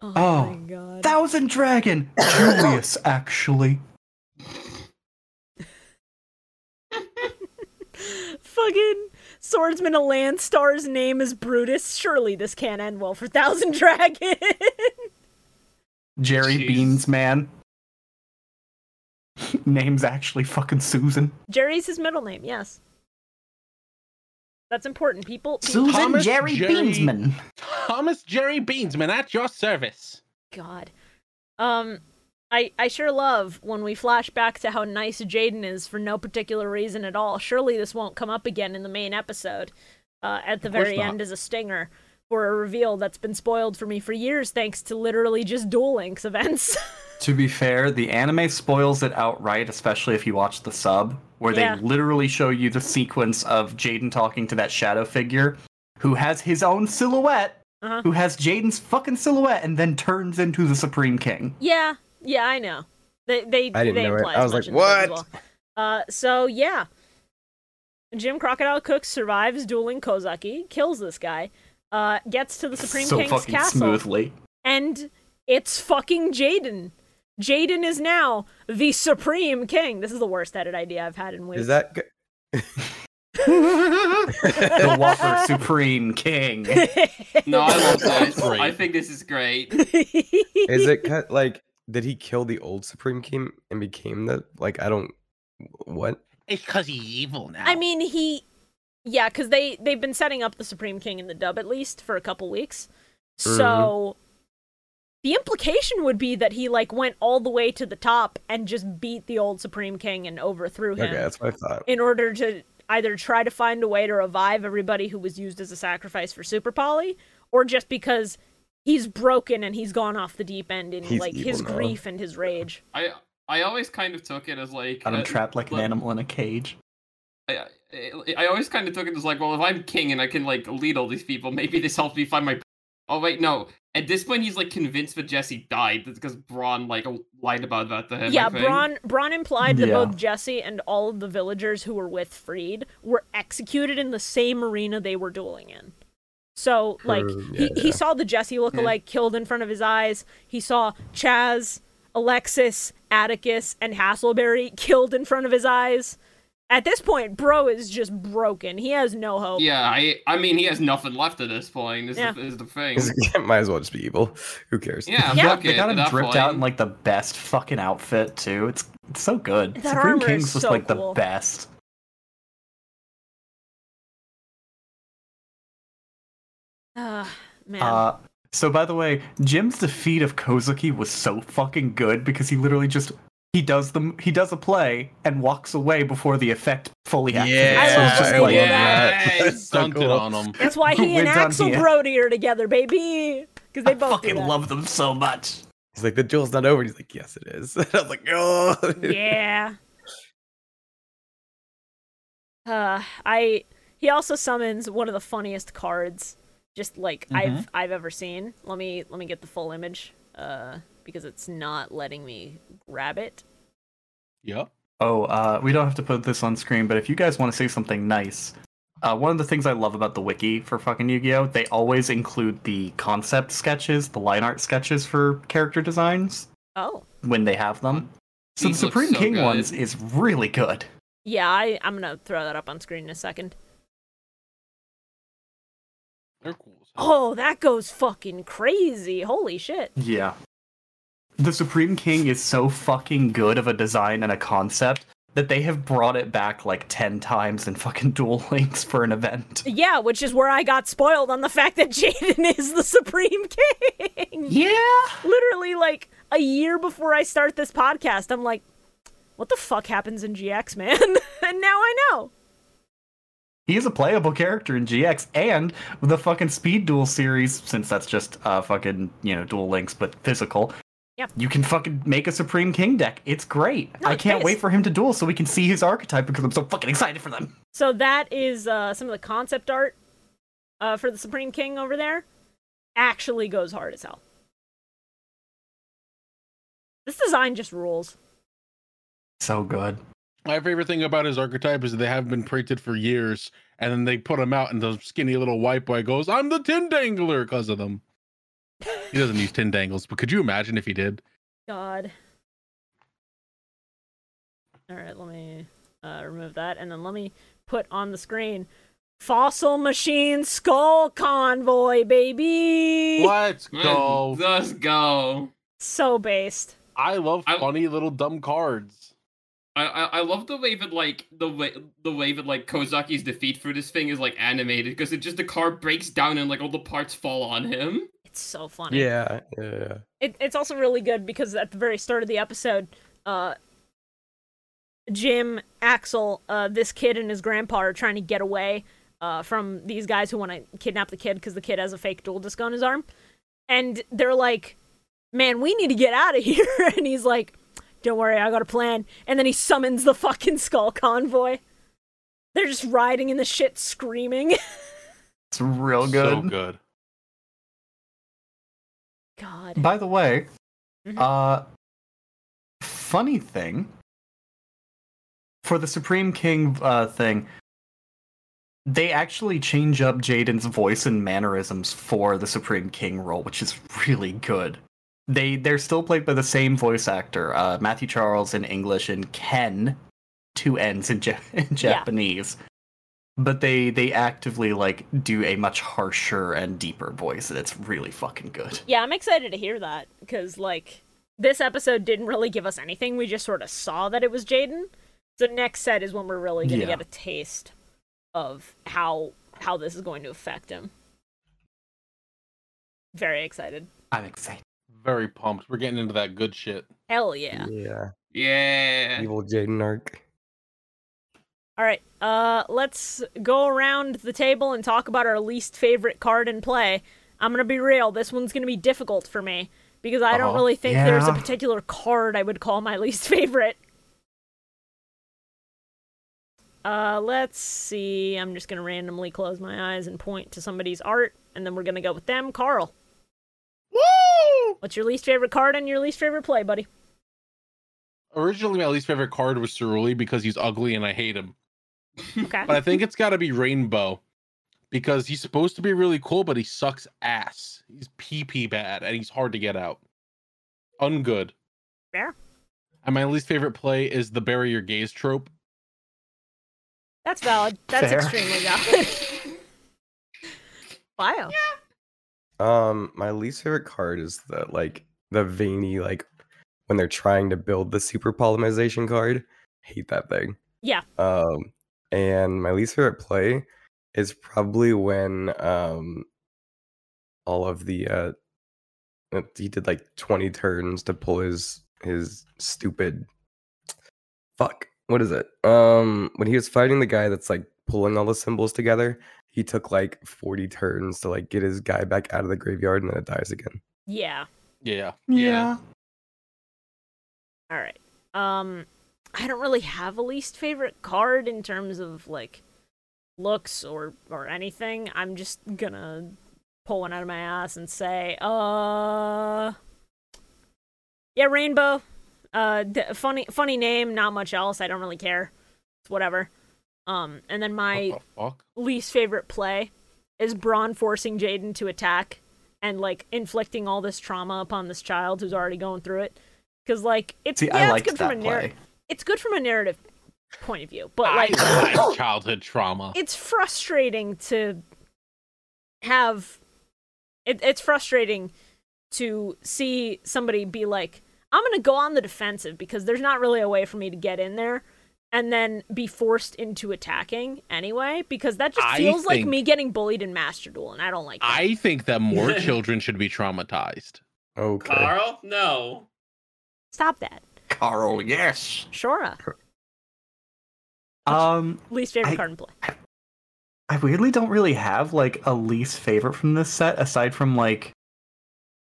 S1: oh,
S2: Oh,
S1: my god.
S2: Thousand Dragon. Julius, actually.
S1: Fucking swordsman of Landstar's name is Brutus. Surely this can't end well for Thousand Dragon.
S2: Jerry
S5: Jeez.
S2: Beans Man. Name's actually fucking Susan.
S1: Jerry's his middle name. Yes. That's important. People. people
S2: Susan
S3: Thomas
S2: Jerry,
S3: Jerry-
S2: Beansman.
S3: Thomas Jerry Beansman at your service.
S1: God. Um, I I sure love when we flash back to how nice Jaden is for no particular reason at all. Surely this won't come up again in the main episode. Uh, at the
S3: Of course
S1: very
S3: not.
S1: end as a stinger for a reveal that's been spoiled for me for years thanks to literally just Duel Links events.
S2: To be fair, the anime spoils it outright, especially if you watch the sub, where
S1: Yeah.
S2: they literally show you the sequence of Jaden talking to that shadow figure who has his own silhouette,
S1: Uh-huh.
S2: who has Jaden's fucking silhouette, and then turns into the Supreme King.
S1: yeah, yeah, I know. They they
S4: I didn't
S1: they
S4: know it.
S1: imply
S4: I
S1: as
S4: was
S1: much
S4: like,
S1: in the book as
S4: "What?"
S1: well. Uh, so yeah. Jim Crocodile Cook survives dueling Kozaki, kills this guy, uh, gets to the Supreme
S2: so
S1: King's
S2: fucking
S1: castle.
S2: smoothly.
S1: and it's fucking Jaden. Jaden is now the supreme king. This is the worst edit idea I've had in weeks.
S4: Is that good?
S2: The Whopper Supreme King.
S5: No, I love this.
S3: Great.
S5: I think this is great.
S4: Is it cut like did he kill the old Supreme King and became the like I don't what?
S6: It's because he's evil now.
S1: I mean, he, yeah, because they they've been setting up the supreme king in the dub at least for a couple weeks.
S4: Mm-hmm.
S1: So the implication would be that he like went all the way to the top and just beat the old supreme king and overthrew him.
S4: Okay, that's what I thought.
S1: in order to either try to find a way to revive everybody who was used as a sacrifice for Super Poly, or just because he's broken and he's gone off the deep end in
S4: He's
S1: like
S4: evil
S1: his
S4: now.
S1: grief and his rage.
S5: I I always kind of took it as like
S2: And
S5: uh,
S2: I'm trapped like an
S5: like-
S2: animal in a cage.
S5: I, I- I always kind of took it as like, well, if I'm king and I can like lead all these people, maybe this helps me find my. Oh wait, no. At this point, he's like convinced that Jesse died because Braun like lied about that to him. I
S1: yeah,
S5: think.
S1: Braun Braun implied that
S2: Yeah.
S1: both Jesse and all of the villagers who were with Freed were executed in the same arena they were dueling in. So like
S4: Hmm,
S1: he,
S4: yeah,
S1: he
S4: yeah.
S1: saw the Jesse lookalike killed in front of his eyes. He saw Chaz, Alexis, Atticus, and Hasselberry killed in front of his eyes. At this point, bro is just broken. He has no hope.
S5: Yeah, I I mean he has nothing left at this point. Is,
S1: Yeah.
S5: the, is the thing.
S4: Is it- might as well just be evil. Who cares?
S5: Yeah,
S1: Yeah.
S5: fuck
S2: they
S5: it,
S2: got
S5: at
S2: him
S5: that
S2: dripped
S5: point.
S2: out in like the best fucking outfit too. It's it's so good.
S1: That
S2: Supreme
S1: armor is
S2: King's just
S1: so
S2: like
S1: cool.
S2: the best.
S1: Ah, man.
S2: Uh, so by the way, Jim's defeat of Kozuki was so fucking good because he literally just he does the he does a play and walks away before the effect fully activates.
S1: I
S2: so
S1: love
S2: it's just
S1: that.
S2: like
S1: Yeah.
S4: That's so
S3: Stunted
S4: cool.
S3: on him.
S1: That's why he and
S2: Went on
S1: Axel
S2: here.
S1: Brody are together, baby. Because they
S2: I
S1: both do
S2: fucking
S1: that.
S2: love them so much.
S4: He's like, the duel's not over. And he's like, yes, it is. I was like, oh.
S1: yeah. Uh, I he also summons one of the funniest cards, just like I've I've ever seen. Let me let me get the full image, uh, because it's not letting me grab it.
S3: Yep.
S2: Oh, uh, we don't have to put this on screen, but if you guys want to say something nice, uh, one of the things I love about the wiki for fucking Yu-Gi-Oh, they always include the concept sketches, the line art sketches for character designs
S1: Oh,
S2: when they have them. So
S5: These
S2: the
S5: look
S2: Supreme
S5: so
S2: King
S5: good.
S2: ones is really good.
S1: yeah. I I'm gonna throw that up on screen in a second.
S3: They're cool as
S1: Oh, that goes fucking crazy. Holy shit.
S2: Yeah. The Supreme King is so fucking good of a design and a concept that they have brought it back like 10 times in fucking Duel Links for an event.
S1: Yeah, which is where I got spoiled on the fact that Jaden is the Supreme King.
S2: Yeah!
S1: Literally, like a year before I start this podcast, I'm like, what the fuck happens in GX, man? and now I know.
S2: He is a playable character in GX and the fucking Speed Duel series, since that's just uh, fucking, you know, Duel Links, but physical.
S1: Yep.
S2: You can fucking make a Supreme King deck. It's great.
S1: No,
S2: I
S1: it's
S2: can't wait
S1: based.
S2: for him to duel so we can see his archetype because I'm so fucking excited for them.
S1: So that is uh, some of the concept art uh, for the Supreme King over there. Actually goes hard as hell. This design just rules.
S2: So good.
S3: My favorite thing about his archetype is that they haven't been printed for years, and then they put him out, and the skinny little white boy goes, "I'm the tin dangler" because of them. He doesn't use tin dangles, but could you imagine if he did?
S1: God. All right, let me uh, remove that, and then let me put on the screen fossil machine skull convoy, baby.
S3: Let's
S5: Let's-
S3: go!
S5: Let's go.
S1: So based.
S3: I love
S5: I-
S3: funny little dumb cards.
S5: I, I I love the way that like the way the way that like Kozaki's defeat for this thing is like animated because it just the car breaks down and like all the parts fall on him.
S1: It's so funny.
S4: Yeah, yeah, yeah.
S1: it, it's also really good because at the very start of the episode, uh, Jim, Axel, uh, this kid and his grandpa are trying to get away uh, from these guys who want to kidnap the kid because the kid has a fake dual disc on his arm. And they're like, man, we need to get out of here. And he's like, don't worry, I got a plan. And then he summons the fucking skull convoy. They're just riding in the shit screaming.
S2: It's real good.
S3: So good.
S1: God.
S2: By the way,
S1: Mhm.
S2: uh, funny thing for the Supreme King uh, thing, they actually change up Jaden's voice and mannerisms for the Supreme King role, which is really good. They they're still played by the same voice actor, uh, Matthew Charles in English and Ken, two N's in, ja- in Japanese. But they they actively like do a much harsher and deeper voice, and it's really fucking good.
S1: Yeah, I'm excited to hear that because like this episode didn't really give us anything. We just sort of saw that it was Jaden. So next set is when we're really gonna
S2: Yeah.
S1: get a taste of how how this is going to affect him. Very excited.
S2: I'm excited.
S3: Very pumped. We're getting into that good shit.
S1: Hell yeah.
S4: yeah.
S5: Yeah.
S4: Evil Jaden arc.
S1: All right. Uh let's go around the table and talk about our least favorite card in play. I'm going to be real. This one's going to be difficult for me because I don't
S2: Uh-huh.
S1: really think there's a
S2: Yeah.
S1: particular card I would call my least favorite. Uh let's see. I'm just going to randomly close my eyes and point to somebody's art and then we're going to go with them. Carl,
S3: Woo!
S1: what's your least favorite card and your least favorite play, buddy?
S3: Originally, my least favorite card was Cerule because he's ugly and I hate him.
S1: Okay.
S3: But I think it's got to be Rainbow because he's supposed to be really cool, but he sucks ass. He's pee pee bad and he's hard to get out. Ungood.
S1: Fair.
S3: And my least favorite play is the bury your gaze trope.
S1: That's valid. That's
S2: Fair.
S1: extremely valid. wow.
S4: Um, my least favorite card is the like the veiny like when they're trying to build the super polymerization card. Hate that thing.
S1: Yeah.
S4: Um, and my least favorite play is probably when um all of the uh uh, he did like 20 turns to pull his his stupid fuck what is it um when he was fighting the guy that's like pulling all the symbols together he took like 40 turns to like get his guy back out of the graveyard and then it dies again
S1: Yeah.
S3: Yeah.
S5: Yeah.
S1: All right. Um, I don't really have a least favorite card in terms of like looks or or anything. I'm just gonna pull one out of my ass and say, uh, yeah, Rainbow. Uh, d- funny funny name. Not much else. I don't really care. It's whatever. Um, and then my
S3: What the fuck?
S1: least favorite play is Braun forcing Jaden to attack and like inflicting all this trauma upon this child who's already going through it. Because like it's
S2: See,
S1: yeah,
S2: I
S1: it's
S2: liked
S1: good from a
S2: that
S1: narrative.
S2: play.
S1: It's good from a narrative point of view, but like
S3: I like childhood trauma.
S1: it's frustrating to have It, it's frustrating to see somebody be like, I'm going to go on the defensive because there's not really a way for me to get in there and then be forced into attacking anyway because that just
S3: I
S1: feels like
S3: think-
S1: me getting bullied in Master Duel and I don't like that.
S3: I think that more children should be traumatized.
S4: Okay.
S5: Carl, no.
S1: Stop that.
S2: Carl, yes.
S1: Shora,
S2: Um,
S1: least favorite
S2: I-
S1: card in play.
S2: I weirdly don't really have like a least favorite from this set aside from like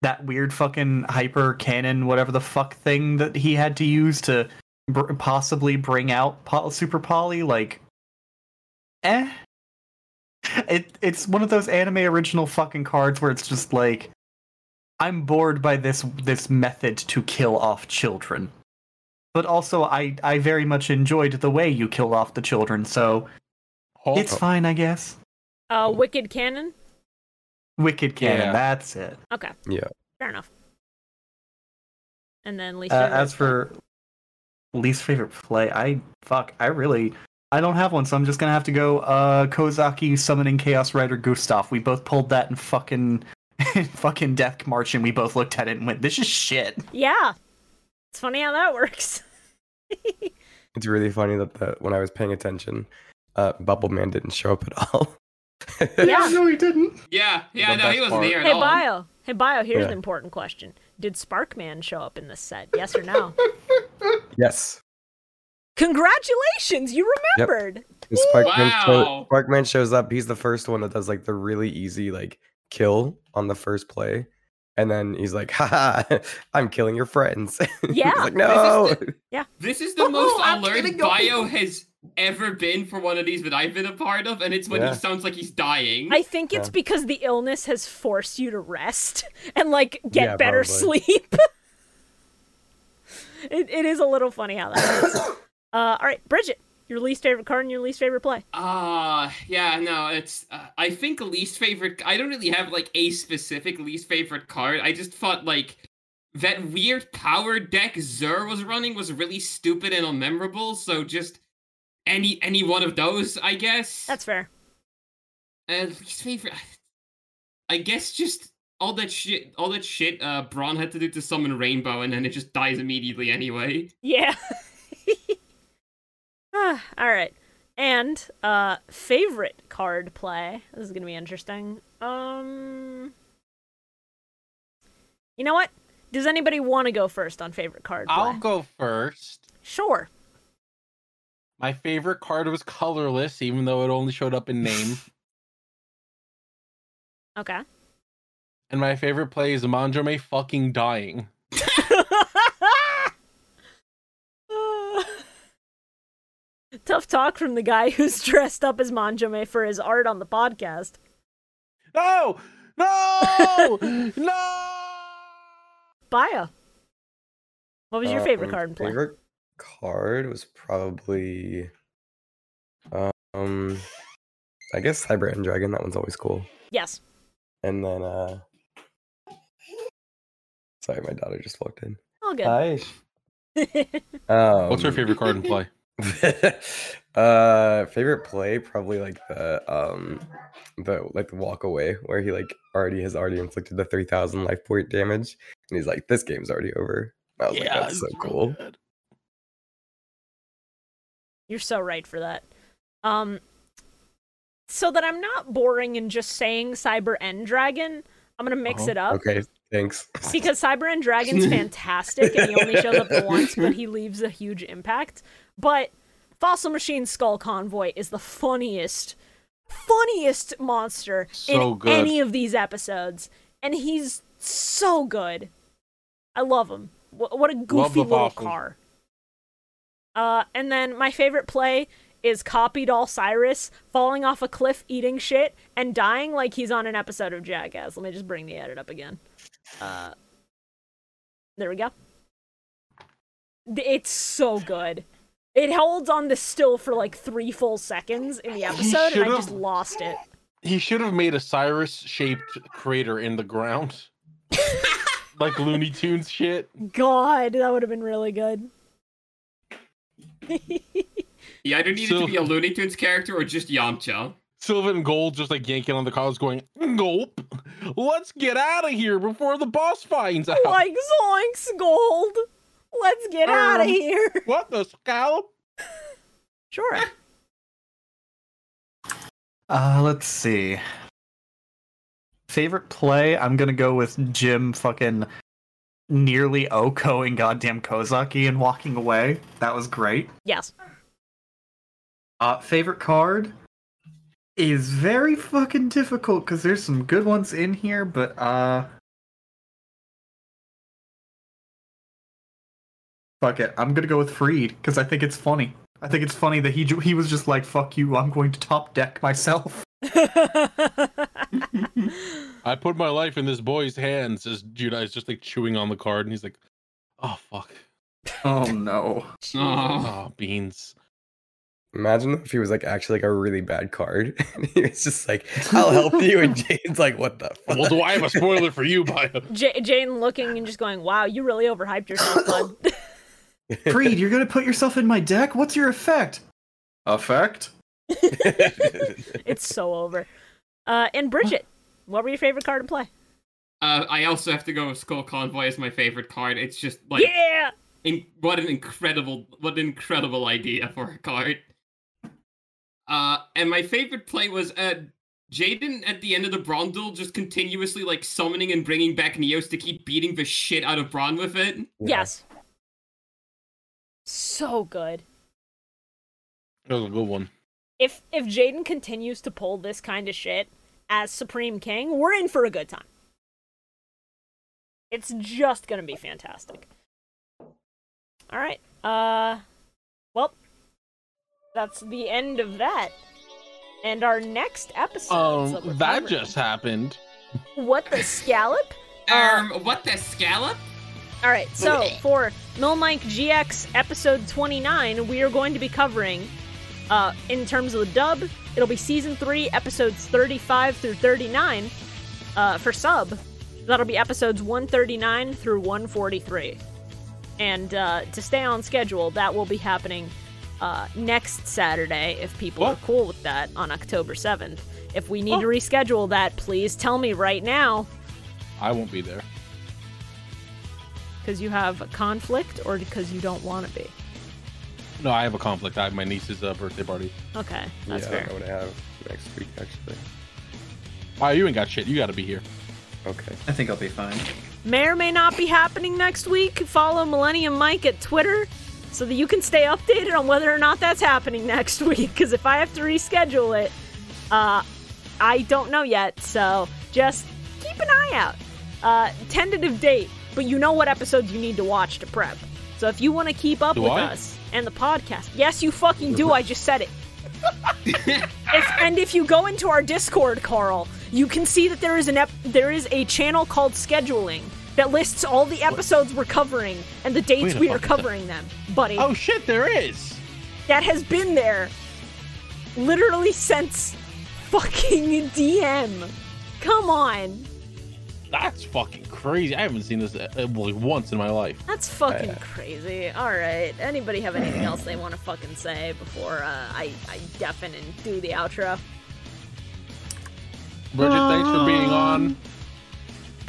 S2: that weird fucking hyper cannon whatever the fuck thing that he had to use to br- possibly bring out po- super poly like eh it it's one of those anime original fucking cards where it's just like I'm bored by this this method to kill off children but also I I very much enjoyed the way you kill off the children so
S3: Hulk,
S2: it's fine I guess
S1: Uh, Wicked Cannon?
S2: Wicked Cannon.
S3: Yeah.
S2: That's it.
S1: Okay.
S4: Yeah.
S1: Fair enough. And then least
S2: Uh,
S1: favorite.
S2: as for least favorite play, I fuck. I really. I don't have one, so I'm just gonna have to go. Uh, Kozaki summoning Chaos Rider Gustav. We both pulled that in fucking, in fucking Death March, and we both looked at it and went, "This is shit."
S1: Yeah. It's funny how that works.
S4: It's really funny that the, when I was paying attention, uh, Bubble Man didn't show up at all.
S1: Yeah.
S2: no, he didn't.
S5: Yeah, yeah,
S3: The
S5: no, he wasn't
S3: best part.
S5: here at
S1: Hey
S5: all.
S1: bio. Hey bio, here's
S4: Yeah.
S1: an important question. Did Sparkman show up in this set? Yes or no?
S4: yes.
S1: Congratulations, you
S4: Yep.
S1: remembered.
S4: Sparkman,
S5: Wow.
S4: show, Sparkman shows up. He's the first one that does like the really easy like kill on the first play. And then he's like, ha ha, I'm killing your friends. He's
S1: Yeah.
S4: like, no.
S5: This is the most alert Bio has ever been for one of these that I've been a part of, and it's when
S4: Yeah.
S5: he sounds like he's dying.
S1: I think it's
S4: Yeah.
S1: because the illness has forced you to rest and like get
S4: Yeah,
S1: better
S4: probably.
S1: sleep. it, it is a little funny how that works. uh, all right, Bridget, your least favorite card and your least favorite play.
S5: Uh, yeah, no, it's. Uh, I think least favorite. I don't really have like a specific least favorite card. I just thought like that weird power deck Zur was running was really stupid and unmemorable. So just any any one of those, I guess.
S1: That's fair.
S5: And least favorite. I guess just all that shit. All that shit. Uh, Braun had to do to summon Rainbow, and then it just dies immediately anyway.
S1: Yeah. Ah, all right. And uh favorite card play. This is going to be interesting. Um You know what? Does anybody want to go first on favorite card play?
S3: I'll go first.
S1: Sure.
S3: My favorite card was colorless, even though it only showed up in name.
S1: Okay.
S3: and my favorite play is Manjome fucking dying.
S1: Tough talk from the guy who's dressed up as Manjome for his art on the podcast.
S3: No! No! no!
S1: Bio. What was your favorite
S4: Um,
S1: card play?
S4: Favorite card was probably, um, I guess Cyber and Dragon. That one's always cool.
S1: Yes.
S4: And then, uh, sorry, my daughter just walked in.
S1: All good.
S4: Hi.
S1: okay.
S4: Um,
S3: What's your favorite card in play?
S4: uh, favorite play probably like the um, the like the walk away where he like already has already inflicted the three thousand life point damage, and he's like, "This game's already over." I was like, "That's so
S3: it's real
S4: cool."
S3: good.
S1: You're so right for that. Um so that I'm not boring and just saying Cyber End Dragon, I'm gonna mix
S3: Uh-huh.
S1: it up.
S4: Okay, thanks.
S1: because Cyber and Dragon's fantastic and he only shows up once, but he leaves a huge impact. But Fossil Machine Skull Convoy is the funniest, funniest monster
S3: So
S1: in
S3: good.
S1: any of these episodes, and he's so good. I love him. Wh- What a goofy
S3: the
S1: little
S3: Fossil.
S1: car. Uh, and then my favorite play is copied all Cyrus falling off a cliff, eating shit, and dying like he's on an episode of Jackass. Let me just bring the edit up again. Uh, there we go. Th- It's so good. It holds on the still for like three full seconds in the episode, and I
S3: should've-
S1: just lost it.
S3: He should have made a Cyrus shaped crater in the ground. like Looney Tunes shit.
S1: God, that would have been really good.
S5: Yeah, either needed
S3: So-
S5: to be a Looney Tunes character or just Yamcha.
S3: Sylvan and Gold just like yanking on the collars, going, Nope, let's get out of here before the boss finds out.
S1: Like zoinks, gold. Let's get out of
S3: Um.
S1: here.
S3: What the scallop?
S1: Sure.
S2: Uh, let's see. Favorite play? I'm gonna go with Jim fucking nearly Okoing goddamn Kozaki and walking away. That was great.
S1: Yes.
S2: Uh, favorite card is very fucking difficult because there's some good ones in here, but uh. Fuck it. I'm gonna go with Freed because I think it's funny. I think it's funny that he ju- he was just like, "Fuck you! I'm going to top deck myself."
S3: I put my life in this boy's hands as Judah is just like chewing on the card and he's like, Oh fuck.
S2: Oh no.
S5: Oh.
S3: Oh beans.
S4: Imagine if he was like actually like a really bad card. and he was just like, I'll help you. And Jane's like, what the fuck?
S3: Well, do I have a spoiler for you, Bio?
S1: J- Jane looking and just going, "Wow, you really overhyped yourself, bud."
S2: Creed, you're gonna put yourself in my deck? What's your effect? Effect?
S1: it's so over. Uh, and Bridget, what were your favorite card to play?
S5: Uh, I also have to go with Skull Convoy as my favorite card. It's just like
S1: yeah.
S5: in, what an incredible what an incredible idea for a card. Uh, and my favorite play was uh, Jaden at the end of the Braun duel just continuously like summoning and bringing back Neos to keep beating the shit out of Braun with it.
S1: Yes. So good.
S3: That was a good one.
S1: If if Jaden continues to pull this kind of shit as Supreme King, we're in for a good time. It's just gonna be fantastic. All right. Uh, well, that's the end of that. And our next episode. that we're
S3: Um that
S1: covering-
S3: just happened.
S1: what the scallop. Uh,
S5: Um, what the scallop?
S1: All right, so for Mill Mike GX episode 29, we are going to be covering, uh, in terms of the dub, it'll be season 3, episodes 35 through 39. Uh, for sub, that'll be episodes 139 through 143. And uh, to stay on schedule, that will be happening uh, next Saturday if people are
S3: What?
S1: cool with that on October 7th. If we need to reschedule that, please tell me right now
S3: I won't be there.
S1: because you have a conflict or because you don't want to be.
S3: No, I have a conflict. I have my niece's uh, birthday party.
S1: Okay, that's
S4: yeah,
S1: fair.
S4: I would have next week actually.
S3: Wow, you ain't got shit. You gotta be here.
S4: Okay.
S2: I think I'll be fine.
S1: May or may not be happening next week. Follow Millennium Mike at Twitter so that you can stay updated on whether or not that's happening next week. Because if I have to reschedule it, uh, I don't know yet. So just keep an eye out. Uh, tentative date, but you know what episodes you need to watch to prep. So if you want to keep up
S3: Do
S1: with
S3: I?
S1: us and the podcast, yes, you fucking do. I just said it. If, and if you go into our Discord, Carl, you can see that there is an ep- there is a channel called scheduling that lists all the episodes we're covering and the dates
S3: Wait a
S1: we are
S3: fucking sec-
S1: covering them, buddy.
S3: Oh shit, there is.
S1: That has been there literally since fucking DM. Come on,
S3: That's fucking crazy. I haven't seen this uh, uh, like once in my life.
S1: that's fucking
S3: uh,
S1: crazy. All right, anybody have anything else they want to fucking say before uh, I I deafen and do the outro?
S3: Bridget, thanks for being on.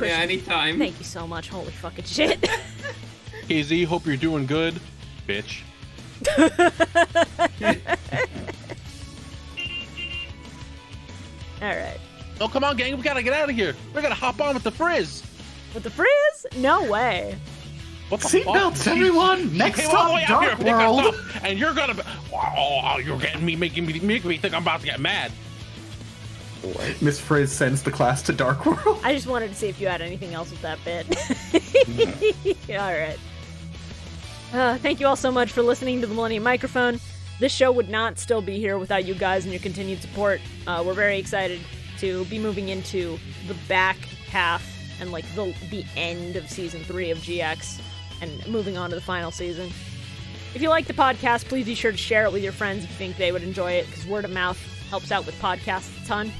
S5: Yeah, anytime.
S1: Thank you so much. Holy fucking shit.
S3: KZ, hope you're doing good, bitch.
S1: all right.
S3: Oh come on, gang, we gotta get out of here. We gotta hop on with the frizz.
S1: With the frizz? No way.
S3: What the
S2: Seatbelts,
S3: fuck?
S2: everyone!
S3: She
S2: Next
S3: came all the way
S2: up,
S3: out here
S2: Dark
S3: to pick us
S2: World!
S3: up, and you're gonna. Be, oh, you're getting me, making me, making me think I'm about to get mad.
S4: What?
S2: Miss Frizz sends the class to Dark World.
S1: I just wanted to see if you had anything else with that bit. all right. Uh, thank you all so much for listening to the Millennium Microphone. This show would not still be here without you guys and your continued support. Uh, we're very excited to be moving into the back half and like the the end of season three of GX and moving on to the final season. If you like the podcast, please be sure to share it with your friends if you think they would enjoy it, because word of mouth helps out with podcasts a ton.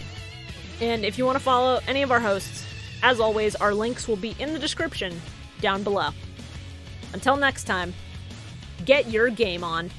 S1: And if you want to follow any of our hosts, as always, our links will be in the description down below. Until next time, get your game on.